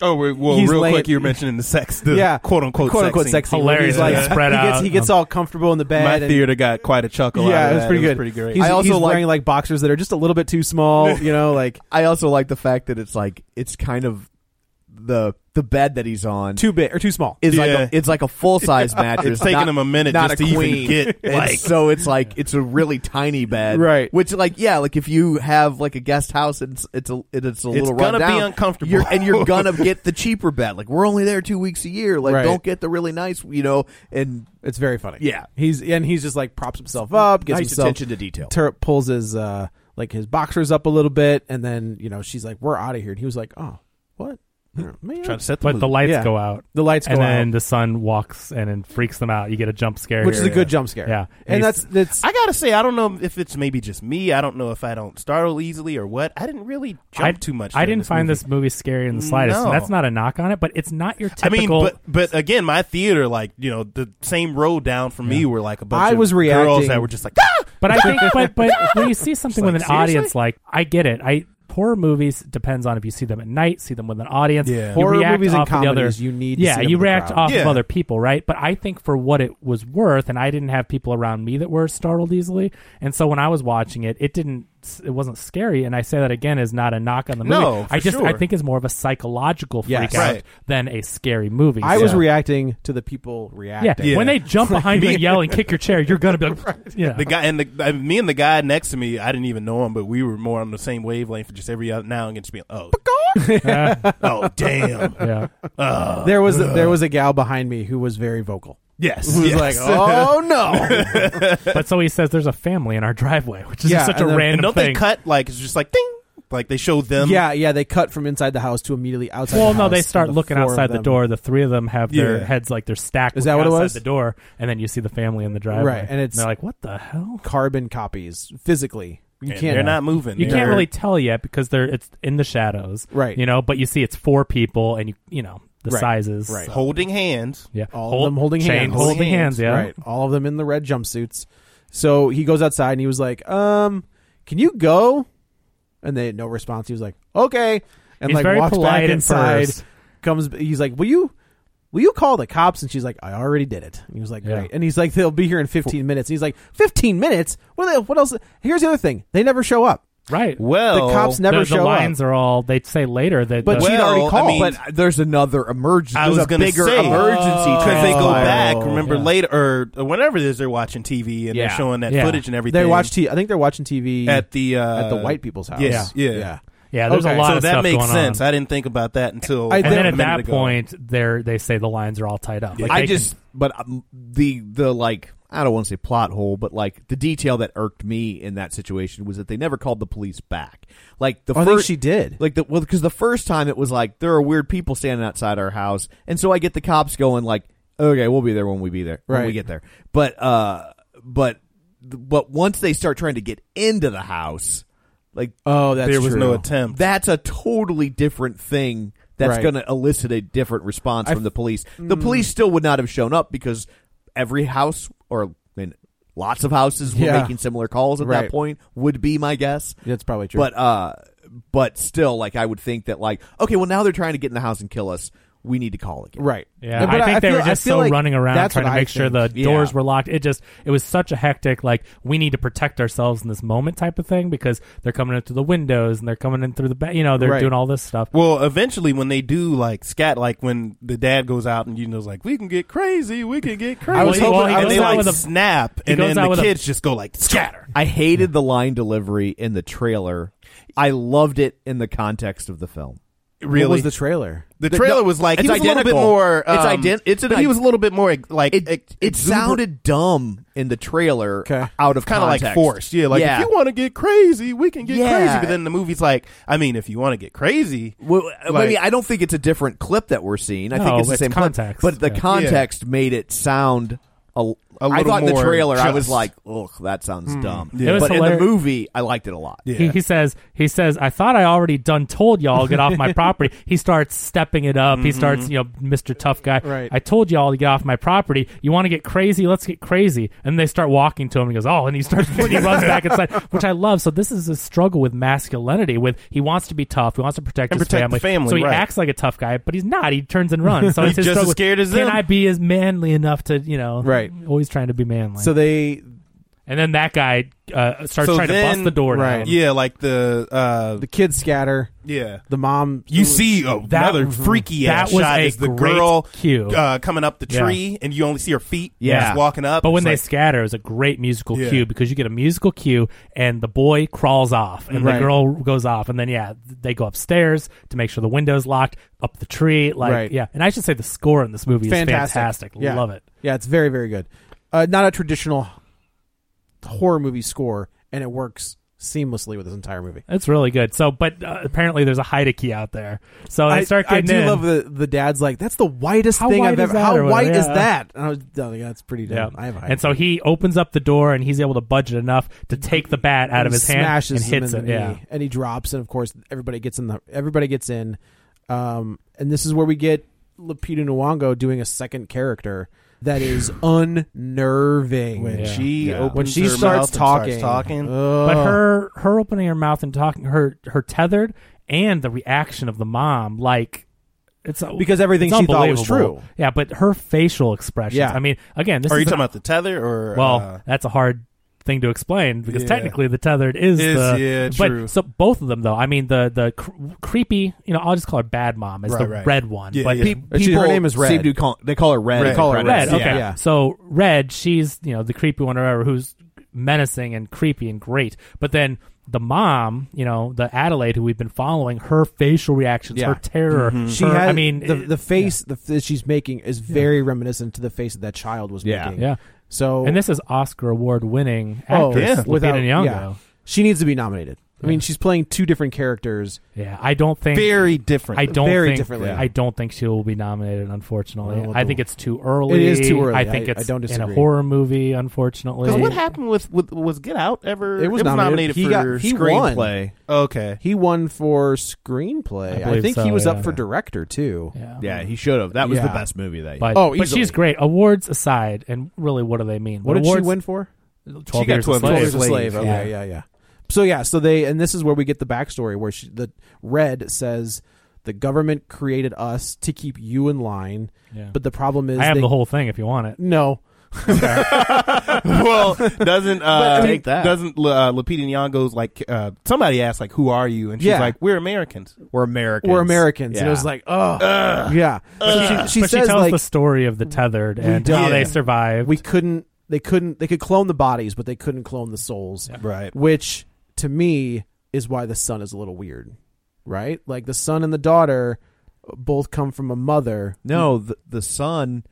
Speaker 4: Oh, we- well,
Speaker 2: He's
Speaker 4: real
Speaker 2: laying-
Speaker 4: quick, you were mentioning the sex, the
Speaker 2: yeah,
Speaker 4: quote unquote,
Speaker 2: quote unquote
Speaker 4: sex. scene.
Speaker 2: where he's
Speaker 3: Hilarious.
Speaker 2: Like,
Speaker 3: Yeah. Spread
Speaker 2: he Gets,
Speaker 3: out.
Speaker 2: he gets all comfortable in the bed.
Speaker 4: My
Speaker 2: and-
Speaker 4: theater got quite a chuckle. out
Speaker 2: yeah,
Speaker 4: of
Speaker 2: it was
Speaker 4: that.
Speaker 2: pretty good.
Speaker 4: pretty great.
Speaker 2: He's,
Speaker 1: I also
Speaker 2: he's
Speaker 1: like-
Speaker 2: wearing like boxers that are just a little bit too small, you know,
Speaker 1: [laughs]
Speaker 2: like
Speaker 1: I also like the fact that it's like it's kind of the the bed that he's on
Speaker 2: too big or too small.
Speaker 1: is like
Speaker 4: Yeah.
Speaker 1: a, it's like a full size mattress.
Speaker 4: [laughs] It's taking
Speaker 1: not-
Speaker 4: him a minute
Speaker 1: not
Speaker 4: just
Speaker 1: a
Speaker 4: to even
Speaker 1: queen.
Speaker 4: get,
Speaker 1: [laughs] And
Speaker 4: like-
Speaker 1: so it's like it's a really tiny bed,
Speaker 2: Right.
Speaker 1: Which like yeah, like if you have like a guest house and it's it's a it's a little
Speaker 4: gonna be
Speaker 1: rundown,
Speaker 4: uncomfortable.
Speaker 1: you're-
Speaker 4: [laughs]
Speaker 1: and you're gonna get the cheaper bed. Like we're only there two weeks a year. Like
Speaker 2: Right.
Speaker 1: don't get the really nice, you know. And
Speaker 2: It's very funny.
Speaker 1: Yeah.
Speaker 2: he's and he's just like props himself up, gets
Speaker 1: Nice
Speaker 2: himself
Speaker 1: attention to detail.
Speaker 2: Turp pulls his uh like his boxers up a little bit, and then you know she's like, "We're out of here," and he was like, "Oh, what? Man,
Speaker 4: Trying to set the
Speaker 3: but the
Speaker 4: mood.
Speaker 3: lights
Speaker 2: Yeah.
Speaker 3: go out.
Speaker 2: The lights
Speaker 3: and
Speaker 2: go
Speaker 3: then
Speaker 2: out.
Speaker 3: the sun walks in and freaks them out. You get a jump scare,
Speaker 2: which is a
Speaker 3: here.
Speaker 2: good jump scare.
Speaker 3: Yeah,
Speaker 2: and that's
Speaker 3: he's-
Speaker 2: that's.
Speaker 4: I gotta say, I don't know if it's maybe just me. I don't know if I don't startle easily or what. I didn't really jump
Speaker 3: I,
Speaker 4: too much.
Speaker 3: I
Speaker 4: during
Speaker 3: didn't find
Speaker 4: movie.
Speaker 3: this movie scary in the slightest. and
Speaker 4: No.
Speaker 3: that's not a knock on it, but it's not your typical.
Speaker 4: I mean, but but again, my theater, like you know, the same road down from me were like a bunch
Speaker 2: I
Speaker 4: of
Speaker 2: was reacting-
Speaker 4: girls that were just like, ah!
Speaker 3: But I think,
Speaker 2: [laughs]
Speaker 3: but but when you see something
Speaker 4: It's
Speaker 3: with an
Speaker 4: like,
Speaker 3: audience, like I get it. I horror movies depends on if you see them at night, see them with an audience.
Speaker 4: Yeah.
Speaker 3: You
Speaker 2: Horror
Speaker 3: react
Speaker 2: movies and
Speaker 3: off of the other-
Speaker 2: comedies, you need to
Speaker 3: yeah,
Speaker 2: see them
Speaker 3: you
Speaker 2: with the
Speaker 3: react
Speaker 2: crowd.
Speaker 3: off of
Speaker 4: Yeah.
Speaker 3: other people, right? But I think for what it was worth, and I didn't have people around me that were startled easily, and so when I was watching it, it didn't. It wasn't scary, and I say that again is not a knock on the movie.
Speaker 4: No, for
Speaker 3: I just I
Speaker 4: sure.
Speaker 3: think it's more of a psychological freak
Speaker 2: Yes.
Speaker 3: out
Speaker 4: Right.
Speaker 3: than a scary movie.
Speaker 2: I was
Speaker 3: So-
Speaker 2: reacting to the people
Speaker 3: yeah.
Speaker 2: reacting.
Speaker 4: Yeah.
Speaker 3: when
Speaker 2: [laughs]
Speaker 3: they jump behind you and yell and kick your chair, you're gonna be like, yeah.
Speaker 4: the guy and the I, me and the guy next to me. I didn't even know him, but we were more on the same wavelength. Just every other now and again, just being, oh, oh, damn,
Speaker 3: yeah.
Speaker 4: oh,
Speaker 2: There was a, there was a gal behind me who was very vocal.
Speaker 4: yes,
Speaker 2: Who was
Speaker 4: yes.
Speaker 2: like,
Speaker 4: [laughs]
Speaker 2: "Oh no!"
Speaker 3: But so he says there's a family in our driveway, which is
Speaker 2: Yeah,
Speaker 3: just such a
Speaker 2: and then-
Speaker 3: random
Speaker 4: and don't
Speaker 3: thing.
Speaker 4: they cut like it's just like ding Like they show them.
Speaker 2: Yeah, yeah. They cut from inside the house to immediately outside.
Speaker 3: Well,
Speaker 2: the
Speaker 3: no,
Speaker 2: house,
Speaker 3: they
Speaker 2: and
Speaker 3: start
Speaker 2: the
Speaker 3: looking
Speaker 2: four of
Speaker 3: outside the
Speaker 2: them-
Speaker 3: door. The three of them have their
Speaker 4: Yeah.
Speaker 3: heads like they're stacked.
Speaker 2: Is that what it
Speaker 3: outside
Speaker 2: was?
Speaker 3: the door, and then you see the family in the driveway.
Speaker 2: Right, and it's-
Speaker 3: they're like, "What the hell?"
Speaker 2: Carbon copies physically. You
Speaker 4: and
Speaker 2: can't.
Speaker 4: They're not moving.
Speaker 3: You can't
Speaker 4: They're-
Speaker 3: really tell yet because they're it's in the shadows,
Speaker 2: Right.
Speaker 3: You know, but you see it's four people, and you you know the
Speaker 2: Right,
Speaker 3: sizes,
Speaker 2: right.
Speaker 3: so-
Speaker 4: holding hands.
Speaker 3: yeah,
Speaker 2: All of them holding
Speaker 3: chained,
Speaker 2: hands.
Speaker 3: holding
Speaker 4: Holding
Speaker 3: hands,
Speaker 4: hands,
Speaker 3: yeah.
Speaker 2: Right. All of them in the red jumpsuits. So he goes outside and he was like, um, can you go? And they no response. He was like, okay. And
Speaker 3: He's
Speaker 2: like
Speaker 3: very
Speaker 2: walks
Speaker 3: polite
Speaker 2: back
Speaker 3: at
Speaker 2: inside.
Speaker 3: first.
Speaker 2: Comes he's like, Will you will you call the cops? And she's like, I already did it. And he was like,
Speaker 3: Yeah.
Speaker 2: Great. And he's like, they'll be here in fifteen minutes. And he's like, Fifteen minutes? What are they, what else here's the other thing. They never show up.
Speaker 3: Right.
Speaker 4: Well,
Speaker 2: the cops never
Speaker 3: the,
Speaker 2: show
Speaker 3: the lines
Speaker 2: up.
Speaker 3: are all they say later that
Speaker 2: but
Speaker 3: the,
Speaker 2: she'd already
Speaker 4: Well, I
Speaker 2: called.
Speaker 4: mean-
Speaker 2: but there's another emergency.
Speaker 4: I
Speaker 2: there's
Speaker 4: was
Speaker 2: a
Speaker 4: gonna
Speaker 2: bigger
Speaker 4: say
Speaker 2: emergency
Speaker 4: because they go
Speaker 2: transpired.
Speaker 4: back. Remember
Speaker 3: yeah.
Speaker 4: later or or whenever it is they're watching TV and
Speaker 3: Yeah.
Speaker 4: they're showing that
Speaker 3: Yeah.
Speaker 4: footage and everything.
Speaker 2: They watch T. I think they're watching TV
Speaker 4: at the uh,
Speaker 2: at the white people's house.
Speaker 4: yeah, yeah.
Speaker 2: yeah.
Speaker 3: yeah, there's
Speaker 2: Okay.
Speaker 3: a lot
Speaker 4: so
Speaker 3: of
Speaker 4: that
Speaker 3: stuff
Speaker 4: makes
Speaker 3: going
Speaker 4: sense.
Speaker 3: on.
Speaker 4: I didn't think about that until
Speaker 2: I
Speaker 4: a
Speaker 3: and then at
Speaker 4: minute
Speaker 3: that
Speaker 4: ago.
Speaker 3: point, they're they say the lines are all tied up. Like,
Speaker 1: I
Speaker 3: they
Speaker 1: just, but um, the the like, I don't want to say plot hole, but like the detail that irked me in that situation was that they never called the police back. Like the
Speaker 2: Oh, I
Speaker 1: first,
Speaker 2: think she did.
Speaker 1: Like the well, because the first time it was like there are weird people standing outside our house, and so I get the cops going like, okay, we'll be there when we be there when
Speaker 2: Right.
Speaker 1: we get there. But uh, but but once they start trying to get into the house, like
Speaker 2: Oh, that's
Speaker 4: there was
Speaker 2: true.
Speaker 4: no attempt.
Speaker 1: that's a totally different thing that's
Speaker 2: Right.
Speaker 1: going to elicit a different response
Speaker 2: I- Mm.
Speaker 1: from the police. The police still would not have shown up because every house or I mean, lots of houses were
Speaker 2: Yeah.
Speaker 1: making similar calls at
Speaker 2: Right.
Speaker 1: that point would be my guess.
Speaker 2: That's probably true.
Speaker 1: But uh but still like I would think that like okay, well now they're trying to get in the house and kill us. We need to call again.
Speaker 2: right.
Speaker 3: Yeah,
Speaker 2: But
Speaker 3: I think they
Speaker 2: feel-
Speaker 3: were just
Speaker 2: I feel
Speaker 3: so
Speaker 2: like
Speaker 3: running around
Speaker 2: that's
Speaker 3: trying to
Speaker 2: what I
Speaker 3: make sure the
Speaker 2: think.
Speaker 3: doors
Speaker 1: Yeah.
Speaker 3: were locked. It just it was such a hectic like we need to protect ourselves in this moment type of thing because they're coming in through the windows and they're coming in through the ba- you know they're
Speaker 2: Right.
Speaker 3: doing all this stuff.
Speaker 4: Well, eventually, when they do like scat, like when the dad goes out and you know's like, we can get crazy, we can get crazy.
Speaker 3: I was hoping- I
Speaker 4: and
Speaker 3: was
Speaker 4: they
Speaker 3: out
Speaker 4: like
Speaker 3: with a-
Speaker 4: snap,
Speaker 3: he
Speaker 4: and
Speaker 3: goes
Speaker 4: then
Speaker 3: out
Speaker 4: the
Speaker 3: with a-
Speaker 4: kids just go like scatter.
Speaker 1: I hated the line delivery in the trailer. I loved it in the context of the film.
Speaker 4: Really,
Speaker 2: What was the trailer?
Speaker 4: The trailer
Speaker 1: no,
Speaker 4: was like
Speaker 1: it's
Speaker 4: he was a
Speaker 1: identical.
Speaker 4: little bit more.
Speaker 1: It's
Speaker 4: um,
Speaker 1: ident- it's an
Speaker 4: but he
Speaker 1: i-
Speaker 4: was a little bit more like
Speaker 1: it, it,
Speaker 4: ex- exuberant-
Speaker 1: sounded dumb in the trailer
Speaker 2: Okay.
Speaker 1: out of
Speaker 4: kind of like
Speaker 1: context.
Speaker 4: forced. Yeah, like if you want to get crazy, we can get
Speaker 1: Yeah.
Speaker 4: crazy. But then the movie's like, I mean, if you want to get crazy,
Speaker 1: Well, I
Speaker 4: Like-
Speaker 1: mean, I don't think it's a different clip that we're seeing. I
Speaker 3: No,
Speaker 1: think it's the
Speaker 3: it's
Speaker 1: same clip.
Speaker 3: context.
Speaker 1: but the
Speaker 3: Yeah.
Speaker 1: context made it sound. A,
Speaker 4: A
Speaker 1: I
Speaker 4: little
Speaker 1: thought in the
Speaker 4: more
Speaker 1: trailer I was
Speaker 4: just.
Speaker 1: like, "Ugh, that sounds dumb."
Speaker 3: It was
Speaker 1: But in
Speaker 3: hilarious.
Speaker 1: the movie, I liked it a lot.
Speaker 3: He, he says he says I thought I already done told y'all get off
Speaker 4: [laughs]
Speaker 3: my property. He starts stepping it up. He starts
Speaker 4: Mm-hmm.
Speaker 3: you know Mr. Tough Guy.
Speaker 2: Right.
Speaker 3: I told y'all to get off my property. You want to get crazy? Let's get crazy. And they start walking to him. He goes oh, and he starts [laughs] and he runs back inside, which I love. So this is a struggle with masculinity. With he wants to be tough. He wants to protect
Speaker 4: And
Speaker 3: his
Speaker 4: protect the family,
Speaker 3: So he
Speaker 4: right.
Speaker 3: acts like a tough guy, but he's not. He turns and
Speaker 4: [laughs]
Speaker 3: runs. So
Speaker 4: He's
Speaker 3: it's his
Speaker 4: just as
Speaker 3: struggle.
Speaker 4: scared as
Speaker 3: Can
Speaker 4: them.
Speaker 3: I be as manly enough to you know?
Speaker 2: Right.
Speaker 3: Always trying to be manly.
Speaker 2: So they
Speaker 3: and then that guy uh, starts
Speaker 4: So
Speaker 3: trying to bust
Speaker 4: then-
Speaker 3: the door
Speaker 2: Right.
Speaker 3: down.
Speaker 4: yeah, like the uh,
Speaker 2: the kids scatter.
Speaker 4: yeah.
Speaker 2: The mom.
Speaker 4: You see uh,
Speaker 3: That-
Speaker 4: another freaky
Speaker 3: that
Speaker 4: ass
Speaker 3: was
Speaker 4: shot
Speaker 3: a
Speaker 4: is the
Speaker 3: great
Speaker 4: girl
Speaker 3: cue.
Speaker 4: Uh, coming up the
Speaker 3: Yeah.
Speaker 4: tree, and you only see her feet.
Speaker 1: Yeah.
Speaker 4: just walking up.
Speaker 3: But when
Speaker 4: It's
Speaker 3: they
Speaker 4: like,
Speaker 3: scatter, is a great musical
Speaker 4: Yeah.
Speaker 3: cue because you get a musical cue, and the boy crawls off, and
Speaker 2: Right.
Speaker 3: the girl goes off, and then yeah, they go upstairs to make sure the window's locked, up the tree, like
Speaker 2: Right.
Speaker 3: yeah. And I should say the score in this movie is
Speaker 2: Fantastic.
Speaker 3: fantastic.
Speaker 2: Yeah.
Speaker 3: Love it.
Speaker 2: Yeah, it's very very good. Uh, not a traditional horror movie score, and it works seamlessly with this entire movie.
Speaker 3: It's really good. So, but uh, apparently there's a Heide key out there, so Oh, they start
Speaker 2: I
Speaker 3: getting
Speaker 2: do
Speaker 3: in.
Speaker 2: love the the dad's like that's the whitest
Speaker 3: How
Speaker 2: thing
Speaker 3: white
Speaker 2: I've
Speaker 3: is
Speaker 2: ever.
Speaker 3: that?"
Speaker 2: How
Speaker 3: or
Speaker 2: white
Speaker 3: whatever,
Speaker 2: is
Speaker 3: yeah.
Speaker 2: that? And I was oh, yeah, that's pretty
Speaker 3: yeah,
Speaker 2: dumb. I have a
Speaker 3: and so he opens up the door and he's able to budget enough to take the bat out of his hand and
Speaker 2: smashes him
Speaker 3: hits
Speaker 2: in
Speaker 3: it.
Speaker 2: the
Speaker 3: Yeah,
Speaker 2: knee, and he drops, and of course everybody gets in the everybody gets in, um, and this is where we get Lupita Nyong'o doing a second character that
Speaker 3: [sighs]
Speaker 2: is unnerving
Speaker 4: when
Speaker 3: Yeah.
Speaker 4: she
Speaker 2: Yeah.
Speaker 4: opens
Speaker 2: when she
Speaker 4: her mouth
Speaker 2: starts talking,
Speaker 4: and starts talking,
Speaker 3: But
Speaker 4: Oh.
Speaker 3: her her opening her mouth and talking her her tethered and the reaction of the mom like it's
Speaker 2: Because everything
Speaker 3: it's
Speaker 2: she thought was
Speaker 3: unbelievable.
Speaker 2: true.
Speaker 3: Yeah, but her facial expressions.
Speaker 2: Yeah.
Speaker 3: I mean, again, this
Speaker 4: are
Speaker 3: is
Speaker 4: you
Speaker 3: an-
Speaker 4: talking about the tether or
Speaker 3: well,
Speaker 4: uh,
Speaker 3: that's a hard thing to explain because
Speaker 4: Yeah.
Speaker 3: technically the tethered is,
Speaker 4: Is-
Speaker 3: the
Speaker 4: yeah,
Speaker 3: but
Speaker 4: true.
Speaker 3: so both of them though. I mean the the cr- creepy, you know, I'll just call her bad mom as
Speaker 4: Right,
Speaker 3: the
Speaker 4: right.
Speaker 3: red one.
Speaker 4: Yeah,
Speaker 3: but
Speaker 4: yeah.
Speaker 3: pe-
Speaker 2: Or she- her
Speaker 1: People
Speaker 2: name is Red.
Speaker 1: seem to call- they call her Red.
Speaker 4: Red.
Speaker 1: They call her
Speaker 3: Red.
Speaker 1: Red.
Speaker 3: Okay.
Speaker 2: Yeah. Yeah.
Speaker 3: So Red, she's you know the creepy one or whatever, who's menacing and creepy and great. But then the mom, you know, the Adelaide who we've been following, her facial reactions,
Speaker 2: Yeah.
Speaker 3: her terror.
Speaker 2: She
Speaker 3: her-
Speaker 2: has,
Speaker 3: I mean,
Speaker 2: the
Speaker 3: it-
Speaker 2: the face the, that she's making is very reminiscent to the face that that child was
Speaker 1: Yeah.
Speaker 2: making.
Speaker 3: Yeah.
Speaker 2: So
Speaker 3: And this is Oscar award winning
Speaker 2: oh,
Speaker 3: actress
Speaker 2: yeah.
Speaker 3: Lupita
Speaker 2: without
Speaker 3: Nyong'o.
Speaker 2: yeah. she needs to be nominated. I mean, she's playing two different characters.
Speaker 3: Yeah, I don't think
Speaker 4: very different.
Speaker 3: I don't
Speaker 2: Very
Speaker 3: think,
Speaker 2: differently.
Speaker 3: I don't think she will be nominated. Unfortunately,
Speaker 2: Well,
Speaker 3: I think it's too early.
Speaker 2: It is too early.
Speaker 3: I think
Speaker 2: I-
Speaker 3: it's
Speaker 2: I don't
Speaker 3: in a
Speaker 2: disagree.
Speaker 3: horror movie. Unfortunately,
Speaker 4: Because what happened with, with was Get Out ever?
Speaker 2: It was nominated. He got-
Speaker 4: for
Speaker 2: he won.
Speaker 4: screenplay. Oh, Okay, [laughs]
Speaker 2: He won for screenplay.
Speaker 3: I
Speaker 2: I,
Speaker 3: believe
Speaker 2: think he
Speaker 3: so,
Speaker 2: was
Speaker 3: yeah.
Speaker 2: up for director too.
Speaker 3: Yeah.
Speaker 1: Yeah, he should have. That was
Speaker 2: Yeah.
Speaker 1: the best movie that year.
Speaker 3: But,
Speaker 2: Oh,
Speaker 3: but
Speaker 2: easily.
Speaker 3: she's great. Awards aside, and really, what do they mean?
Speaker 2: What
Speaker 3: When
Speaker 2: did she
Speaker 3: awards,
Speaker 2: win for?
Speaker 3: Twelve
Speaker 4: She got
Speaker 3: years. a
Speaker 4: 12
Speaker 3: Slave.
Speaker 4: Years a Slave.
Speaker 2: Okay, yeah. yeah, yeah. So yeah, so they and this is where we get the backstory where she, the red says the government created us to keep you in line,
Speaker 3: Yeah.
Speaker 2: but the problem is
Speaker 3: I have
Speaker 2: they-
Speaker 3: the whole thing if you want it.
Speaker 2: no.
Speaker 4: well, doesn't uh,
Speaker 2: I mean- Take that.
Speaker 4: doesn't uh, Lupita Nyong'o's like uh, somebody asked like who are you and she's
Speaker 2: Yeah.
Speaker 4: like we're Americans.
Speaker 1: we're Americans.
Speaker 2: We're Americans, and
Speaker 1: Yeah.
Speaker 2: it was like, oh, yeah. So she, she says
Speaker 3: but she tells
Speaker 2: like
Speaker 3: the story of the tethered and
Speaker 2: don't-
Speaker 3: how
Speaker 2: Yeah.
Speaker 3: they survived.
Speaker 2: we couldn't, they couldn't, they could clone the bodies, but they couldn't clone the souls,
Speaker 4: Right.
Speaker 2: which to me is why the son is a little weird, right? Like the son and the daughter both come from a mother.
Speaker 1: No, the, the son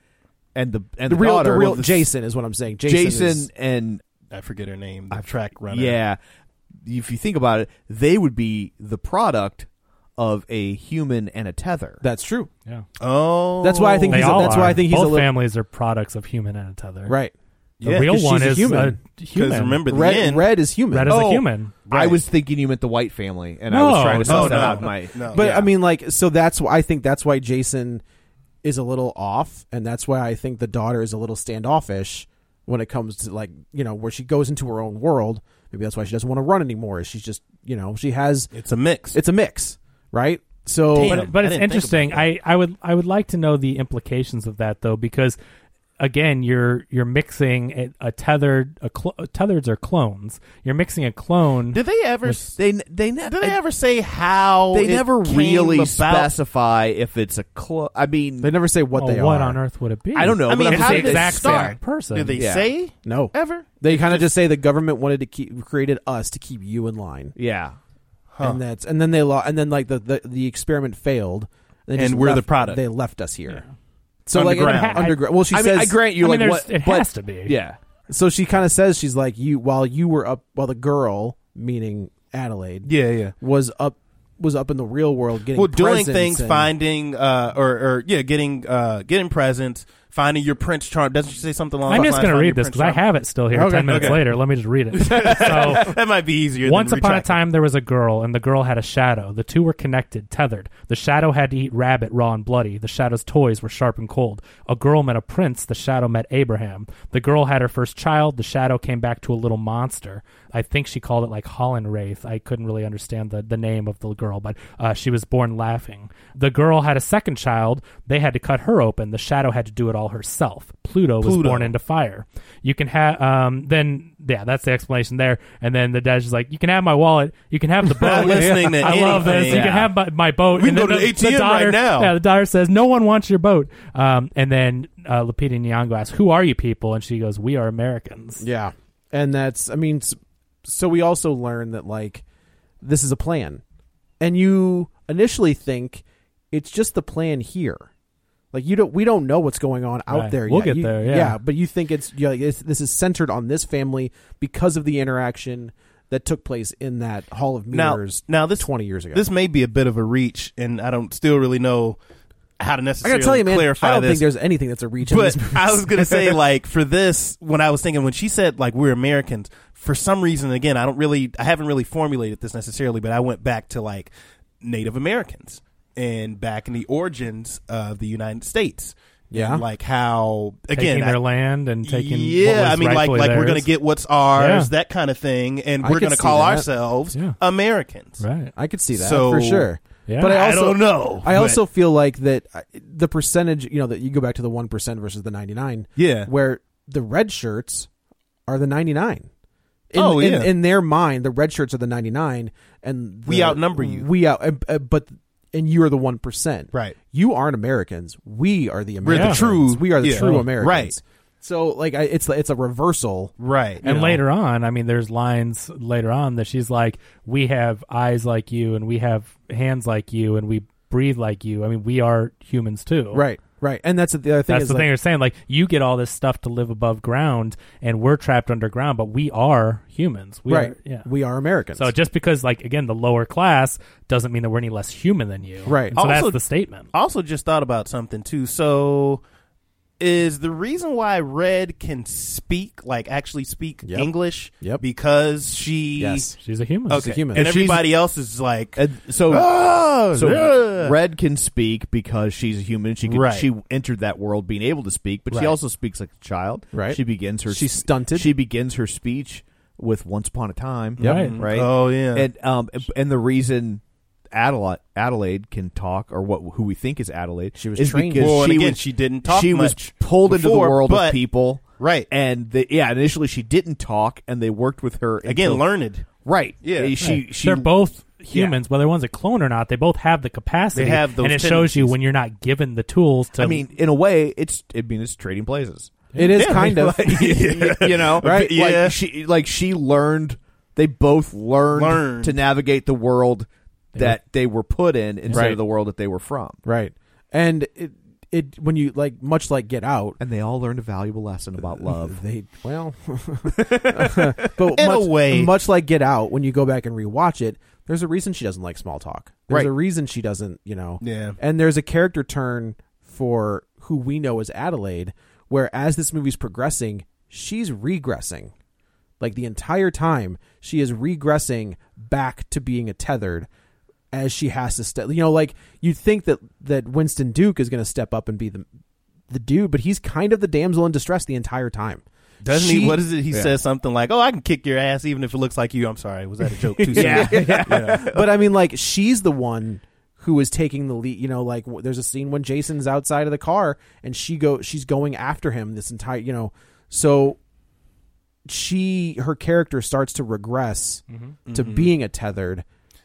Speaker 1: and the and
Speaker 2: The
Speaker 1: the,
Speaker 2: real,
Speaker 1: daughter,
Speaker 2: the real
Speaker 1: well, the-
Speaker 2: Jason is what I'm saying. Jason,
Speaker 1: Jason
Speaker 2: is-
Speaker 1: and
Speaker 4: I forget her name. The track runner.
Speaker 1: yeah. If you think about it, they would be the product of a human and a tether.
Speaker 2: that's true.
Speaker 3: yeah.
Speaker 4: Oh,
Speaker 2: That's why I think
Speaker 3: They
Speaker 2: he's. A,
Speaker 3: all
Speaker 2: that's
Speaker 3: are.
Speaker 2: why I think he's
Speaker 3: both
Speaker 2: a little
Speaker 3: families are products of human and a tether.
Speaker 2: right.
Speaker 3: The
Speaker 4: Yeah,
Speaker 3: real
Speaker 2: 'cause
Speaker 3: one
Speaker 2: she's a
Speaker 3: is
Speaker 2: human.
Speaker 3: a
Speaker 4: Because
Speaker 3: human.
Speaker 4: remember the
Speaker 2: Red,
Speaker 4: end.
Speaker 2: red is human. Oh,
Speaker 3: Red is a human.
Speaker 1: I
Speaker 4: Right.
Speaker 1: was thinking you meant the white family, and I was
Speaker 3: No.
Speaker 1: trying to
Speaker 3: No,
Speaker 1: suss that
Speaker 4: no.
Speaker 1: out. in My
Speaker 4: No.
Speaker 2: But
Speaker 4: Yeah.
Speaker 2: I mean, like, so that's why I think that's why Jason is a little off, and that's why I think the daughter is a little standoffish when it comes to like you know where she goes into her own world. Maybe that's why she doesn't want to run anymore. Is she's just you know she has
Speaker 4: it's a mix.
Speaker 2: it's a mix, right? So
Speaker 4: Damn.
Speaker 3: but, but
Speaker 4: I
Speaker 3: it's
Speaker 4: didn't think
Speaker 3: interesting.
Speaker 4: about that.
Speaker 3: I, I would I would like to know the implications of that though, because again, you're you're mixing a, a tethered a cl- tethereds are clones. You're mixing a clone.
Speaker 4: did they ever?
Speaker 1: they they ne-
Speaker 4: Did they ever say how?
Speaker 1: they
Speaker 4: it
Speaker 1: never
Speaker 4: came
Speaker 1: really
Speaker 4: about?
Speaker 1: specify if it's a clo- I mean,
Speaker 2: they never say what
Speaker 3: Oh,
Speaker 2: they
Speaker 3: what
Speaker 2: are
Speaker 3: on earth would it be?
Speaker 1: I don't know.
Speaker 4: I
Speaker 1: but
Speaker 4: mean,
Speaker 1: I'm
Speaker 3: It's
Speaker 4: how
Speaker 3: the
Speaker 1: saying
Speaker 4: did they
Speaker 3: exact same
Speaker 4: start?
Speaker 3: person.
Speaker 4: Did they
Speaker 1: Yeah.
Speaker 4: say
Speaker 2: No,
Speaker 4: ever?
Speaker 2: they kind of just say the government wanted to keep created us to keep you in line,
Speaker 1: Yeah,
Speaker 2: and that's and then they lo- and then like the the, the experiment failed, they
Speaker 4: And
Speaker 2: just
Speaker 4: we're the
Speaker 2: left-
Speaker 4: product.
Speaker 2: They left us here. So
Speaker 4: Underground.
Speaker 2: [laughs] like underground. Well, she
Speaker 1: I
Speaker 2: says
Speaker 1: mean, I grant you,
Speaker 3: I mean,
Speaker 1: like
Speaker 3: there's-
Speaker 1: what
Speaker 3: it
Speaker 1: but-
Speaker 3: has to be.
Speaker 1: Yeah,
Speaker 2: So she kind of says she's like you while you were up while the girl meaning Adelaide
Speaker 4: Yeah, yeah.
Speaker 2: was up was up in the real world getting
Speaker 4: well doing
Speaker 2: presents
Speaker 4: things
Speaker 2: and-
Speaker 4: finding uh or or yeah getting uh getting presents finding your prince charm doesn't she say something along
Speaker 3: I'm
Speaker 4: those
Speaker 3: just
Speaker 4: lines,
Speaker 3: going to
Speaker 4: find your
Speaker 3: read this
Speaker 4: Prince
Speaker 3: because I
Speaker 4: Charming?
Speaker 3: have it still here.
Speaker 2: Okay.
Speaker 3: Ten minutes
Speaker 4: Okay.
Speaker 3: later, let me just read
Speaker 4: [laughs]
Speaker 3: it. [laughs] So
Speaker 4: that might be easier than
Speaker 3: Once upon a
Speaker 4: retracting.
Speaker 3: time, there was a girl, and the girl had a shadow. The two were connected, tethered. The shadow had to eat rabbit raw and bloody. The shadow's toys were sharp and cold. A girl met a prince. The shadow met Abraham. The girl had her first child. The shadow came back to a little monster. I think she called it like Holland Wraith. I couldn't really understand the, the name of the girl, but uh, she was born laughing. The girl had a second child. They had to cut her open. The shadow had to do it all herself. Pluto was
Speaker 4: Pluto.
Speaker 3: born into fire. You can have um then yeah, that's the explanation there. And then the dash is like, you can have my wallet, you can
Speaker 4: [laughs]
Speaker 3: have the boat.
Speaker 4: Not listening to
Speaker 3: [laughs] I love this.
Speaker 4: anything.
Speaker 3: You can have my, my boat.
Speaker 4: We
Speaker 3: and
Speaker 4: can
Speaker 3: then
Speaker 4: go to the ATM
Speaker 3: daughter-
Speaker 4: right now.
Speaker 3: Yeah, the daughter says, no one wants your boat. Um, and then uh, Lupita Nyong'o asks, who are you people? And she goes, we are Americans.
Speaker 2: yeah, and that's I mean, s- so we also learn that like this is a plan, and you initially think it's just the plan here. Like you don't, we don't know what's going on out
Speaker 3: Right.
Speaker 2: there.
Speaker 3: We'll
Speaker 2: yet.
Speaker 3: get
Speaker 2: You-
Speaker 3: there, yeah.
Speaker 2: but you think it's yeah, it's, this is centered on this family because of the interaction that took place in that hall of
Speaker 4: Now-
Speaker 2: mirrors.
Speaker 4: now this-
Speaker 2: twenty years ago,
Speaker 4: this may be a bit of a reach and i don't still really know how to
Speaker 2: I
Speaker 4: necessarily
Speaker 2: gotta tell you, man.
Speaker 4: clarify
Speaker 2: I don't
Speaker 4: this
Speaker 2: think there's anything that's a reach. in
Speaker 4: but
Speaker 2: this movie.
Speaker 4: I was gonna say like for this when I was thinking when she said like we're Americans for some reason again I don't really I haven't really formulated this necessarily but I went back to like Native Americans and back in the origins of the United States
Speaker 2: Yeah.
Speaker 4: And, like how again
Speaker 3: Taking
Speaker 4: I-
Speaker 3: their land and taking what
Speaker 4: yeah
Speaker 3: was
Speaker 4: I mean like
Speaker 3: rightfully
Speaker 4: like we're gonna
Speaker 3: theirs.
Speaker 4: get what's ours
Speaker 3: Yeah.
Speaker 4: that kind of thing and
Speaker 2: I
Speaker 4: we're
Speaker 2: could
Speaker 4: gonna
Speaker 2: see
Speaker 4: call
Speaker 2: that.
Speaker 4: ourselves
Speaker 3: Yeah.
Speaker 4: Americans
Speaker 3: Right.
Speaker 2: [laughs] I could see that
Speaker 4: So-
Speaker 2: for sure.
Speaker 3: Yeah.
Speaker 2: but I
Speaker 4: I
Speaker 2: also
Speaker 4: don't know,
Speaker 2: I
Speaker 4: Oh, but-
Speaker 2: also feel like that uh, the percentage, you know, that you go back to the one percent versus the ninety nine.
Speaker 4: Yeah.
Speaker 2: where the red shirts are the ninety nine. In,
Speaker 4: Oh,
Speaker 2: in-
Speaker 4: yeah.
Speaker 2: in, their mind, the red shirts are the ninety nine, and
Speaker 4: We
Speaker 2: the-
Speaker 4: outnumber you.
Speaker 2: We out, uh, uh, but and you are the one percent.
Speaker 4: Right.
Speaker 2: You aren't Americans. We are the
Speaker 4: We're the
Speaker 2: Americans.
Speaker 4: true-
Speaker 2: We are the
Speaker 4: yeah. Oh,
Speaker 2: true
Speaker 4: Right.
Speaker 2: Americans. So like, I, it's it's a reversal.
Speaker 4: right
Speaker 3: And
Speaker 2: know.
Speaker 3: later on, I mean, there's lines later on that she's like, "We have eyes like you, and we have hands like you, and we breathe like you. I mean, we are humans too."
Speaker 2: Right.
Speaker 1: Right, and that's the other thing.
Speaker 3: That's
Speaker 1: is
Speaker 3: the
Speaker 1: like,
Speaker 3: thing you're saying. Like you get all this stuff to live above ground, and we're trapped underground, but we are humans. We
Speaker 1: right,
Speaker 3: Are, yeah.
Speaker 1: we are Americans.
Speaker 3: so just because, like, again, the lower class doesn't mean that we're any less human than you.
Speaker 1: Right.
Speaker 3: And so
Speaker 4: Also-
Speaker 3: that's the statement.
Speaker 4: I also just thought about something too. So is the reason why Red can speak, like actually speak
Speaker 1: Yep.
Speaker 4: English,
Speaker 1: Yep.
Speaker 4: because she
Speaker 1: Yes.
Speaker 3: She's a human.
Speaker 4: okay.
Speaker 1: a human.
Speaker 4: and
Speaker 1: If she's-
Speaker 4: everybody else is like
Speaker 1: And so,
Speaker 4: "Ah,
Speaker 1: so
Speaker 4: yeah."
Speaker 1: Red can speak because she's a human. She could,
Speaker 4: Right.
Speaker 1: she entered that world being able to speak, but she
Speaker 4: Right.
Speaker 1: also speaks like a child.
Speaker 2: Right.
Speaker 1: She begins her.
Speaker 2: She's
Speaker 1: sp-
Speaker 2: stunted.
Speaker 1: She begins her speech with "Once upon a time."
Speaker 3: Yep. Right.
Speaker 1: Right.
Speaker 4: Oh, yeah.
Speaker 1: And um and the reason Adelaide Adelaide can talk or what who we think is Adelaide
Speaker 2: She was
Speaker 1: is
Speaker 2: trained.
Speaker 1: because
Speaker 4: Well, and
Speaker 1: she
Speaker 4: again,
Speaker 1: was,
Speaker 4: she didn't talk
Speaker 1: She was
Speaker 4: much
Speaker 1: pulled into
Speaker 4: before,
Speaker 1: the world of
Speaker 4: but-
Speaker 1: people.
Speaker 4: Right.
Speaker 1: And the, yeah, initially she didn't talk, and they worked with her
Speaker 4: again
Speaker 1: until-
Speaker 4: learned.
Speaker 1: Right.
Speaker 4: Yeah.
Speaker 1: Uh, She,
Speaker 3: Right.
Speaker 1: she
Speaker 3: They're both humans, whether one's a clone or not. They both have the capacity.
Speaker 4: They have those
Speaker 3: and it shows you
Speaker 4: tendencies.
Speaker 3: when you're not given the tools to.
Speaker 1: I mean, in a way, it's. I mean, it's trading places.
Speaker 2: It is
Speaker 4: Yeah,
Speaker 1: [laughs]
Speaker 2: kind of. [laughs]
Speaker 4: like- [laughs] yeah.
Speaker 1: you know, right?
Speaker 4: Yeah.
Speaker 1: Like she, like she learned. They both learned,
Speaker 4: Learned.
Speaker 1: to navigate the world that they were put in instead
Speaker 2: Right.
Speaker 1: of the world that they were from,
Speaker 2: Right. And it, it when you like much like Get Out,
Speaker 1: and they all learned a valuable lesson about love.
Speaker 2: they well, [laughs] but
Speaker 4: In a
Speaker 2: much,
Speaker 4: way.
Speaker 2: much like Get Out, when you go back and rewatch it, there's a reason she doesn't like small talk. There's
Speaker 1: Right.
Speaker 2: a reason she doesn't, you know.
Speaker 4: Yeah.
Speaker 2: And there's a character turn for who we know as Adelaide, where as this movie's progressing, she's regressing. Like the entire time, she is regressing back to being a tethered as she has to step. You know, like you'd think that that Winston Duke is going to step up and be the the dude, but he's kind of the damsel in distress the entire time.
Speaker 4: Doesn't
Speaker 2: She-
Speaker 4: he? What is it? He
Speaker 1: Yeah.
Speaker 4: says something like, "Oh, I can kick your ass, even if it looks like you." I'm sorry, was that a joke? [laughs] Too soon?
Speaker 2: but I mean, like, she's the one who is taking the lead. You know, like, w- there's a scene when Jason's outside of the car and she go, she's going after him this entire, you know, so she, her character starts to regress to
Speaker 4: Mm-hmm.
Speaker 2: being a tethered.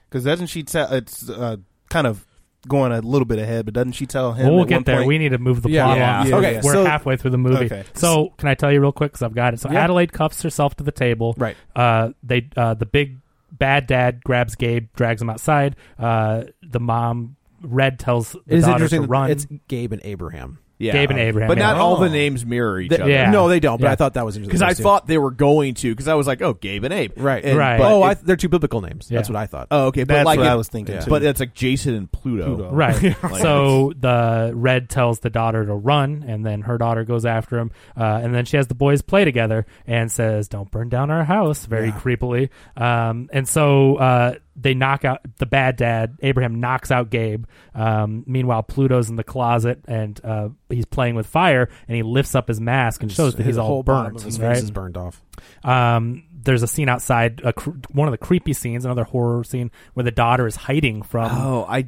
Speaker 4: Because doesn't she tell? It's uh, kind of going a little bit ahead, but doesn't she tell him?
Speaker 3: we'll
Speaker 4: at one
Speaker 3: get there.
Speaker 4: point-
Speaker 3: We need to move the
Speaker 2: Yeah.
Speaker 3: plot
Speaker 4: Yeah.
Speaker 3: along.
Speaker 4: Yeah.
Speaker 3: We're-
Speaker 4: Okay,
Speaker 3: We're
Speaker 2: so-
Speaker 3: halfway through the movie.
Speaker 4: Okay.
Speaker 3: So can I tell you real quick? Because I've got it. So
Speaker 2: Yeah.
Speaker 3: Adelaide cuffs herself to the table.
Speaker 2: Right.
Speaker 3: Uh, they uh, the big bad dad grabs Gabe, drags him outside. Uh, the mom Red tells the
Speaker 2: It is
Speaker 3: daughter
Speaker 2: interesting.
Speaker 3: to
Speaker 2: that
Speaker 3: run.
Speaker 2: It's Gabe and Abraham.
Speaker 1: [laughs] Yeah,
Speaker 3: Gabe and Abraham,
Speaker 1: but
Speaker 3: yeah.
Speaker 1: not all
Speaker 4: Oh.
Speaker 1: the names mirror each
Speaker 2: Th-
Speaker 1: other.
Speaker 3: yeah.
Speaker 2: No, they don't. But
Speaker 3: Yeah.
Speaker 2: I thought that was interesting.
Speaker 1: because I
Speaker 2: too.
Speaker 1: thought they were going to. Because I was like, oh, Gabe and Abe,
Speaker 2: Right.
Speaker 1: And-
Speaker 3: Right.
Speaker 1: But
Speaker 2: oh, I,
Speaker 1: it-
Speaker 2: they're two biblical names. That's
Speaker 3: Yeah.
Speaker 2: what I thought.
Speaker 1: oh, okay. But
Speaker 4: That's
Speaker 1: like
Speaker 4: what
Speaker 1: it-
Speaker 4: I was thinking, too.
Speaker 1: But it's like Jason and Pluto.
Speaker 4: Pluto.
Speaker 3: [laughs] Right.
Speaker 1: Like-
Speaker 3: so the red tells the daughter to run, and then her daughter goes after him, uh, and then she has the boys play together and says, "Don't burn down our house," very creepily. Um, and so uh, they knock out the bad dad. Abraham knocks out Gabe. Um, meanwhile, Pluto's in the closet and uh, he's playing with fire, and he lifts up his mask and shows that
Speaker 2: His
Speaker 3: he's all
Speaker 2: whole bottom
Speaker 3: burnt.
Speaker 2: of His
Speaker 3: right?
Speaker 2: face is burned off.
Speaker 3: Um, there's a scene outside, a cr- one of the creepy scenes, another horror scene where the daughter is hiding from.
Speaker 2: Um,
Speaker 1: Oh, I,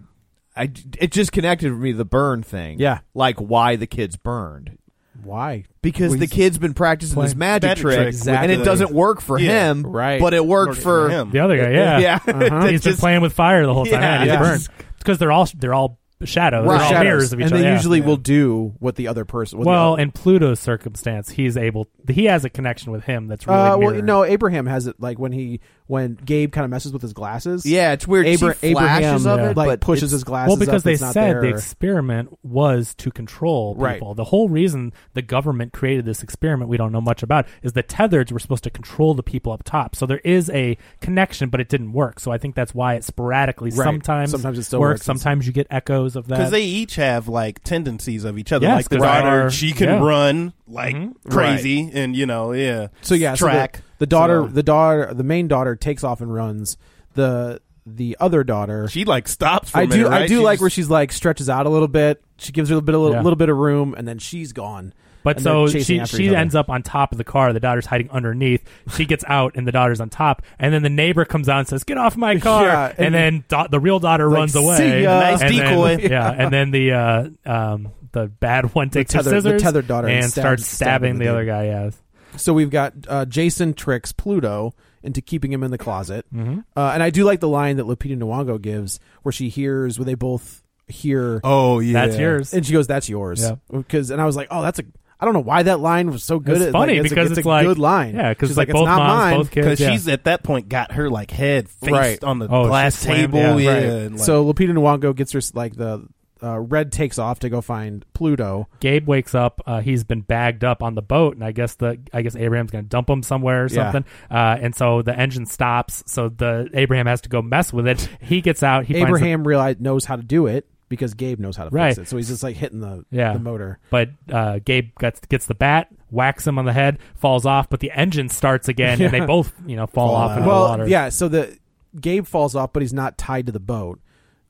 Speaker 1: I, it just connected with me the burn thing.
Speaker 2: Yeah.
Speaker 1: like why the kids burned
Speaker 2: Why?
Speaker 1: because
Speaker 2: Well,
Speaker 1: the
Speaker 2: he's-
Speaker 1: kid's been practicing this
Speaker 2: Play-
Speaker 1: magic
Speaker 4: Magic
Speaker 1: trick,
Speaker 4: trick,
Speaker 1: and it
Speaker 4: exactly.
Speaker 1: doesn't work for
Speaker 4: Yeah.
Speaker 1: him,
Speaker 2: Right.
Speaker 1: But it worked for
Speaker 4: him.
Speaker 1: [laughs]
Speaker 3: The other guy, yeah,
Speaker 1: Yeah,
Speaker 2: Uh, [laughs]
Speaker 3: Uh-huh.
Speaker 1: That
Speaker 3: He's been
Speaker 1: just-
Speaker 3: playing with fire the whole time.
Speaker 1: Yeah,
Speaker 3: Yeah, he's
Speaker 1: yeah.
Speaker 3: burned because they're all they're all shadows,
Speaker 1: Right.
Speaker 3: they're all
Speaker 1: Shadows.
Speaker 3: mirrors of each
Speaker 2: and
Speaker 3: other.
Speaker 2: they
Speaker 3: yeah.
Speaker 2: usually will do what the other person. what the
Speaker 3: well,
Speaker 2: other-
Speaker 3: in Pluto's circumstance, he's able. He has a connection with him that's really
Speaker 2: Uh, well,
Speaker 3: mirrored.
Speaker 2: no, Abraham has it like when he when Gabe kind of messes with his glasses.
Speaker 1: yeah, it's weird.
Speaker 2: Abra-
Speaker 1: she
Speaker 2: Abraham
Speaker 1: flashes of it,
Speaker 2: like
Speaker 1: but
Speaker 2: pushes
Speaker 1: it's-
Speaker 2: his glasses.
Speaker 3: Well,
Speaker 2: up,
Speaker 3: because they
Speaker 2: it's not
Speaker 3: said
Speaker 2: there.
Speaker 3: the experiment was to control
Speaker 2: Right.
Speaker 3: people. The whole reason the government created this experiment, we don't know much about, is the tethered were supposed to control the people up top. So there is a connection, but it didn't work. So I think that's why it sporadically
Speaker 2: Right.
Speaker 3: sometimes
Speaker 2: Sometimes it still
Speaker 3: works.
Speaker 2: works.
Speaker 3: Sometimes you get echoes of that.
Speaker 4: Because they each have like tendencies of each other.
Speaker 3: Yes,
Speaker 4: like the
Speaker 3: 'cause they
Speaker 4: daughter,
Speaker 3: are-
Speaker 4: she can
Speaker 3: yeah.
Speaker 4: run like
Speaker 3: Mhm.
Speaker 4: crazy, and you know, yeah.
Speaker 2: so yeah, so the-
Speaker 4: track
Speaker 2: the, daughter,
Speaker 4: So
Speaker 2: the daughter, the main daughter takes off and runs. The the other daughter,
Speaker 4: she like stops. For a
Speaker 2: I do,
Speaker 4: minute,
Speaker 2: I
Speaker 4: right?
Speaker 2: do
Speaker 4: She
Speaker 2: like
Speaker 4: just-
Speaker 2: where she's like stretches out a little bit. She gives her a bit, a little,
Speaker 3: Yeah.
Speaker 2: little bit of room, and then she's gone.
Speaker 3: But
Speaker 2: And
Speaker 3: so
Speaker 2: they're chasing
Speaker 3: she
Speaker 2: after
Speaker 3: she
Speaker 2: each other.
Speaker 3: ends up on top of the car. The daughter's hiding underneath. She gets out, and the daughter's on top. And then the neighbor comes out and says, "Get off my car!"
Speaker 2: Yeah,
Speaker 3: and,
Speaker 2: and-
Speaker 3: then da- the real daughter runs
Speaker 2: "See
Speaker 3: away.
Speaker 2: ya."
Speaker 4: Nice
Speaker 3: And then-
Speaker 4: decoy.
Speaker 3: [laughs] yeah. And then the uh, um, the bad one takes
Speaker 2: tethered- the
Speaker 3: her scissors,
Speaker 2: tethered daughter
Speaker 3: and
Speaker 2: and stabs-
Speaker 3: starts
Speaker 2: stabbing
Speaker 3: stabbing,
Speaker 2: the
Speaker 3: the other
Speaker 2: dude.
Speaker 3: guy. Yeah.
Speaker 2: So we've got uh, Jason tricks Pluto into keeping him in the closet,
Speaker 3: Mm-hmm.
Speaker 2: uh, and I do like the line that Lupita Nyong'o gives, where she hears where they both hear.
Speaker 4: Oh yeah,
Speaker 3: That's yours.
Speaker 2: And she goes, "That's yours."
Speaker 3: Yeah.
Speaker 2: Because and I was like, "Oh, that's a." I don't know why that line was so good.
Speaker 3: It's
Speaker 2: Like,
Speaker 3: funny
Speaker 2: a-
Speaker 3: because
Speaker 2: it's,
Speaker 3: it's
Speaker 2: a
Speaker 3: like-
Speaker 2: good line.
Speaker 3: yeah, 'cause
Speaker 2: She's
Speaker 3: like both
Speaker 2: not
Speaker 3: moms,
Speaker 2: mine.
Speaker 3: both kids.
Speaker 4: Because
Speaker 3: yeah.
Speaker 4: she's at that point got her like head faced
Speaker 2: Right.
Speaker 4: on the
Speaker 3: Oh, she
Speaker 4: glass
Speaker 3: slammed-
Speaker 4: table.
Speaker 3: yeah,
Speaker 4: Yeah,
Speaker 3: right.
Speaker 4: and, like-
Speaker 2: so Lupita Nyong'o gets her like the uh, Red takes off to go find Pluto.
Speaker 3: Gabe wakes up. Uh, he's been bagged up on the boat, and I guess the I guess Abraham's going to dump him somewhere or
Speaker 2: Yeah.
Speaker 3: something. Uh, and so the engine stops. So the Abraham has to go mess with it. He gets out. He finds the-
Speaker 2: Abraham realized knows how to do it because Gabe knows how to
Speaker 3: Right.
Speaker 2: fix it. So he's just like hitting the
Speaker 3: yeah.
Speaker 2: the motor.
Speaker 3: But uh, Gabe gets gets the bat, whacks him on the head, falls off. But the engine starts again, and they both you know fall, off into
Speaker 2: well,
Speaker 3: the water.
Speaker 2: yeah. So the Gabe falls off, but he's not tied to the boat.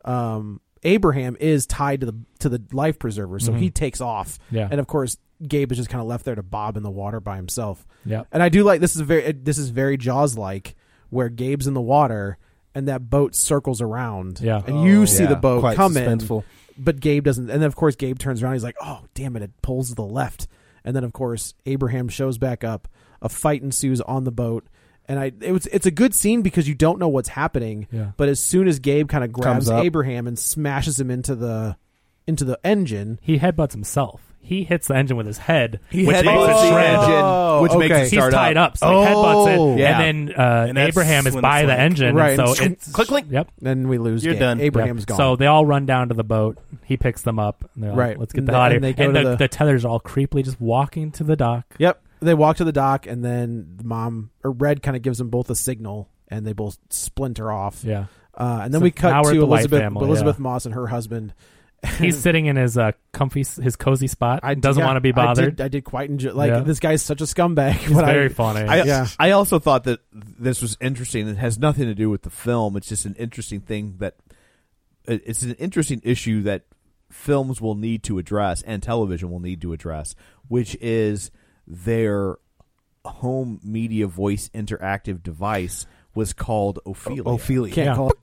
Speaker 2: Um, Abraham is tied to the to the life preserver, so he takes off.
Speaker 3: Mm-hmm. Yeah.
Speaker 2: and of course Gabe is just kind of left there to bob in the water by himself.
Speaker 3: Yep.
Speaker 2: and I do like this is very this is very Jaws like where Gabe's in the water and that boat circles around.
Speaker 3: Yeah.
Speaker 2: and
Speaker 1: Oh,
Speaker 2: you
Speaker 4: Oh,
Speaker 2: see
Speaker 4: yeah,
Speaker 2: the boat
Speaker 4: quite
Speaker 2: come
Speaker 4: suspenseful.
Speaker 2: in, but Gabe doesn't. And then of course Gabe turns around. He's like, "Oh damn it! It pulls to the left." And then of course Abraham shows back up. A fight ensues on the boat. And I, it was, it's a good scene because you don't know what's happening.
Speaker 3: Yeah.
Speaker 2: But as soon as Gabe kind of grabs
Speaker 4: Comes up.
Speaker 2: Abraham and smashes him into the, into the engine,
Speaker 3: He headbutts himself. He hits the engine with his head,
Speaker 4: He
Speaker 3: which makes
Speaker 4: headbutts
Speaker 3: it
Speaker 4: the
Speaker 3: shred.
Speaker 4: engine,
Speaker 2: Oh,
Speaker 4: which makes
Speaker 2: okay.
Speaker 4: it
Speaker 3: He's
Speaker 4: start
Speaker 3: tied up, so
Speaker 4: oh,
Speaker 3: he headbutts it,
Speaker 4: yeah.
Speaker 3: and then uh,
Speaker 4: And that's
Speaker 3: Abraham is
Speaker 4: when
Speaker 3: by
Speaker 4: it's
Speaker 3: the
Speaker 4: like-
Speaker 3: engine,
Speaker 2: Right,
Speaker 3: and so
Speaker 2: and
Speaker 3: it's
Speaker 4: click, click.
Speaker 3: Yep.
Speaker 2: then we lose.
Speaker 4: You're
Speaker 2: Gabe.
Speaker 4: done.
Speaker 2: Abraham's
Speaker 3: Yep.
Speaker 2: gone.
Speaker 3: So they all run down to the boat. He picks them up. And they're like,
Speaker 2: Right.
Speaker 3: Let's get
Speaker 2: And
Speaker 3: the
Speaker 2: the-
Speaker 3: hell out of
Speaker 2: and
Speaker 3: here.
Speaker 2: they go
Speaker 3: And
Speaker 2: to
Speaker 3: the,
Speaker 2: the-
Speaker 3: the, tethers are all creepily just walking to the dock.
Speaker 2: Yep. They walk to the dock, and then the mom or Red kind of gives them both a signal, and they both splinter off.
Speaker 3: Yeah.
Speaker 2: Uh, and then
Speaker 3: So
Speaker 2: we
Speaker 3: now
Speaker 2: cut
Speaker 3: we're
Speaker 2: to
Speaker 3: at the Light
Speaker 2: Elizabeth
Speaker 3: family,
Speaker 2: Elizabeth
Speaker 3: yeah.
Speaker 2: Moss and her husband. [laughs]
Speaker 3: He's sitting in his uh, comfy, his cozy spot.
Speaker 2: I
Speaker 3: doesn't
Speaker 2: yeah,
Speaker 3: want to be
Speaker 2: I
Speaker 3: bothered.
Speaker 2: did, I did quite enjoy. Like
Speaker 3: Yeah.
Speaker 2: this guy's such a scumbag. [laughs]
Speaker 3: He's
Speaker 2: but I-
Speaker 3: very funny.
Speaker 1: I,
Speaker 2: Yeah.
Speaker 1: I also thought that this was interesting. It has nothing to do with the film. It's just an interesting thing that it- it's an interesting issue that films will need to address and television will need to address, which is their home media voice interactive device was called Ophelia.
Speaker 4: Ophelia.
Speaker 2: can't
Speaker 3: Yeah.
Speaker 2: call. It.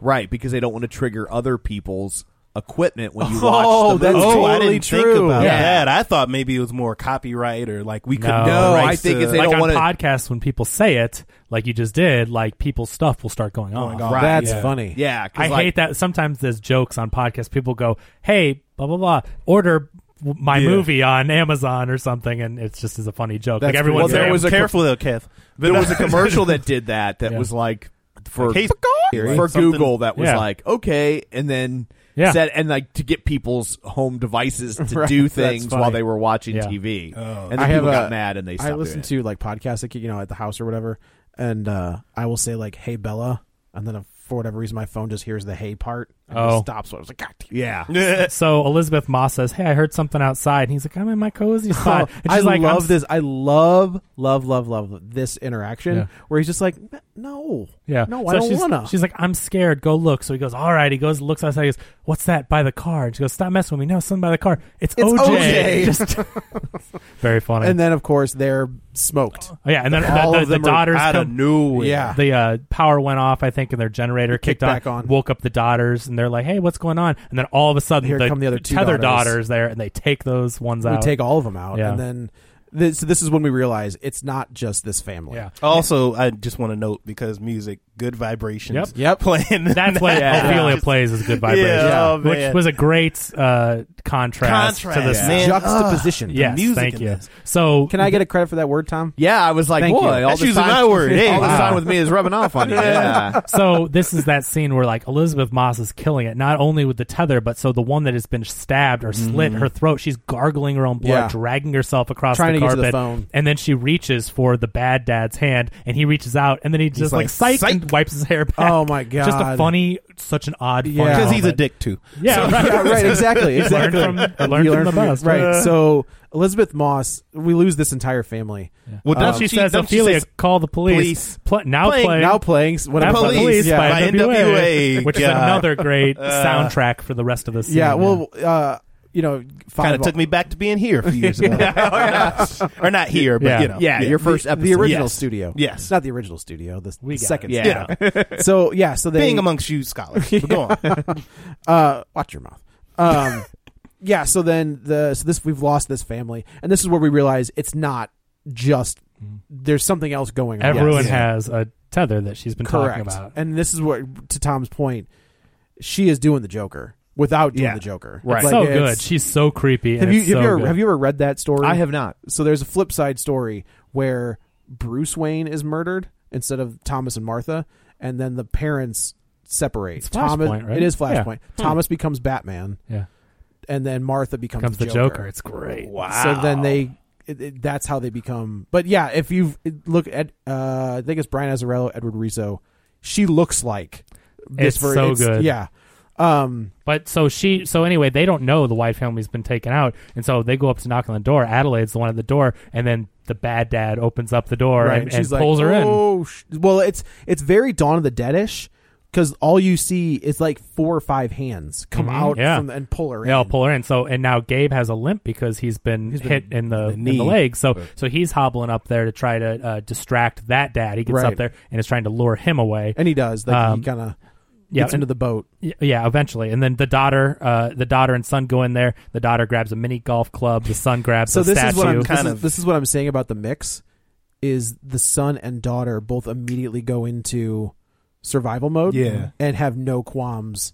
Speaker 1: Right, because they don't want to trigger other people's equipment when [laughs] you watch
Speaker 2: Oh,
Speaker 1: the movie.
Speaker 2: that's
Speaker 4: Oh, I
Speaker 2: totally
Speaker 4: didn't think
Speaker 2: true.
Speaker 4: about
Speaker 3: Yeah.
Speaker 4: that. I thought maybe it was more copyright or like we couldn't.
Speaker 3: No.
Speaker 4: get the
Speaker 3: No, I
Speaker 4: rights
Speaker 1: think
Speaker 4: to-
Speaker 1: it's a- they
Speaker 3: like
Speaker 1: don't
Speaker 3: on
Speaker 1: wanna-
Speaker 3: podcasts, when people say it, like you just did, like people's stuff will start
Speaker 2: Oh
Speaker 3: going on.
Speaker 4: Going off. Right.
Speaker 2: That's
Speaker 4: Yeah.
Speaker 2: funny.
Speaker 1: Yeah, 'cause
Speaker 3: I
Speaker 1: like-
Speaker 3: hate that. Sometimes there's jokes on podcasts. People go, "Hey, blah blah blah, order w- my
Speaker 4: Yeah.
Speaker 3: movie on Amazon or something," and it's just as a funny joke.
Speaker 2: That's
Speaker 3: like everyone,
Speaker 4: Well,
Speaker 2: pretty
Speaker 4: there was a careful though, Kev.
Speaker 1: There was a commercial that did that that
Speaker 3: Yeah.
Speaker 1: was like for
Speaker 4: Like, hey,
Speaker 1: for
Speaker 4: like something-
Speaker 1: Google that was
Speaker 3: Yeah.
Speaker 1: like okay, and then
Speaker 3: Yeah.
Speaker 1: said and like to get people's home devices to do things
Speaker 2: funny.
Speaker 1: while they were watching
Speaker 3: Yeah.
Speaker 1: TV, and then
Speaker 2: I have
Speaker 1: people
Speaker 2: a-
Speaker 1: got mad and they
Speaker 2: I
Speaker 1: stopped
Speaker 2: listen
Speaker 1: doing
Speaker 2: to like podcasts, like, you know, at the house or whatever, and uh, I will say like, "Hey Bella," and then uh, for whatever reason, my phone just hears the "Hey" part. And it
Speaker 3: Oh.
Speaker 2: stops. So I was like, "God damn."
Speaker 1: it.
Speaker 2: [laughs]
Speaker 1: yeah.
Speaker 3: so Elizabeth Moss says, "Hey, I heard something outside," and he's like, "I'm in
Speaker 2: [laughs]
Speaker 3: my cozy
Speaker 2: Oh,
Speaker 3: spot." And
Speaker 2: I
Speaker 3: she's like,
Speaker 2: love
Speaker 3: I'm-
Speaker 2: this. I love, love, love, love this interaction
Speaker 3: Yeah.
Speaker 2: where he's just like, "N- no,
Speaker 3: Yeah.
Speaker 2: no,
Speaker 3: so
Speaker 2: I don't
Speaker 3: she's,
Speaker 2: wanna.
Speaker 3: She's like, I'm scared. Go look. So he goes, all right. He goes, looks outside. He goes, what's that by the car? And she goes, stop messing with me. No, something by the car. It's,
Speaker 2: It's OJ.
Speaker 3: OJ.
Speaker 2: [laughs]
Speaker 3: Just- very funny.
Speaker 2: and then of course they're smoked.
Speaker 3: Oh, yeah, and then
Speaker 2: all
Speaker 3: the, the,
Speaker 2: of
Speaker 3: the
Speaker 2: them are
Speaker 3: daughters
Speaker 4: out of
Speaker 3: come-
Speaker 4: nowhere.
Speaker 2: Yeah.
Speaker 3: the uh, power went off. I think, and their generator
Speaker 2: kicked
Speaker 3: kicked, on,
Speaker 2: back on.
Speaker 3: Woke up the daughters, and they're like, "Hey, what's going on?" And then all of a sudden,
Speaker 2: Here
Speaker 3: the,
Speaker 2: come the other two
Speaker 3: tether
Speaker 2: daughters.
Speaker 3: there, and they take those ones
Speaker 2: We
Speaker 3: out.
Speaker 2: take all of them out,
Speaker 3: Yeah.
Speaker 2: and then this, so this is when we realize it's not just this family. [laughs]
Speaker 3: yeah.
Speaker 4: Also, I just want to note because music, good vibrations.
Speaker 3: Yep.
Speaker 2: Yep.
Speaker 4: Playing.
Speaker 2: [laughs]
Speaker 3: That's what
Speaker 4: Yeah.
Speaker 3: Ophelia
Speaker 4: Just-
Speaker 3: plays is good vibration,
Speaker 4: Yeah, oh,
Speaker 3: which
Speaker 4: man.
Speaker 3: was a great uh, contrast, to this.
Speaker 4: Contrast, man.
Speaker 2: juxtaposition.
Speaker 3: Yes,
Speaker 4: music
Speaker 3: thank
Speaker 4: in
Speaker 3: you.
Speaker 4: this.
Speaker 3: So
Speaker 2: Can I get a credit for that word, Tom?
Speaker 1: Yeah, I was like,
Speaker 2: Thank
Speaker 1: boy,
Speaker 2: you.
Speaker 1: all
Speaker 4: That's
Speaker 1: this
Speaker 4: using
Speaker 1: time- [laughs]
Speaker 4: my word. Hey,
Speaker 1: all this
Speaker 4: wow.
Speaker 1: time with me is rubbing off on you. Yeah.
Speaker 3: [laughs] so this is that scene where like Elizabeth Moss is killing it, not only with the tether, but so the one that has been stabbed or slit her throat, she's gargling her own blood,
Speaker 2: Mm-hmm. Yeah.
Speaker 3: dragging herself across
Speaker 2: Trying to
Speaker 3: the
Speaker 2: get to the
Speaker 3: carpet,
Speaker 2: phone.
Speaker 3: and then she reaches for the bad dad's hand, and he reaches out, and then he just like,
Speaker 4: like,
Speaker 3: psych,
Speaker 4: "Psych."
Speaker 3: and wipes his hair back.
Speaker 2: Oh, my
Speaker 3: [laughs] Just a
Speaker 2: God.
Speaker 3: funny, such an odd, funny
Speaker 2: Yeah.
Speaker 4: Because he's a
Speaker 3: moment.
Speaker 4: dick too.
Speaker 3: [laughs] Yeah, [laughs]
Speaker 2: [laughs]
Speaker 3: right.
Speaker 2: yeah, right. Exactly.
Speaker 3: You [laughs] learn
Speaker 2: Exactly.
Speaker 3: from- I learned
Speaker 2: You
Speaker 3: from
Speaker 2: learn
Speaker 3: the
Speaker 2: your-
Speaker 3: best.
Speaker 2: Right.
Speaker 3: Uh.
Speaker 2: So Elizabeth Moss, we lose this entire family.
Speaker 4: Well,
Speaker 3: Then she says,
Speaker 4: don't Um, she
Speaker 3: "Ophelia,
Speaker 4: say-
Speaker 3: call the police."
Speaker 4: Police.
Speaker 3: Pl- now
Speaker 4: Playing-
Speaker 3: playing
Speaker 2: Now playing
Speaker 3: now
Speaker 2: whatever
Speaker 3: playing
Speaker 4: Police
Speaker 3: police
Speaker 2: yeah.
Speaker 3: by,
Speaker 4: by
Speaker 3: NWA,
Speaker 4: NWA.
Speaker 3: which is
Speaker 4: God.
Speaker 3: another great soundtrack for the rest of the
Speaker 2: Uh,
Speaker 3: scene.
Speaker 2: yeah. Well, uh, you know,
Speaker 4: Kind
Speaker 2: five-
Speaker 4: of took me back to being here a few years ago. [laughs] or not here, but
Speaker 3: Yeah.
Speaker 4: you know.
Speaker 1: Yeah, your first episode.
Speaker 2: the original
Speaker 4: Yes.
Speaker 2: studio.
Speaker 4: Yes.
Speaker 2: not the original studio. The, the
Speaker 3: We got
Speaker 2: second.
Speaker 3: it.
Speaker 2: studio. So yeah. So they
Speaker 4: Being amongst you scholars. But Go
Speaker 2: [laughs]
Speaker 4: on.
Speaker 2: uh, watch your mouth.
Speaker 1: [laughs]
Speaker 2: Um, yeah. So then the so this we've lost this family, and this is where we realize it's not just there's something else going on.
Speaker 3: Everyone
Speaker 2: Yes.
Speaker 3: has a tether that she's been
Speaker 2: correct.
Speaker 3: talking about.
Speaker 2: And this is what to Tom's point, she is doing the Joker without doing
Speaker 1: Yeah.
Speaker 2: the Joker.
Speaker 1: Right.
Speaker 2: Like,
Speaker 3: so
Speaker 2: it's-
Speaker 3: good. She's so creepy. and
Speaker 2: Have you
Speaker 3: it's
Speaker 2: have
Speaker 3: so
Speaker 2: you ever,
Speaker 3: good.
Speaker 2: have you ever read that story?
Speaker 1: I have not.
Speaker 2: So there's a flip side story where Bruce Wayne is murdered instead of Thomas and Martha, and then the parents separate.
Speaker 3: It's
Speaker 2: Thomas,
Speaker 3: Flashpoint, right?
Speaker 2: It is
Speaker 3: Yeah. Hmm.
Speaker 2: Flashpoint. Thomas becomes Batman,
Speaker 3: Yeah.
Speaker 2: and then Martha becomes,
Speaker 3: Becomes
Speaker 2: the
Speaker 3: the
Speaker 2: Joker.
Speaker 3: Joker. It's great.
Speaker 2: So then they. It, it- that's how they become. But yeah, if you look at, uh, I think it's Brian Azzarello, Edward Rizzo. She looks like this
Speaker 3: It's
Speaker 2: ver-
Speaker 3: so good.
Speaker 2: Yeah. Um,
Speaker 3: But so she, so anyway, they don't know the White family's been taken out, and so they go up to knock on the door. Adelaide's the one at the door, and then the bad dad opens up the door
Speaker 2: right.
Speaker 3: and, and
Speaker 2: she's like,
Speaker 3: pulls her in.
Speaker 2: oh, sh-" well, it's it's very Dawn of the Deadish because all you see is like four or five hands come
Speaker 3: Mhm.
Speaker 2: out
Speaker 3: Yeah.
Speaker 2: from the, and pull her
Speaker 3: Yeah, I'll
Speaker 2: in.
Speaker 3: pull her in. So and now Gabe has a limp because he's been,
Speaker 2: He's been
Speaker 3: hit in the,
Speaker 4: the
Speaker 3: in
Speaker 4: knee.
Speaker 3: the leg. So so he's hobbling up there to try to uh, distract that dad. He gets
Speaker 2: Right.
Speaker 3: up there and is trying to lure him away.
Speaker 2: and he does. Like
Speaker 3: Um,
Speaker 2: he kind of
Speaker 3: yeah,
Speaker 2: gets into
Speaker 3: and-
Speaker 2: the boat.
Speaker 3: Y- Yeah, eventually, and then the daughter, uh, the daughter and son go in there. The daughter grabs a mini golf club. The son grabs
Speaker 2: So
Speaker 3: a
Speaker 2: this
Speaker 3: statue.
Speaker 2: is what I'm
Speaker 4: Kind
Speaker 2: this, is,
Speaker 4: of-
Speaker 2: this is what I'm saying about the mix is the son and daughter both immediately go into survival mode
Speaker 4: Yeah.
Speaker 2: and have no qualms.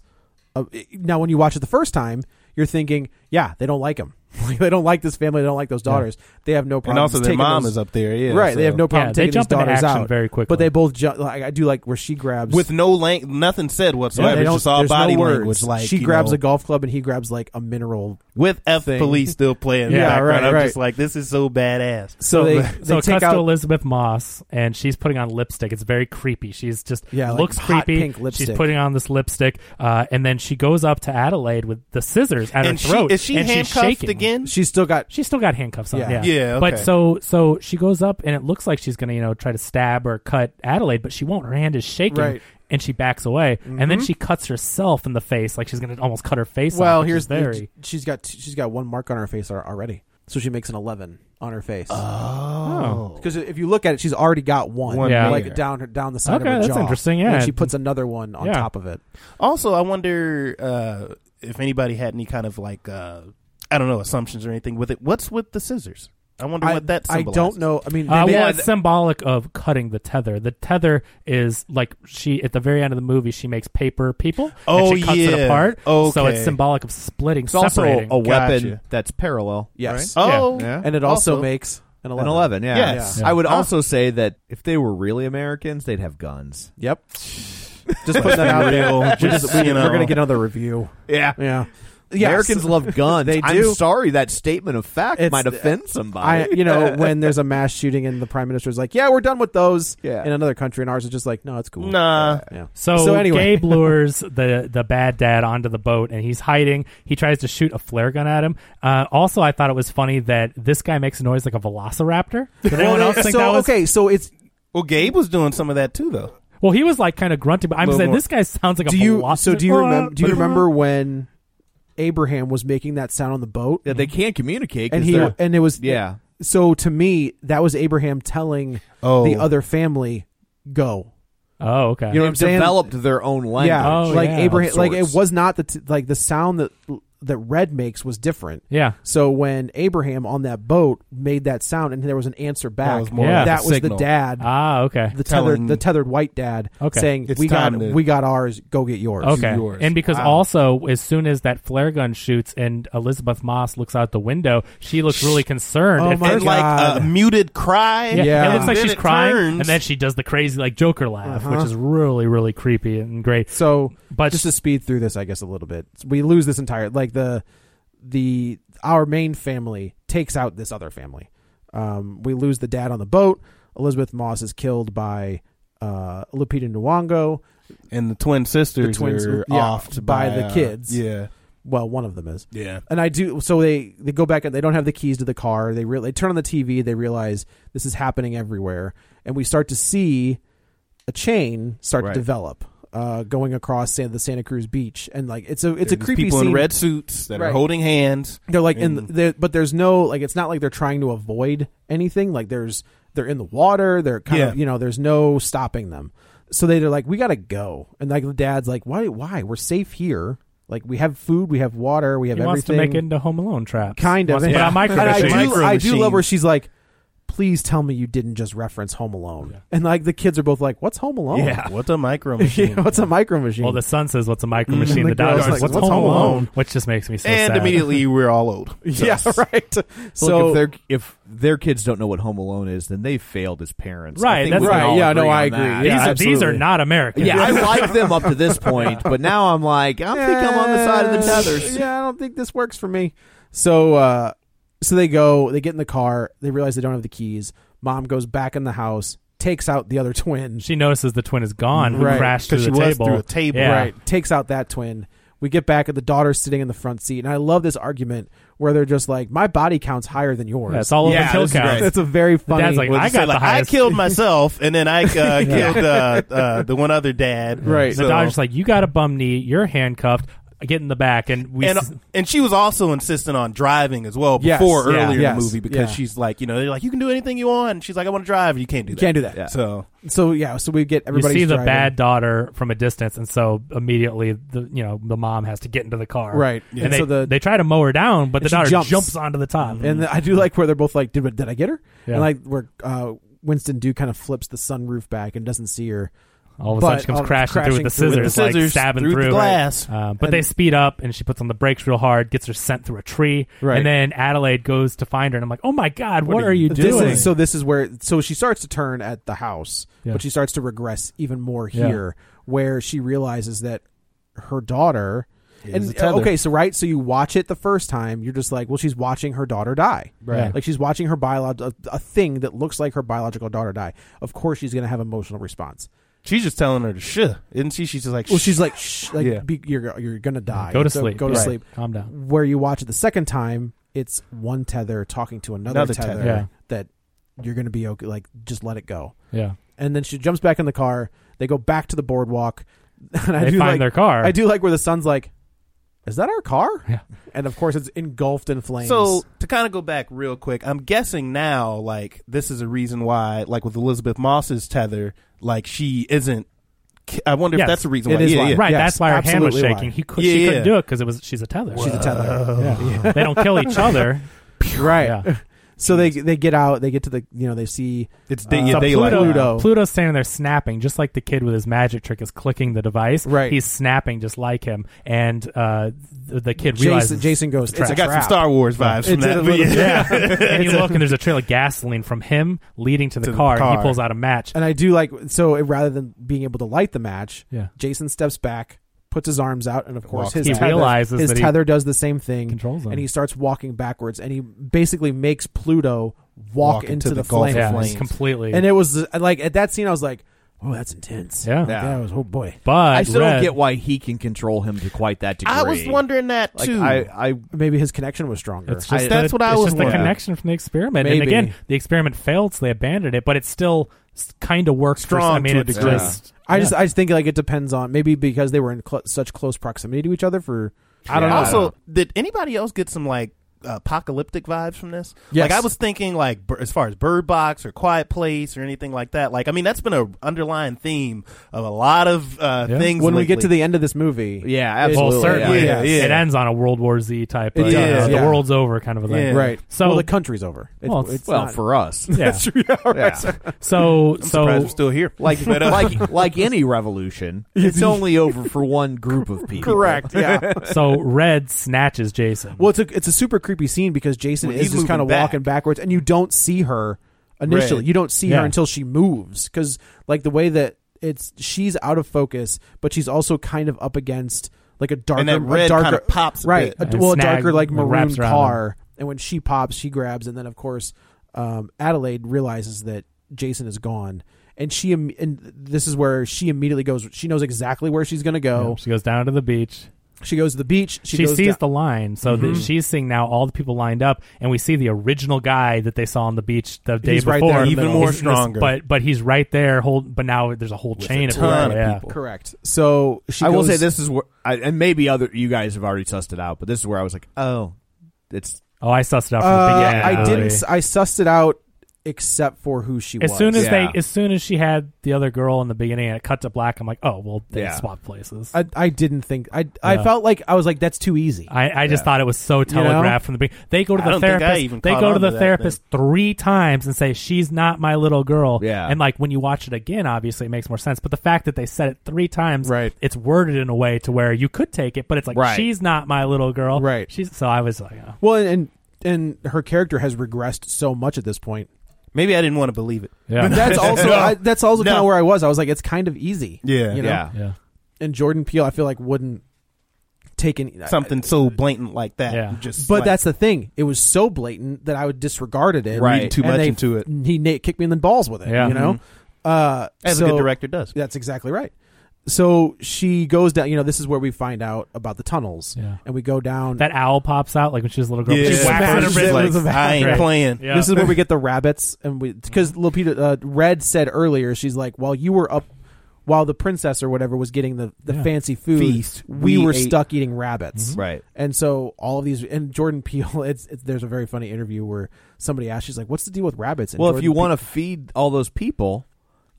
Speaker 2: Of, now, when you watch it the first time, you're thinking, yeah, they don't like him. [laughs] Like, they don't like this family. They don't like those daughters. They have no problem.
Speaker 4: and also their
Speaker 2: taking
Speaker 4: mom
Speaker 2: those-
Speaker 4: is up there. Yeah,
Speaker 2: right.
Speaker 4: so-
Speaker 2: They have no problem
Speaker 3: Yeah, they
Speaker 2: taking
Speaker 3: jump
Speaker 2: these
Speaker 3: into
Speaker 2: daughters
Speaker 3: action
Speaker 2: out
Speaker 3: very quickly.
Speaker 2: But they both jump. Like I do like where she grabs
Speaker 4: with no lang- nothing said
Speaker 2: Yeah,
Speaker 4: whatsoever.
Speaker 2: they don't-
Speaker 4: just all
Speaker 2: there's no
Speaker 4: body
Speaker 2: words.
Speaker 4: language. Like
Speaker 2: she
Speaker 4: you
Speaker 2: grabs
Speaker 4: know,
Speaker 2: a golf club and he grabs like a mineral.
Speaker 4: with F
Speaker 2: thing.
Speaker 4: police still playing.
Speaker 3: Yeah,
Speaker 4: yeah,
Speaker 2: right,
Speaker 4: I'm
Speaker 2: right.
Speaker 4: just like this is so badass.
Speaker 2: So, they, they
Speaker 3: so it
Speaker 2: take
Speaker 3: cuts
Speaker 2: out
Speaker 3: to Elizabeth Moss, and she's putting on lipstick. It's very creepy. She's just
Speaker 2: Yeah, like
Speaker 3: looks
Speaker 2: hot
Speaker 3: creepy.
Speaker 2: pink lipstick.
Speaker 3: She's putting on this lipstick, uh, and then she goes up to Adelaide with the scissors at
Speaker 4: and
Speaker 3: her throat.
Speaker 4: she is she
Speaker 3: and she's
Speaker 4: handcuffed
Speaker 3: shaking.
Speaker 4: again?
Speaker 2: She's still got
Speaker 3: She's still got handcuffs on.
Speaker 2: Yeah.
Speaker 3: Yeah,
Speaker 4: Yeah,
Speaker 3: But
Speaker 4: okay.
Speaker 3: so so she goes up, and it looks like she's gonna you know try to stab or cut Adelaide, but she won't. Her hand is shaking.
Speaker 2: Right.
Speaker 3: And she backs away, and then she cuts herself in the face, like she's gonna almost cut her face. off,
Speaker 2: Well,
Speaker 3: which
Speaker 2: here's
Speaker 3: is very.
Speaker 2: she's got she's got one mark on her face al- already, so she makes an eleven on her face.
Speaker 3: Oh.
Speaker 2: Because if you look at it, she's already got one,
Speaker 4: Uh. One
Speaker 3: Yeah.
Speaker 2: like
Speaker 4: there.
Speaker 2: down her down the side
Speaker 3: Okay,
Speaker 2: of her
Speaker 3: that's
Speaker 2: jaw.
Speaker 3: interesting, yeah.
Speaker 2: and she puts another one on
Speaker 3: Yeah.
Speaker 2: top of it.
Speaker 4: Also, I wonder uh, if anybody had any kind of like uh, I don't know assumptions or anything with it. What's with the scissors? I wonder
Speaker 2: I,
Speaker 4: what that.
Speaker 2: I
Speaker 4: Symbolizes.
Speaker 2: don't know. I mean,
Speaker 3: Uh,
Speaker 2: they-
Speaker 3: well,
Speaker 2: they-
Speaker 3: it's symbolic of cutting the tether. The tether is like she at the very end of the movie she makes paper people.
Speaker 4: Oh,
Speaker 3: and she cuts it
Speaker 4: yeah.
Speaker 3: apart. So
Speaker 4: Okay.
Speaker 3: it's symbolic of splitting,
Speaker 5: It's also
Speaker 3: separating.
Speaker 5: a weapon
Speaker 4: Gotcha.
Speaker 5: that's parallel.
Speaker 2: yes,
Speaker 4: Oh,
Speaker 5: Yeah.
Speaker 2: and it also,
Speaker 4: Also-
Speaker 2: makes an
Speaker 5: An
Speaker 2: eleven.
Speaker 5: 11, yeah.
Speaker 4: Yes.
Speaker 5: I would
Speaker 4: Huh.
Speaker 5: also say that if they were really Americans, they'd have guns.
Speaker 2: Yep.
Speaker 5: [laughs]
Speaker 2: Just putting that out there.
Speaker 4: Real,
Speaker 2: We're
Speaker 4: just,
Speaker 2: just- we-
Speaker 4: you
Speaker 2: We're
Speaker 4: know.
Speaker 2: gonna get another review.
Speaker 5: Yeah.
Speaker 2: Yeah. Yeah,
Speaker 5: Americans
Speaker 2: so- [laughs]
Speaker 5: love guns.
Speaker 2: They do.
Speaker 5: I'm sorry that statement of fact
Speaker 2: It's-
Speaker 5: might offend somebody.
Speaker 2: I, you
Speaker 5: [laughs]
Speaker 2: know, when there's a mass shooting and the prime minister's like, "Yeah, we're done with those,"
Speaker 5: Yeah.
Speaker 2: in another country, and ours is just like, "No, it's cool."
Speaker 4: Nah.
Speaker 2: Yeah.
Speaker 3: So,
Speaker 2: So anyway.
Speaker 3: Gabe lures the the bad dad onto the boat, and he's hiding. He tries to shoot a flare gun at him. Uh, also, I thought it was funny that this guy makes a noise like a velociraptor. Did anyone else think
Speaker 2: so
Speaker 3: that was?
Speaker 2: okay, so it's
Speaker 4: Well, Gabe was doing some of that too, though.
Speaker 3: Well, he was like kind of grunting, but I'm
Speaker 4: Little
Speaker 3: saying
Speaker 4: more-
Speaker 3: this guy sounds like
Speaker 2: do
Speaker 3: a
Speaker 2: you
Speaker 3: velociraptor.
Speaker 2: so do you remember do you remember when Abraham was making that sound on the boat
Speaker 5: Yeah, they can't communicate. 'cause
Speaker 2: and he
Speaker 5: they're-
Speaker 2: and it was
Speaker 5: yeah.
Speaker 2: so to me that was Abraham telling
Speaker 4: Oh.
Speaker 2: the other family go
Speaker 3: Oh, okay.
Speaker 2: You know what I'm
Speaker 5: They've
Speaker 2: saying?
Speaker 5: developed their own language.
Speaker 2: yeah
Speaker 3: Oh,
Speaker 2: like
Speaker 3: yeah.
Speaker 2: Abraham
Speaker 5: Of
Speaker 2: like it
Speaker 5: sorts.
Speaker 2: was not the t- like the sound that that red makes was different
Speaker 3: yeah.
Speaker 2: so when Abraham on that boat made that sound and there was an answer back
Speaker 4: was more
Speaker 3: like a
Speaker 2: that was the
Speaker 4: signal.
Speaker 2: dad
Speaker 3: Ah, okay.
Speaker 2: the
Speaker 4: telling-
Speaker 2: tethered the tethered white dad
Speaker 3: Okay.
Speaker 2: saying
Speaker 4: It's
Speaker 2: we got
Speaker 4: time to-
Speaker 2: we got ours go get yours
Speaker 3: Okay.
Speaker 4: yours.
Speaker 3: And because
Speaker 4: Wow.
Speaker 3: also, as soon as that flare gun shoots and Elizabeth Moss looks out the window, she looks really concerned.
Speaker 2: Oh
Speaker 3: At
Speaker 2: my
Speaker 3: first.
Speaker 4: and like
Speaker 2: God.
Speaker 4: a muted cry.
Speaker 3: Yeah.
Speaker 2: Yeah.
Speaker 3: It looks like
Speaker 4: Then
Speaker 3: she's
Speaker 4: it
Speaker 3: crying,
Speaker 4: turns.
Speaker 3: and then she does the crazy like Joker laugh,
Speaker 2: Uh-huh.
Speaker 3: which is really, really creepy and great.
Speaker 2: So,
Speaker 3: But-
Speaker 2: just to speed through this, I guess a little bit, we lose this entire like the the our main family takes out this other family. Um, we lose the dad on the boat. Elizabeth Moss is killed by uh, Lupita Nyong'o.
Speaker 4: and the twin sisters
Speaker 2: The twins-
Speaker 4: are
Speaker 2: yeah,
Speaker 4: offed
Speaker 2: by
Speaker 4: by,
Speaker 2: the
Speaker 4: uh,
Speaker 2: kids.
Speaker 4: Yeah,
Speaker 2: Well, one of them is.
Speaker 4: yeah.
Speaker 2: And I do so they they go back and they don't have the keys to the car. They really they turn on the TV. They realize this is happening everywhere, and we start to see a chain start
Speaker 5: Right.
Speaker 2: to develop. Uh, going across San, the Santa Cruz beach, and like it's a it's a
Speaker 4: There's
Speaker 2: creepy
Speaker 4: people
Speaker 2: scene.
Speaker 4: in red Mm. suits that
Speaker 2: Right.
Speaker 4: are holding hands.
Speaker 2: They're like in,
Speaker 4: And-
Speaker 2: the, but there's no like it's not like they're trying to avoid anything. Like there's they're in the water. They're kind of
Speaker 4: Yeah.
Speaker 2: you know there's no stopping them. So they, they're like we gotta go. And like the dad's like why why we're safe here. Like we have food, we have water, we have
Speaker 3: He wants
Speaker 2: everything.
Speaker 3: to make it into Home Alone traps.
Speaker 2: kind of.
Speaker 3: Wants to put
Speaker 2: Yeah.
Speaker 3: out micro
Speaker 2: And [laughs] I
Speaker 3: machines.
Speaker 2: do, I do
Speaker 4: Micro
Speaker 2: love where she's like please tell me you didn't just reference Home Alone. Yeah. And like the kids are both like, what's Home Alone?
Speaker 4: Yeah. What's a micro machine?
Speaker 2: [laughs] yeah, what's a micro machine? [laughs]
Speaker 3: Well, the son says, what's a micro machine? Mm, the, the daughter says, like, what's, what's, Home alone? alone? Which just makes me so
Speaker 4: and
Speaker 3: sad.
Speaker 4: immediately we're all old.
Speaker 2: So. Yeah, right. So,
Speaker 5: so if, if, their kids don't know what Home Alone is, then they failed as parents.
Speaker 3: Right.
Speaker 2: That's right. Yeah, no, I agree. Yeah,
Speaker 3: [laughs] these, are, these, are, not
Speaker 2: [laughs]
Speaker 3: American.
Speaker 5: Yeah, I like them up to this point, but now I'm like, I don't think I'm on the side of the tethers.
Speaker 2: [laughs] Yeah, I don't think this works for me. So, uh, so they go, they get in the car, they realize they don't have the keys. Mom goes back in the house, takes out the other [laughs] twin.
Speaker 3: She notices the twin is gone, who right. crashed through the table.
Speaker 4: through a table. Yeah. Right.
Speaker 2: Takes out that twin. We get back at the daughter sitting in the front seat, and I love this argument where they're just like, "My body count's higher than yours."
Speaker 3: That's yeah, all yeah, over kill count.
Speaker 2: That's a very funny.
Speaker 3: The dad's like, "I got say, the
Speaker 4: like, I killed myself, and then I uh,
Speaker 3: [laughs]
Speaker 4: killed uh, uh, the one other dad."
Speaker 2: Right.
Speaker 3: So. The daughter's like, "You got a bum knee. You're handcuffed get in the back and we
Speaker 4: and,
Speaker 3: s-
Speaker 4: and she was also insisting on driving as well before yes, earlier yeah, in the yes, movie because yeah. she's like you know they're like you can do anything you want and she's like I want to drive and you can't do that
Speaker 2: you can't do that
Speaker 4: yeah. so
Speaker 2: so yeah so we get everybody
Speaker 3: see the
Speaker 2: driving.
Speaker 3: bad daughter from a distance and so immediately the you know the mom has to get into the car
Speaker 2: right
Speaker 3: and, and they, so the, they try to mow her down but the daughter jumps. jumps. onto the top
Speaker 2: mm-hmm. and the, I do like where they're both like did did I get her and like where uh, Winston Duke kind of flips the sunroof back and doesn't see her.
Speaker 3: All of a sudden, she comes crashing, crashing, through with the scissors, with the scissors like stabbing through,
Speaker 4: through.
Speaker 3: The
Speaker 4: glass.
Speaker 3: Uh, but and they speed up, and she puts on the brakes real hard, gets her sent through a tree, right. and then Adelaide goes to find her, and I'm like, "Oh my god, what, what are, you, are you doing?"
Speaker 2: This is, so this is where so she starts to turn at the house, yeah. but she starts to regress even more here, yeah. where she realizes that her daughter. And okay, so right, so you watch it the first time, you're just like, well, she's watching her daughter die,
Speaker 3: right? Yeah.
Speaker 2: Like she's watching her biological a thing that looks like her biological daughter die. Of course, she's going to have emotional response.
Speaker 4: She's just telling her to shh, isn't she? She's just like, shh.
Speaker 2: well, she's like,
Speaker 3: [laughs]
Speaker 2: shh, like yeah. be, you're you're gonna die.
Speaker 3: Go to so sleep.
Speaker 2: Go to
Speaker 3: right.
Speaker 2: sleep.
Speaker 3: Calm down.
Speaker 2: Where you watch it the second time, it's one tether talking to another, another tether, tether. Yeah. that you're gonna be okay. Like just let it go.
Speaker 3: Yeah.
Speaker 2: And then she jumps back in the car. They go back to the boardwalk. [laughs]
Speaker 3: And I they do find
Speaker 2: like,
Speaker 3: their car.
Speaker 2: I do like where the sun's like, is that our car?
Speaker 3: Yeah.
Speaker 2: And of course, it's engulfed in flames.
Speaker 4: So to kind of go back real quick, I'm guessing now, like this is a reason why, like with Elizabeth Moss's tether, like she isn't. I wonder yes. if that's the reason why.
Speaker 3: Is
Speaker 4: yeah, why. Yeah.
Speaker 3: Right, yes. that's why her Absolutely hand was shaking. Why. He could, she couldn't do it because it was she's a tether.
Speaker 2: Whoa. She's a [laughs] tether.
Speaker 3: they don't kill [laughs] each other.
Speaker 2: right. So they they get out. They get to the you know they see
Speaker 4: it's day, uh, yeah, so daylight.
Speaker 3: Pluto,
Speaker 4: Pluto.
Speaker 3: Pluto's standing there snapping, just like the kid with his magic trick is clicking the device.
Speaker 2: Right,
Speaker 3: he's snapping just like him, and uh, the, the, kid
Speaker 2: Jason,
Speaker 3: realizes
Speaker 2: Jason goes.
Speaker 4: It's, it's I got some Star Wars vibes yeah. from that. [laughs]
Speaker 3: Little, yeah, [laughs] and you look and there's a trail of gasoline from him leading to the, to car, the car. And he pulls out a match,
Speaker 2: and I do like so it, rather than being able to light the match,
Speaker 3: yeah.
Speaker 2: Jason steps back, puts his arms out, and of course
Speaker 3: he
Speaker 2: his tether,
Speaker 3: realizes
Speaker 2: his tether does the same thing,
Speaker 3: controls him.
Speaker 2: and he starts walking backwards, and he basically makes Pluto walk, walk into, into, the, the
Speaker 3: flames.
Speaker 2: Yeah,
Speaker 3: flames. completely.
Speaker 2: And it was like at that scene, I was like. Oh, that's intense.
Speaker 3: Yeah,
Speaker 2: that yeah. was oh boy.
Speaker 3: But
Speaker 5: I still
Speaker 3: Red,
Speaker 5: don't get why he can control him to quite that degree. I
Speaker 4: was wondering that too.
Speaker 5: Like, I, I
Speaker 2: maybe his connection was stronger.
Speaker 3: It's just
Speaker 4: I, that's
Speaker 3: the,
Speaker 4: what I was.
Speaker 3: the connection from the experiment, maybe. and again, the experiment failed, so they abandoned it. But it still kind of works.
Speaker 4: Strong
Speaker 3: for, I mean,
Speaker 4: to a degree. Yeah.
Speaker 2: I just I just think like it depends on maybe because they were in cl- such close proximity to each other for I don't know.
Speaker 4: Also,
Speaker 2: don't
Speaker 4: know. did anybody else get some like apocalyptic vibes from this. Yes. Like I was thinking like as far as Bird Box or Quiet Place or anything like that. Like I mean that's been a underlying theme of a lot of uh, yeah. things
Speaker 2: when
Speaker 4: lately.
Speaker 2: we get to the end of this movie.
Speaker 5: Yeah, absolutely.
Speaker 3: Well, certainly.
Speaker 4: Yeah. Yeah.
Speaker 3: It ends on a World War Z type of, uh, the world's over kind of a thing.
Speaker 2: Right.
Speaker 3: So
Speaker 2: well, the country's over.
Speaker 5: It's, well, it's, it's well not, for us.
Speaker 3: Yeah.
Speaker 2: true. Right.
Speaker 3: So
Speaker 2: [laughs]
Speaker 4: I'm
Speaker 3: so
Speaker 4: we're still here.
Speaker 1: [laughs]
Speaker 4: [laughs]
Speaker 5: Like like like any revolution, it's only over for one group of people.
Speaker 2: Correct. [laughs] Yeah.
Speaker 3: so Red snatches Jason.
Speaker 2: Well, it's a it's a super creepy scene because Jason well, is just kind of back. walking backwards, and you don't see her initially. Red. You don't see yeah. her until she moves because, like, the way that it's she's out of focus, but she's also kind of up against like a darker,
Speaker 4: a
Speaker 2: darker kind
Speaker 4: of pops,
Speaker 2: right?
Speaker 4: A,
Speaker 2: well, snag, a darker like maroon car, and when she pops, she grabs, and then of course, um, Adelaide realizes that Jason is gone. And she and this is where she immediately goes. She knows exactly where she's going to go.
Speaker 3: Yeah, she goes down to the beach.
Speaker 2: She goes to the beach. She,
Speaker 3: she sees
Speaker 2: down.
Speaker 3: the line, so mm-hmm. that she's seeing now all the people lined up, and we see the original guy that they saw on the beach the day
Speaker 2: he's
Speaker 3: before,
Speaker 2: right there,
Speaker 4: even
Speaker 2: middle.
Speaker 4: more stronger.
Speaker 3: but but he's right there. Hold, but now there's a whole
Speaker 4: With
Speaker 3: chain
Speaker 4: a ton
Speaker 3: of, people.
Speaker 4: people.
Speaker 3: Yeah.
Speaker 2: Correct. So
Speaker 5: I goes, will say this is where, I, and maybe other you guys have already sussed it out, but this is where I was like, oh, it's
Speaker 3: oh, I sussed it out from uh, the beginning.
Speaker 2: I didn't. I sussed it out except for who she
Speaker 3: as
Speaker 2: was.
Speaker 3: soon as they as soon as she had the other girl in the beginning and it cut to black i'm like oh well they
Speaker 2: Yeah.
Speaker 3: swapped places i
Speaker 2: I, I didn't think I I
Speaker 3: Yeah.
Speaker 2: felt like I was like that's too easy.
Speaker 3: I, just thought it was so telegraphed from the beginning. They go to
Speaker 4: I
Speaker 3: the
Speaker 4: don't think I
Speaker 3: therapist.
Speaker 4: even
Speaker 3: they
Speaker 4: caught
Speaker 3: go
Speaker 4: on
Speaker 3: to the
Speaker 4: to that
Speaker 3: therapist three times and say she's not my little girl.
Speaker 2: Yeah.
Speaker 3: And like when you watch it again, obviously it makes more sense. But the fact that they said it three times,
Speaker 2: Right.
Speaker 3: It's worded in a way to where you could take it, but it's like
Speaker 2: Right.
Speaker 3: she's not my little girl.
Speaker 2: Right.
Speaker 3: She's so I was like, oh.
Speaker 2: Well, and and her character has regressed so much at this point.
Speaker 4: Maybe I didn't want to believe it.
Speaker 3: yeah,
Speaker 2: That's also
Speaker 4: No.
Speaker 2: I, that's also
Speaker 4: No.
Speaker 2: kind of where I was. I was like it's kind of easy.
Speaker 4: Yeah.
Speaker 2: you know?
Speaker 1: Yeah.
Speaker 3: yeah,
Speaker 2: And Jordan Peele, I feel like wouldn't take any
Speaker 4: Something so blatant like that.
Speaker 3: Yeah.
Speaker 4: Just
Speaker 2: But
Speaker 4: like-
Speaker 2: that's the thing. It was so blatant that I would disregarded it.
Speaker 4: Right. Read too much
Speaker 2: they-
Speaker 4: into it.
Speaker 2: He na- kicked me in the balls with it.
Speaker 3: Yeah.
Speaker 2: You know, uh,
Speaker 4: as a
Speaker 2: so-
Speaker 4: good director does.
Speaker 2: That's exactly right. So she goes down. You know, this is where we find out about the tunnels.
Speaker 3: Yeah.
Speaker 2: And we go down.
Speaker 3: that owl pops out like when she's a little girl.
Speaker 4: Yeah.
Speaker 3: She
Speaker 4: Just
Speaker 3: whacks
Speaker 4: smashes
Speaker 3: it in her
Speaker 4: it
Speaker 3: wrist
Speaker 4: like,
Speaker 3: with a bat.
Speaker 4: I ain't
Speaker 3: Right.
Speaker 4: playing.
Speaker 3: Yeah.
Speaker 2: This is where we
Speaker 3: [laughs]
Speaker 2: get the rabbits, and we because Lupita uh, Red said earlier, she's like, while you were up, while the princess or whatever was getting the, the
Speaker 3: Yeah.
Speaker 2: fancy food,
Speaker 4: Feast.
Speaker 2: we,
Speaker 4: We
Speaker 2: were
Speaker 4: ate- Mm-hmm.
Speaker 2: stuck eating rabbits,
Speaker 1: Right.
Speaker 2: And so all of these, and Jordan Peele, [laughs] it's, it's there's a very funny interview where somebody asked, she's like, "What's the deal with rabbits?" And
Speaker 1: Well, if
Speaker 2: Jordan
Speaker 1: you
Speaker 2: Peele-
Speaker 1: want to feed all those people,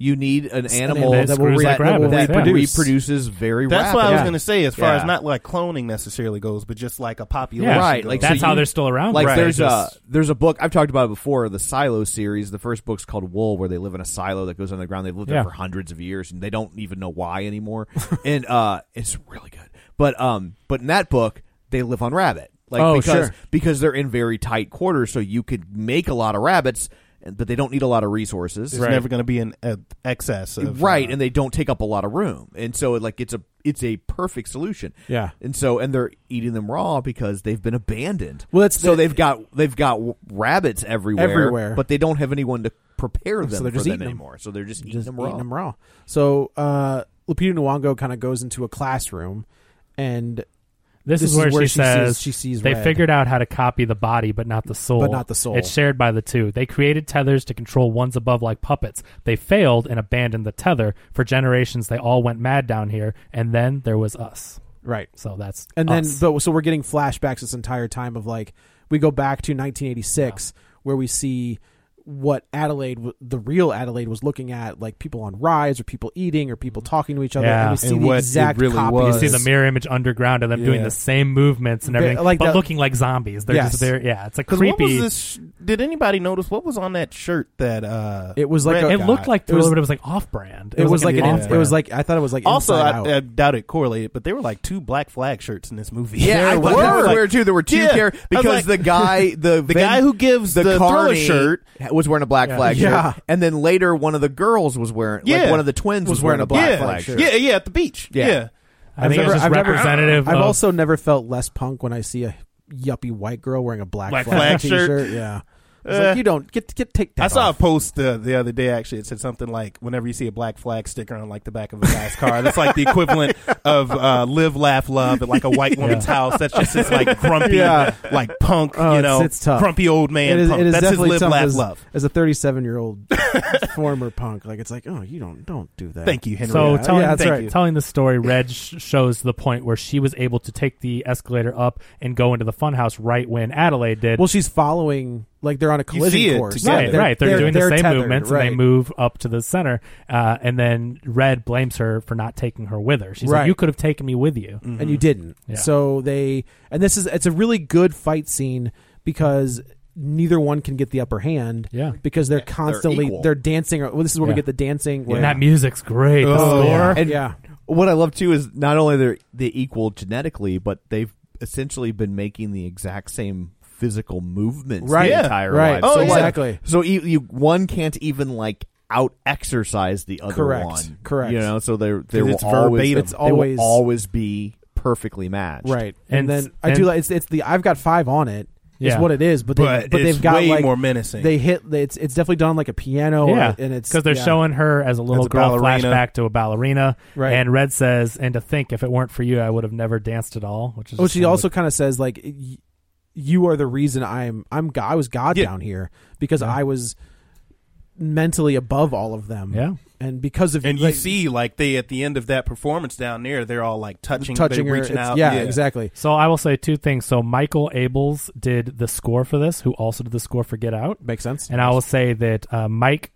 Speaker 1: you need an animal,
Speaker 2: animal
Speaker 3: that screws like rabbits,
Speaker 1: that
Speaker 3: yeah.
Speaker 1: reproduces very
Speaker 4: That's
Speaker 1: rapidly.
Speaker 4: what I was
Speaker 2: Yeah.
Speaker 4: going to say. As far
Speaker 1: Yeah.
Speaker 4: as not like cloning necessarily goes, but just like a population.
Speaker 3: Yeah.
Speaker 1: Right,
Speaker 4: goes.
Speaker 1: like, so
Speaker 3: That's
Speaker 1: you-
Speaker 3: how they're still around.
Speaker 1: Like
Speaker 3: right?
Speaker 1: there's
Speaker 3: Just-
Speaker 1: a there's a book I've talked about it before the Silo series. The first book's called Wool, where they live in a silo that goes underground. They've lived
Speaker 3: Yeah.
Speaker 1: there for hundreds of years, and they don't even know why anymore. [laughs] and uh, it's really good. But um, but in that book, they live on rabbit, like
Speaker 2: Oh,
Speaker 1: because
Speaker 2: sure.
Speaker 1: because they're in very tight quarters, so you could make a lot of rabbits, and- but they don't need a lot of resources.
Speaker 4: There's never going to be an uh, excess. Of,
Speaker 1: right
Speaker 4: uh,
Speaker 1: and they don't take up a lot of room and so like it's a it's a perfect solution
Speaker 4: uh,
Speaker 2: Yeah.
Speaker 1: and so and they're eating them raw because they've been abandoned
Speaker 2: Well, that's
Speaker 1: so
Speaker 2: the-
Speaker 1: they've got they've got w- rabbits everywhere
Speaker 2: Everywhere.
Speaker 1: but they don't have anyone to prepare them for
Speaker 2: they're just
Speaker 1: them
Speaker 2: eating 'em.
Speaker 1: anymore so they're just, eating,
Speaker 2: just
Speaker 1: them raw.
Speaker 2: eating them raw. So uh, Lupita Nyong'o kind of goes into a classroom, and
Speaker 3: This,
Speaker 2: This
Speaker 3: is, where
Speaker 2: is where
Speaker 3: she,
Speaker 2: she sees-
Speaker 3: says
Speaker 2: she sees
Speaker 3: they
Speaker 2: red.
Speaker 3: figured out how to copy the body, but not the soul.
Speaker 2: But not the soul.
Speaker 3: It's shared by the two. They created tethers to control ones above like puppets. They failed and abandoned the tether. For generations, they all went mad down here, and then there was us.
Speaker 2: right,
Speaker 3: So that's
Speaker 2: and
Speaker 3: us.
Speaker 2: then but so we're getting flashbacks this entire time of like we go back to 1986 where we see what Adelaide, w- the real Adelaide, was looking at, like people on rides or people eating or people talking to each other,
Speaker 3: Yeah.
Speaker 2: and we see
Speaker 4: And
Speaker 2: the
Speaker 4: what it
Speaker 2: exact
Speaker 4: really
Speaker 2: copies.
Speaker 4: was.
Speaker 3: you see the mirror image underground of them doing
Speaker 4: Yeah.
Speaker 3: the same movements and
Speaker 2: Ve-
Speaker 3: everything,
Speaker 2: like
Speaker 3: but
Speaker 2: that-
Speaker 3: looking like zombies. They're
Speaker 2: Yes.
Speaker 3: just there. Yeah, it's a
Speaker 4: 'cause
Speaker 3: creepy.
Speaker 4: What was this? Did anybody notice what was on that shirt? That uh,
Speaker 2: It was like
Speaker 4: red
Speaker 2: a-
Speaker 3: it
Speaker 4: guy?
Speaker 3: looked like
Speaker 2: It was-
Speaker 3: it was like off brand.
Speaker 2: It was like
Speaker 4: an
Speaker 2: an,
Speaker 4: off-brand.
Speaker 2: it was like I thought it was like
Speaker 4: Also,
Speaker 2: Inside
Speaker 4: I,
Speaker 2: Out.
Speaker 4: I doubt it correlated, but there were like two black flag shirts in this movie.
Speaker 1: [laughs] Yeah,
Speaker 4: There
Speaker 1: I thought that was
Speaker 4: Like-
Speaker 1: weird too. There were two
Speaker 4: Yeah. I
Speaker 1: characters
Speaker 4: was
Speaker 1: because
Speaker 4: like-
Speaker 1: the guy, the
Speaker 4: The guy who gives the Thriller
Speaker 1: carny
Speaker 4: shirt-
Speaker 1: was wearing a black flag
Speaker 2: Yeah.
Speaker 1: shirt, and then later one of the girls was wearing, like
Speaker 4: Yeah.
Speaker 1: one of the twins was, wearing, a black
Speaker 4: yeah,
Speaker 1: flag shirt.
Speaker 4: Yeah, yeah, at the beach.
Speaker 1: Yeah.
Speaker 4: Yeah,
Speaker 3: I think it was just representative.
Speaker 2: I've
Speaker 3: of-
Speaker 2: also never felt less punk when I see a yuppie white girl wearing a black,
Speaker 4: Black
Speaker 2: flag,
Speaker 4: flag
Speaker 2: t-shirt.
Speaker 4: shirt.
Speaker 2: Yeah, I was
Speaker 4: Uh,
Speaker 2: like, you don't get get take that.
Speaker 4: I saw a
Speaker 2: off.
Speaker 4: post uh, the other day. Actually, it said something like, "Whenever you see a black flag sticker on like the back of a guy's car, that's like the equivalent of uh, live, laugh, love at like a white woman's house. That's just this like grumpy,
Speaker 2: Yeah.
Speaker 4: like punk,
Speaker 2: Oh,
Speaker 4: you
Speaker 2: it's-
Speaker 4: know,
Speaker 2: it's tough.
Speaker 4: grumpy old man.
Speaker 2: it is,
Speaker 4: punk.
Speaker 2: it is
Speaker 4: that's his
Speaker 2: definitely
Speaker 4: live,
Speaker 2: tough
Speaker 4: laugh,
Speaker 2: as,
Speaker 4: love.
Speaker 2: as a 37
Speaker 4: [laughs]
Speaker 2: year old former punk. Like it's like, oh, you don't don't do that.
Speaker 4: Thank you, Henry.
Speaker 3: So
Speaker 2: Yeah,
Speaker 3: telling,
Speaker 2: yeah, that's
Speaker 3: thank
Speaker 2: right.
Speaker 3: you. telling the story, Red sh- shows the point where she was able to take the escalator up and go into the funhouse right when Adelaide did.
Speaker 2: Well, she's following like they're on a collision
Speaker 4: see it
Speaker 2: course.
Speaker 4: together.
Speaker 3: right, right. They're, doing the same
Speaker 2: tethered,
Speaker 3: movements
Speaker 2: right.
Speaker 3: and they move up to the center. Uh, and then Red blames her for not taking her with her. She's
Speaker 2: Right.
Speaker 3: like, "You could have taken me with you."
Speaker 4: Mm-hmm.
Speaker 2: and you didn't.
Speaker 3: Yeah.
Speaker 2: So they and this is it's a really good fight scene because neither one can get the upper hand.
Speaker 3: Yeah.
Speaker 2: because they're constantly they're,
Speaker 1: equal.
Speaker 2: dancing. Well, this is where we
Speaker 3: Yeah.
Speaker 2: get the dancing.
Speaker 3: And that music's great. The
Speaker 4: Oh,
Speaker 3: score.
Speaker 1: And
Speaker 2: Yeah.
Speaker 1: what I love too is not only they're they equal genetically, but they've essentially been making the exact same physical movements
Speaker 2: Right.
Speaker 1: the
Speaker 2: Yeah.
Speaker 1: entire
Speaker 2: Right.
Speaker 1: life.
Speaker 2: Oh,
Speaker 1: so like-
Speaker 2: exactly.
Speaker 1: so you, you one can't even like out exercise the other
Speaker 2: Correct.
Speaker 1: one.
Speaker 2: Correct.
Speaker 1: You know, so they're they will
Speaker 4: It's
Speaker 1: always
Speaker 4: verbatim.
Speaker 1: they
Speaker 4: It's
Speaker 1: will
Speaker 2: always-
Speaker 1: always be perfectly matched.
Speaker 2: right, and,
Speaker 3: And-
Speaker 2: then I do
Speaker 3: and-
Speaker 2: like it's it's the I've got five on it. Is
Speaker 3: Yeah.
Speaker 2: what it is, but they,
Speaker 4: But
Speaker 2: but
Speaker 4: it's
Speaker 2: they've got
Speaker 4: way
Speaker 2: like
Speaker 4: more menacing.
Speaker 2: They hit it's it's definitely done like a piano,
Speaker 3: yeah,
Speaker 2: Oh, and it's
Speaker 3: because they're
Speaker 2: yeah.
Speaker 3: showing her as a little
Speaker 4: As a
Speaker 3: girl
Speaker 4: ballerina.
Speaker 3: flashback to a ballerina,
Speaker 2: Right.
Speaker 3: And Red says, "And to think, if it weren't for you, I would have never danced at all." Which is
Speaker 2: Well,
Speaker 3: just
Speaker 2: Oh, she
Speaker 3: kind of
Speaker 2: also kind of says like, y- "You are the reason I'm I'm God, I was God
Speaker 4: Yeah.
Speaker 2: down here because I was mentally above all of them."
Speaker 3: Yeah.
Speaker 2: and because of
Speaker 4: and you see like they at the end of that performance down there they're all like touching
Speaker 2: touching
Speaker 4: they're
Speaker 2: her,
Speaker 4: reaching
Speaker 2: it's-
Speaker 4: out
Speaker 2: yeah, exactly.
Speaker 3: So I will say two things. So Michael Abels did the score for this, who also did the score for Get Out.
Speaker 2: makes sense.
Speaker 3: And I will say that uh, Mike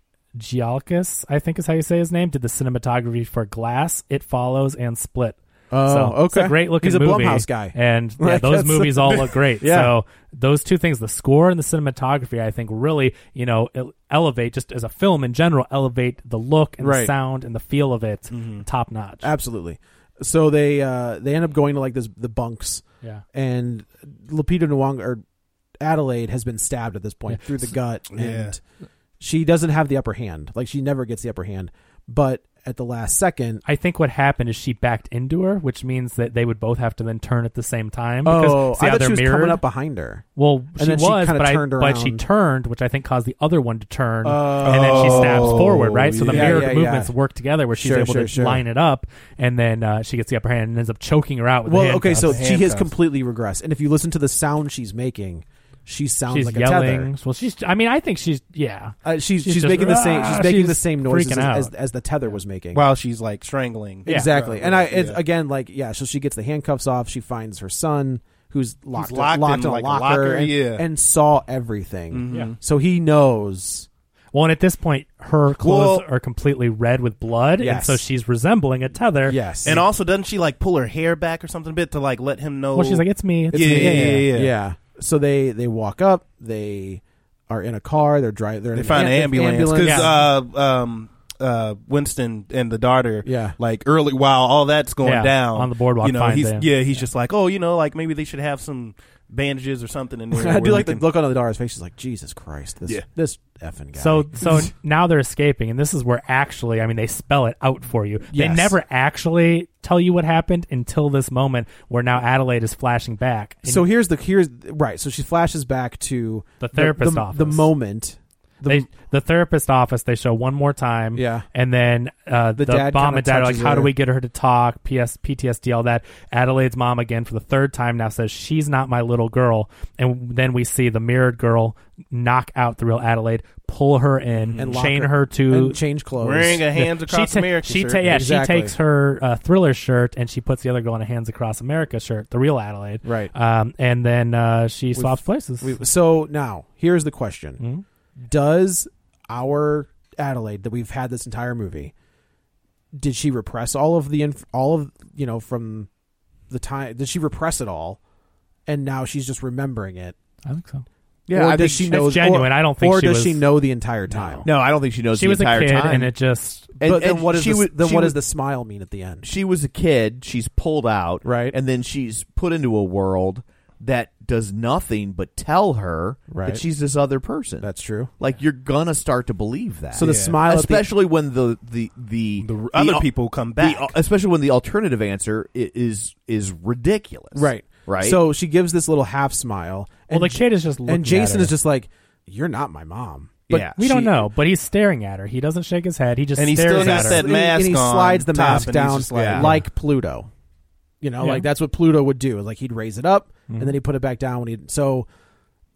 Speaker 3: Gialkis, I think is how you say his name, did the cinematography for Glass, It Follows, and Split.
Speaker 2: Oh,
Speaker 3: so It's
Speaker 2: okay.
Speaker 3: a great looking
Speaker 2: He's a
Speaker 3: movie.
Speaker 2: Blumhouse guy. [laughs]
Speaker 3: And yeah,
Speaker 2: Like,
Speaker 3: those
Speaker 2: that's-
Speaker 3: movies all look
Speaker 2: [laughs]
Speaker 3: great.
Speaker 2: Yeah.
Speaker 3: So those two things, the score and the cinematography, I think really, you know, el- elevate just as a film in general, elevate the look and the
Speaker 2: Right. Mm-hmm.
Speaker 3: sound and the feel of it top notch.
Speaker 2: Absolutely. So they uh, they end up going to like this the bunks,
Speaker 3: Yeah.
Speaker 2: and Lupita Nyong'o or Adelaide has been stabbed at this point through the gut, and she doesn't have the upper hand. Like she never gets the upper hand, but at the last second,
Speaker 3: I think what happened is she backed into her, which means that they would both have to then turn at the same time.
Speaker 2: oh,
Speaker 3: because see
Speaker 2: I
Speaker 3: how
Speaker 2: thought
Speaker 3: they're
Speaker 2: she was
Speaker 3: mirrored?
Speaker 2: coming up behind her.
Speaker 3: Well, she
Speaker 2: then she
Speaker 3: was,
Speaker 2: kinda
Speaker 3: but, I,
Speaker 2: turned
Speaker 3: but she
Speaker 2: around.
Speaker 3: turned, which I think caused the other one to turn, and then she stabs forward, right? So the
Speaker 2: Oh, yeah.
Speaker 3: mirrored
Speaker 2: Yeah, yeah,
Speaker 3: movements
Speaker 2: yeah.
Speaker 3: work together, where she's
Speaker 2: Sure,
Speaker 3: able
Speaker 2: sure,
Speaker 3: to
Speaker 2: sure.
Speaker 3: line it up, and then uh, she gets the upper hand and ends up choking her out. With the
Speaker 2: Well, okay, so
Speaker 3: handcuffs.
Speaker 2: she has
Speaker 4: Handcuffs.
Speaker 2: completely regressed, and if you listen to the sound she's making, she sounds
Speaker 3: she's
Speaker 2: like a tether.
Speaker 3: yelling. Well, she's. I mean, I think she's. Yeah,
Speaker 2: Uh, she's she's,
Speaker 3: just,
Speaker 2: making the same she's
Speaker 3: "Rah!"
Speaker 2: making the same noises
Speaker 3: freaking
Speaker 2: as,
Speaker 3: out.
Speaker 2: as, as the tether was making.
Speaker 4: while she's like strangling
Speaker 3: Yeah.
Speaker 2: Exactly.
Speaker 4: Yeah.
Speaker 2: and I it's,
Speaker 4: Yeah.
Speaker 2: again like yeah, so she gets the handcuffs off, she finds her son who's locked
Speaker 4: locked
Speaker 2: locked
Speaker 4: in,
Speaker 2: in,
Speaker 4: like, a
Speaker 2: a locker,
Speaker 4: locker,
Speaker 2: and,
Speaker 4: yeah. Mm-hmm.
Speaker 2: and saw everything.
Speaker 3: Yeah.
Speaker 2: So he knows.
Speaker 3: Well, and at this point, her clothes
Speaker 4: Well-
Speaker 3: are completely red with blood, and
Speaker 2: Yes.
Speaker 3: so she's resembling a tether.
Speaker 2: Yes.
Speaker 4: and also doesn't she like pull her hair back or something a bit to like let him know
Speaker 3: Well, she's like, "It's me." It's
Speaker 4: yeah,
Speaker 3: me.
Speaker 4: yeah, yeah, yeah, yeah.
Speaker 2: yeah. So they they walk up, they are in a car, they're driving they're in
Speaker 4: they
Speaker 2: an
Speaker 4: find an
Speaker 2: am-
Speaker 4: ambulance because
Speaker 2: ambulance.
Speaker 4: uh, um, uh, Winston and the daughter,
Speaker 2: Yeah.
Speaker 4: like early while all that's going
Speaker 3: Yeah,
Speaker 4: down
Speaker 3: on the boardwalk
Speaker 4: you know,
Speaker 3: finds
Speaker 4: he's,
Speaker 3: them.
Speaker 4: yeah, he's just like, oh, you know, like maybe they should have some bandages or something
Speaker 2: [laughs]
Speaker 4: in there.
Speaker 2: [laughs] I do
Speaker 4: where
Speaker 2: like
Speaker 4: we
Speaker 2: the
Speaker 4: can-
Speaker 2: look on the daughter's face. She's like, Jesus Christ, this
Speaker 4: Yeah.
Speaker 2: this effing guy. [laughs]
Speaker 3: So so now they're escaping, and this is where actually, I mean, they spell it out for you. They
Speaker 2: Yes.
Speaker 3: never actually tell you what happened until this moment where now Adelaide is flashing back. And
Speaker 2: so here's the here's right. So she flashes back to
Speaker 3: The therapist
Speaker 2: the,
Speaker 3: office.
Speaker 2: The moment the-
Speaker 3: they, the therapist office they show one more
Speaker 4: Mm-hmm.
Speaker 3: time,
Speaker 2: Yeah.
Speaker 3: and then uh, the,
Speaker 2: The dad
Speaker 3: mom
Speaker 2: kinda
Speaker 3: and dad are like,
Speaker 2: touches
Speaker 3: "How do
Speaker 2: her."
Speaker 3: we get her to talk?" PS PTSD, all that. Adelaide's mom again for the third time now says, "She's not my little girl," and then we see the mirrored girl knock out the real Adelaide, pull her in,
Speaker 2: and lock
Speaker 3: chain her, to
Speaker 2: and change clothes.
Speaker 4: wearing a hands across
Speaker 3: ta-
Speaker 4: America.
Speaker 3: She
Speaker 4: shirt.
Speaker 3: ta- yeah,
Speaker 2: Exactly.
Speaker 3: she takes her uh, thriller shirt and she puts the other girl in a Hands Across America shirt, the real Adelaide.
Speaker 2: Right.
Speaker 3: Um, and then uh, she swaps places. Mm-hmm.
Speaker 2: We- so now here's the question: Does our Adelaide that we've had this entire movie, did she repress all of the inf- all of you know from the time? Did she repress it all, and now she's just remembering it?
Speaker 3: I think so.
Speaker 1: Yeah,
Speaker 2: or
Speaker 1: I think
Speaker 2: does she
Speaker 3: that's
Speaker 2: know?
Speaker 3: genuine. I don't think
Speaker 2: or
Speaker 3: she
Speaker 2: does
Speaker 3: was-
Speaker 2: she know the entire time?
Speaker 1: No, I don't think she knows
Speaker 3: She
Speaker 1: the
Speaker 3: was a
Speaker 1: entire
Speaker 3: kid,
Speaker 1: time.
Speaker 3: and it just
Speaker 1: And-
Speaker 2: but then
Speaker 1: and
Speaker 2: what is
Speaker 1: she
Speaker 2: the,
Speaker 1: was-
Speaker 2: then
Speaker 1: she
Speaker 2: what
Speaker 1: was-
Speaker 2: does the smile mean at the end?
Speaker 1: she was a kid. She's pulled out,
Speaker 2: Right.
Speaker 1: and then she's put into a world that does nothing but tell her
Speaker 2: Right.
Speaker 1: that she's this other person.
Speaker 2: That's true.
Speaker 1: like you're gonna start to believe that.
Speaker 2: So the smile at the-
Speaker 1: especially when the the the,
Speaker 4: The other people come back.
Speaker 1: the- especially when the alternative answer i- is is ridiculous.
Speaker 2: Right.
Speaker 1: Right.
Speaker 2: So she gives this little half smile.
Speaker 3: well, the
Speaker 2: J-
Speaker 3: kid is just looking
Speaker 2: and Jason
Speaker 3: at
Speaker 2: is
Speaker 3: her.
Speaker 2: just like, "You're not my mom."
Speaker 1: Yeah.
Speaker 3: We
Speaker 2: she-
Speaker 3: don't know, but he's staring at her. He doesn't shake his head. He just
Speaker 4: And he still
Speaker 3: stares at
Speaker 4: has
Speaker 3: her.
Speaker 4: that
Speaker 2: and he-
Speaker 4: mask
Speaker 2: and he
Speaker 4: on
Speaker 2: slides the
Speaker 4: top,
Speaker 2: mask
Speaker 4: and he's
Speaker 2: down
Speaker 4: just like- Yeah.
Speaker 2: like Pluto. You know,
Speaker 3: Yeah.
Speaker 2: like that's what Pluto would do. Like he'd raise it up
Speaker 4: Mm-hmm.
Speaker 2: and then he'd put it back down when he. So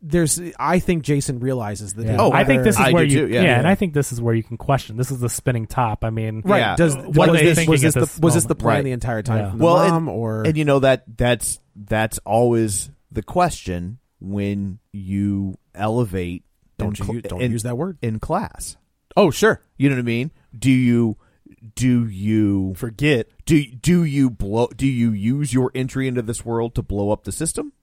Speaker 2: there's, I think Jason realizes that.
Speaker 3: Yeah.
Speaker 1: Oh,
Speaker 3: I think this is
Speaker 1: I
Speaker 3: where
Speaker 1: do
Speaker 3: you
Speaker 1: too, yeah.
Speaker 3: and I think this is where you can question. This is the spinning top. I mean,
Speaker 2: right.
Speaker 1: Yeah.
Speaker 2: Does
Speaker 3: What are
Speaker 2: was
Speaker 3: they
Speaker 2: this
Speaker 3: thinking
Speaker 2: was
Speaker 3: at
Speaker 2: this,
Speaker 3: this
Speaker 2: the, was this the
Speaker 3: moment?
Speaker 2: plan
Speaker 1: Right.
Speaker 2: the entire time?
Speaker 3: Yeah.
Speaker 2: From the
Speaker 1: well,
Speaker 2: mom
Speaker 1: and,
Speaker 2: or
Speaker 1: and you know that that's that's always the question when you elevate. in
Speaker 2: don't you
Speaker 1: cl-
Speaker 2: u- don't
Speaker 1: in-
Speaker 2: use that word?
Speaker 1: in class.
Speaker 2: Oh, sure.
Speaker 1: You know what I mean? Do you do you
Speaker 4: forget.
Speaker 1: do do you blow do you use your entry into this world to blow up the system?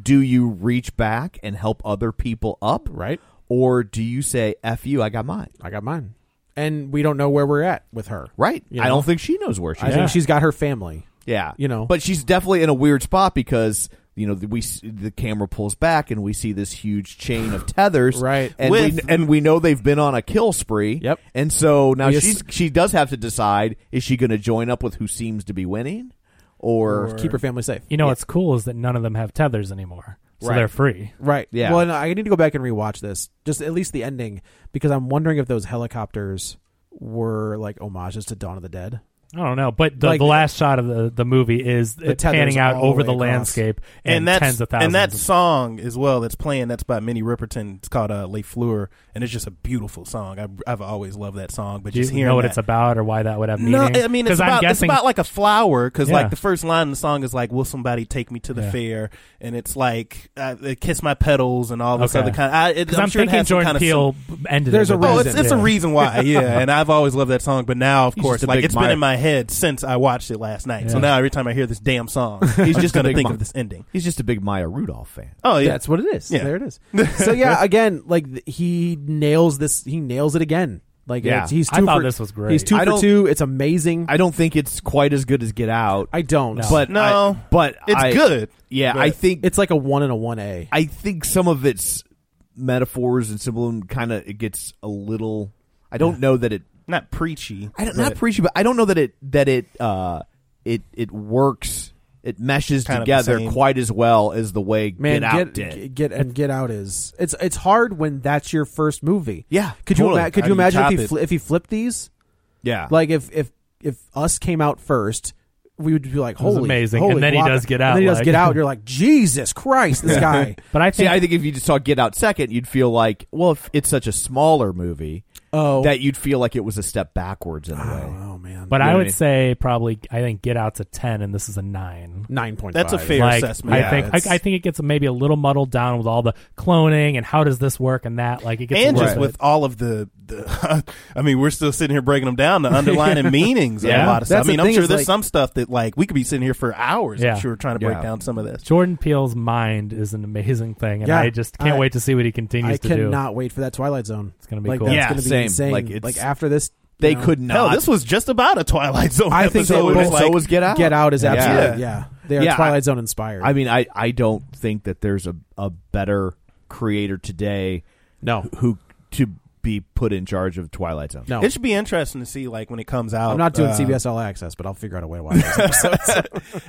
Speaker 1: Do you reach back and help other people up?
Speaker 2: Right.
Speaker 1: Or do you say "f you"? I got mine.
Speaker 2: I got mine, and we don't know where we're at with her.
Speaker 1: Right.
Speaker 2: You
Speaker 1: I
Speaker 2: know?
Speaker 1: don't think she knows where she's.
Speaker 2: I
Speaker 1: at.
Speaker 2: think she's got her family.
Speaker 1: Yeah.
Speaker 2: You know.
Speaker 1: But she's definitely in a weird spot because. You know, the, we s- the camera pulls back and we see this huge chain of tethers,
Speaker 2: [sighs] Right.
Speaker 1: And
Speaker 4: With-
Speaker 1: we and we know they've been on a kill spree.
Speaker 2: Yep.
Speaker 1: And so now
Speaker 2: We ass-
Speaker 1: she's she does have to decide: is she going to join up with who seems to be winning, or,
Speaker 2: Keep her family safe.
Speaker 3: you know what's cool is that none of them have tethers anymore, so
Speaker 1: Right.
Speaker 3: they're free.
Speaker 2: Right.
Speaker 1: Yeah.
Speaker 2: Well, and I need to go back and rewatch this, just at least the ending, because I'm wondering if those helicopters were like homages to Dawn of the Dead.
Speaker 3: I don't know, but the,
Speaker 2: Like-
Speaker 3: the last shot of the, the movie is
Speaker 2: The
Speaker 3: it
Speaker 2: tether's
Speaker 3: panning out
Speaker 2: all the
Speaker 3: over
Speaker 2: way
Speaker 3: the
Speaker 2: across.
Speaker 3: landscape and,
Speaker 4: and, that's
Speaker 3: tens of thousands.
Speaker 4: and that
Speaker 3: of-
Speaker 4: song as well that's playing that's by Minnie Riperton. It's called uh, "Les Fleurs," and it's just a beautiful song. I, I've always loved that song, but
Speaker 3: do you
Speaker 4: just hearing
Speaker 3: know what
Speaker 4: that-
Speaker 3: it's about or why that would have
Speaker 4: No,
Speaker 3: meaning?
Speaker 4: I mean it's
Speaker 3: 'Cause I'm
Speaker 4: about,
Speaker 3: guessing
Speaker 4: it's about like a flower because
Speaker 3: Yeah.
Speaker 4: like the first line in the song is like, "Will somebody take me to the
Speaker 3: Yeah.
Speaker 4: fair?" And it's like, uh, they "Kiss my petals" and all this
Speaker 3: Okay.
Speaker 4: other kind. I, it,
Speaker 3: 'Cause
Speaker 4: I'm,
Speaker 3: I'm
Speaker 4: sure it
Speaker 3: thinking
Speaker 4: has some
Speaker 3: Jordan
Speaker 4: kind of
Speaker 3: Peele ended.
Speaker 2: There's
Speaker 3: it
Speaker 2: a
Speaker 3: with that.
Speaker 4: Oh, it's, it's a
Speaker 3: Yeah.
Speaker 4: reason
Speaker 3: [laughs]
Speaker 4: why, yeah. and I've always loved that song, but now, of course,
Speaker 1: just a
Speaker 4: like
Speaker 1: big
Speaker 4: it's been
Speaker 1: mi-
Speaker 4: in my head since I watched it last night. So
Speaker 3: Yeah.
Speaker 4: now every time I hear this damn
Speaker 3: [laughs]
Speaker 4: song, he's just
Speaker 1: a
Speaker 4: gonna
Speaker 1: big
Speaker 4: think
Speaker 1: mi-
Speaker 4: of this ending.
Speaker 1: He's just a big Maya Rudolph fan.
Speaker 4: Oh, yeah.
Speaker 2: That's what it is.
Speaker 4: Yeah.
Speaker 1: [laughs]
Speaker 2: There it is. So yeah, again, like th- he nails this. He nails it again. Like
Speaker 1: Yeah.
Speaker 2: it's- he's two
Speaker 3: I thought
Speaker 2: for-
Speaker 3: this was great.
Speaker 2: He's two
Speaker 1: I
Speaker 2: for
Speaker 1: don't-
Speaker 2: two. It's amazing. I,
Speaker 1: I don't think it's quite as good as Get Out,
Speaker 2: don't.
Speaker 3: No.
Speaker 1: but
Speaker 4: No.
Speaker 1: I- but
Speaker 4: It's
Speaker 1: I-
Speaker 4: good.
Speaker 1: Yeah, I
Speaker 4: But-
Speaker 1: think
Speaker 2: it's like a one and a one A.
Speaker 1: I think some of its metaphors and symbolism kind of it gets a little. I don't know that it.
Speaker 4: Not preachy.
Speaker 1: I don't,
Speaker 4: but
Speaker 1: not preachy, but I don't know that it that it uh it it works. It meshes
Speaker 4: Kind of the
Speaker 1: together
Speaker 4: same.
Speaker 1: quite as well as the way
Speaker 2: Man,
Speaker 1: Get Out
Speaker 2: get,
Speaker 1: did.
Speaker 2: get- and get out is it's it's hard when that's your first movie.
Speaker 1: Yeah,
Speaker 2: Could
Speaker 1: totally.
Speaker 2: you ima- could
Speaker 4: How
Speaker 2: you
Speaker 4: do you
Speaker 2: imagine
Speaker 4: top
Speaker 2: if he
Speaker 4: it?
Speaker 2: fli if he flipped these?
Speaker 1: yeah,
Speaker 2: Like if if if us came out first, we would be like,
Speaker 3: was
Speaker 2: holy,
Speaker 3: amazing.
Speaker 2: holy
Speaker 3: And then he
Speaker 2: guaca.
Speaker 3: does Get
Speaker 2: And then he
Speaker 3: Out,
Speaker 2: does
Speaker 3: like-
Speaker 2: get
Speaker 3: [laughs]
Speaker 2: out. You're like, Jesus Christ, this guy.
Speaker 3: But I
Speaker 1: See,
Speaker 3: think
Speaker 1: I think if you just saw Get Out second, you'd feel like, well, if it's such a smaller movie
Speaker 2: oh,
Speaker 1: that you'd feel like it was a step backwards in a
Speaker 4: Uh,
Speaker 1: way.
Speaker 2: oh man.
Speaker 3: But
Speaker 1: You know
Speaker 3: I
Speaker 1: what I
Speaker 3: would
Speaker 1: mean?
Speaker 3: say probably I think Get Out's a ten and this is a nine.
Speaker 2: nine point.
Speaker 4: That's a fair
Speaker 3: Like,
Speaker 4: assessment.
Speaker 3: I
Speaker 4: Yeah,
Speaker 3: think
Speaker 4: it's-
Speaker 3: I, I think it gets maybe a little muddled down with all the cloning and how does this work and that. Like it gets a
Speaker 4: and
Speaker 3: little
Speaker 4: just
Speaker 3: bit-
Speaker 4: with all of the, the [laughs] I mean, we're still sitting here breaking them down, the underlining meanings of a
Speaker 3: Yeah.
Speaker 4: lot of
Speaker 2: That's
Speaker 4: stuff. I
Speaker 2: the
Speaker 4: mean, I'm
Speaker 2: thing
Speaker 4: sure
Speaker 2: is,
Speaker 4: there's
Speaker 2: like-
Speaker 4: some stuff that like we could be sitting here for hours.
Speaker 3: Yeah.
Speaker 4: I'm sure trying to
Speaker 1: Yeah.
Speaker 4: break down some of this.
Speaker 3: Jordan Peele's mind is an amazing thing, and
Speaker 2: Yeah.
Speaker 3: I just can't
Speaker 2: I-
Speaker 3: wait to see what he
Speaker 2: I
Speaker 3: continues to do.
Speaker 2: cannot wait for that Twilight Zone. It's
Speaker 3: gonna be
Speaker 2: like,
Speaker 3: cool.
Speaker 2: That's
Speaker 1: Yeah,
Speaker 2: gonna be
Speaker 1: same.
Speaker 2: insane.
Speaker 1: Like,
Speaker 2: Like,
Speaker 1: it's-
Speaker 2: after this,
Speaker 1: They
Speaker 2: you know,
Speaker 1: could not.
Speaker 4: Hell, this was just about a Twilight Zone
Speaker 2: I think they
Speaker 4: episode.
Speaker 2: both-
Speaker 4: It's like,
Speaker 1: so was Get Out.
Speaker 2: Get Out is
Speaker 1: Yeah.
Speaker 2: absolutely yeah.
Speaker 4: Yeah.
Speaker 2: They are
Speaker 1: Yeah, I-
Speaker 2: Twilight Zone inspired.
Speaker 1: I mean, I, I don't think that there's a, a better creator today [laughs]
Speaker 2: no,
Speaker 1: who to be put in charge of Twilight Zone.
Speaker 2: no.
Speaker 4: it should be interesting to see like when it comes out.
Speaker 2: I'm not doing
Speaker 4: uh,
Speaker 2: CBS All Access, but I'll figure out a way to watch this.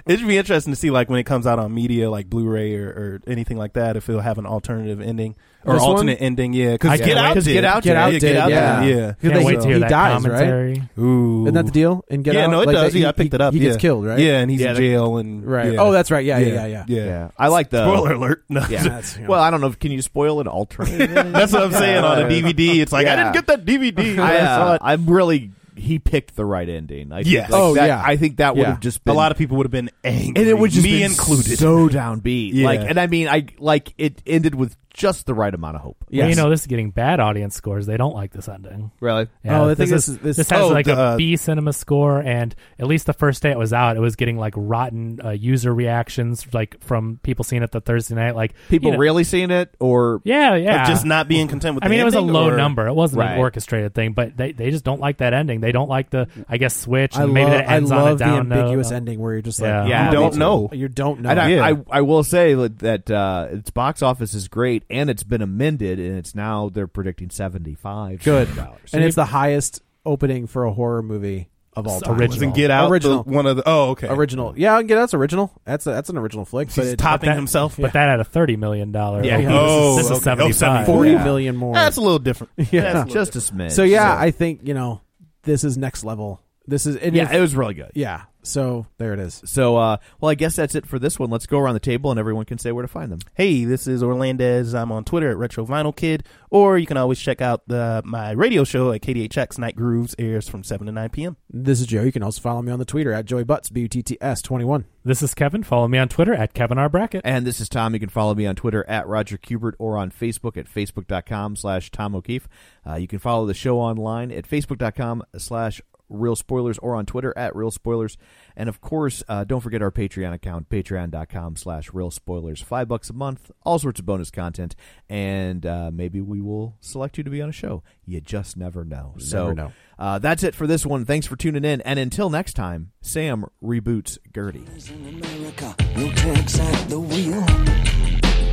Speaker 4: It should be interesting to see like when it comes out on media, like Blu-ray or, or anything like that, if it'll have an alternative ending or
Speaker 2: This one?
Speaker 4: alternate ending. Yeah,
Speaker 3: I
Speaker 4: because
Speaker 3: can't
Speaker 4: Get
Speaker 3: wait.
Speaker 4: Out
Speaker 3: 'Cause
Speaker 4: did.
Speaker 1: Get Out
Speaker 2: Get Out
Speaker 4: yeah,
Speaker 2: did,
Speaker 4: Get Out
Speaker 2: yeah.
Speaker 4: did, yeah.
Speaker 2: Can't
Speaker 3: Can't
Speaker 2: they-
Speaker 3: wait to hear
Speaker 2: he
Speaker 3: that
Speaker 2: dies, right?
Speaker 3: commentary.
Speaker 4: Ooh.
Speaker 2: Isn't that the deal? And Get
Speaker 4: yeah,
Speaker 2: Out,
Speaker 4: no, it
Speaker 2: like,
Speaker 4: does.
Speaker 2: that-
Speaker 4: yeah,
Speaker 2: he-
Speaker 4: I picked
Speaker 2: he-
Speaker 4: it up.
Speaker 2: He
Speaker 4: yeah.
Speaker 2: gets killed, right?
Speaker 4: Yeah, and he's
Speaker 1: Yeah,
Speaker 4: in
Speaker 1: the-
Speaker 4: jail and
Speaker 2: Right.
Speaker 4: yeah.
Speaker 2: Oh, that's right. Yeah, yeah, yeah, yeah.
Speaker 4: yeah. yeah.
Speaker 1: Yeah, I like the
Speaker 4: Spoiler alert. [laughs] No.
Speaker 1: Yeah.
Speaker 2: That's, you know.
Speaker 1: Well, I don't know. Can you spoil an alternate?
Speaker 4: That's
Speaker 1: [laughs]
Speaker 4: what I'm saying on a DVD. It's like I
Speaker 1: Yeah.
Speaker 4: didn't get that DVD.
Speaker 1: [laughs] I, uh,
Speaker 4: I saw it.
Speaker 1: am really. He picked the right ending. I think,
Speaker 4: Yes.
Speaker 1: like,
Speaker 2: Oh,
Speaker 1: that-
Speaker 2: yeah.
Speaker 1: I think that would
Speaker 2: Yeah.
Speaker 1: have just
Speaker 4: A
Speaker 1: been
Speaker 4: lot of people would have been angry,
Speaker 1: and it would just
Speaker 4: me
Speaker 1: been
Speaker 4: included.
Speaker 1: so downbeat.
Speaker 4: Yeah.
Speaker 1: Like, and I mean, I like it ended with just the right amount of hope.
Speaker 3: Well,
Speaker 2: Yes.
Speaker 3: you know, this is getting bad audience scores. They don't like this ending.
Speaker 1: Really?
Speaker 3: Yeah,
Speaker 2: Oh, I think this is- this-
Speaker 3: has
Speaker 4: oh,
Speaker 3: like
Speaker 4: the-
Speaker 3: a B cinema score, and at least the first day it was out, it was getting like rotten uh, user reactions, like from people seeing it the Thursday night. Like
Speaker 1: People
Speaker 3: you know-
Speaker 1: really seeing it, or
Speaker 3: yeah, yeah,
Speaker 4: Of just not being content with.
Speaker 3: I
Speaker 4: the
Speaker 3: mean, it was a
Speaker 4: ending,
Speaker 3: low
Speaker 4: or-
Speaker 3: number. It wasn't
Speaker 1: Right.
Speaker 3: an orchestrated thing, but they, they just don't like that ending. They don't like the, I guess, switch.
Speaker 2: I
Speaker 3: And maybe
Speaker 2: love,
Speaker 3: that ends
Speaker 2: I love
Speaker 3: on a down
Speaker 2: the ambiguous
Speaker 3: note.
Speaker 2: ending where you're just
Speaker 3: Yeah.
Speaker 2: like,
Speaker 1: Yeah,
Speaker 2: you
Speaker 1: me
Speaker 2: don't
Speaker 1: too.
Speaker 2: know. You don't know.
Speaker 1: And I,
Speaker 4: Yeah.
Speaker 1: I, I will say that- that uh, its box office is great, and it's been amended, and it's now they're predicting seventy five.
Speaker 2: Good.
Speaker 1: dollars.
Speaker 2: and it's the highest opening for a horror movie of all
Speaker 3: It's
Speaker 2: time.
Speaker 3: original.
Speaker 4: Get out.
Speaker 2: Original.
Speaker 4: The, one of the. Oh, okay.
Speaker 2: Original. Yeah, I get that's original. That's a, that's an original flick. but
Speaker 4: He's
Speaker 2: it-
Speaker 4: topping
Speaker 3: that-
Speaker 4: himself.
Speaker 3: But that had a thirty million dollar.
Speaker 1: Yeah,
Speaker 3: Yeah,
Speaker 4: oh,
Speaker 3: this is, this is
Speaker 4: okay. Oh,
Speaker 3: 75.
Speaker 4: 74.
Speaker 2: Forty million
Speaker 1: Yeah.
Speaker 2: more. [laughs]
Speaker 4: That's a little different. That's a little
Speaker 1: just a smidge.
Speaker 2: so yeah, I think you know this is next level. This is and
Speaker 1: yeah,
Speaker 2: if-
Speaker 1: it was really good.
Speaker 2: yeah. So there it is.
Speaker 1: So, uh, well, I guess that's it for this one. Let's go around the table, and everyone can say where to find them.
Speaker 4: hey, this is Orlandez. I'm on Twitter at Retro Vinyl Kid, or you can always check out the my radio show at KDHX Night Grooves airs from seven to nine p.m.
Speaker 2: This is Joe. You can also follow me on the Twitter at Joey Butts B U T T S twenty one.
Speaker 3: This is Kevin. Follow me on Twitter at Kevin R Brackett.
Speaker 1: And this is Tom. You can follow me on Twitter at Roger Kubert or on Facebook at facebook.com slash Tom O'Keefe. Uh, you can follow the show online at facebook.com slash Real Spoilers or on Twitter at Real Spoilers. And of course, uh, don't forget our Patreon account, patreon.com slash Real Spoilers. Five bucks a month, all sorts of bonus content, and uh, maybe we will select you to be on a show. You just never know. so
Speaker 2: know.
Speaker 1: Uh, that's it for this one. Thanks for tuning in. And until next time, Sam reboots Gertie.
Speaker 6: In America, no clerks at the wheel.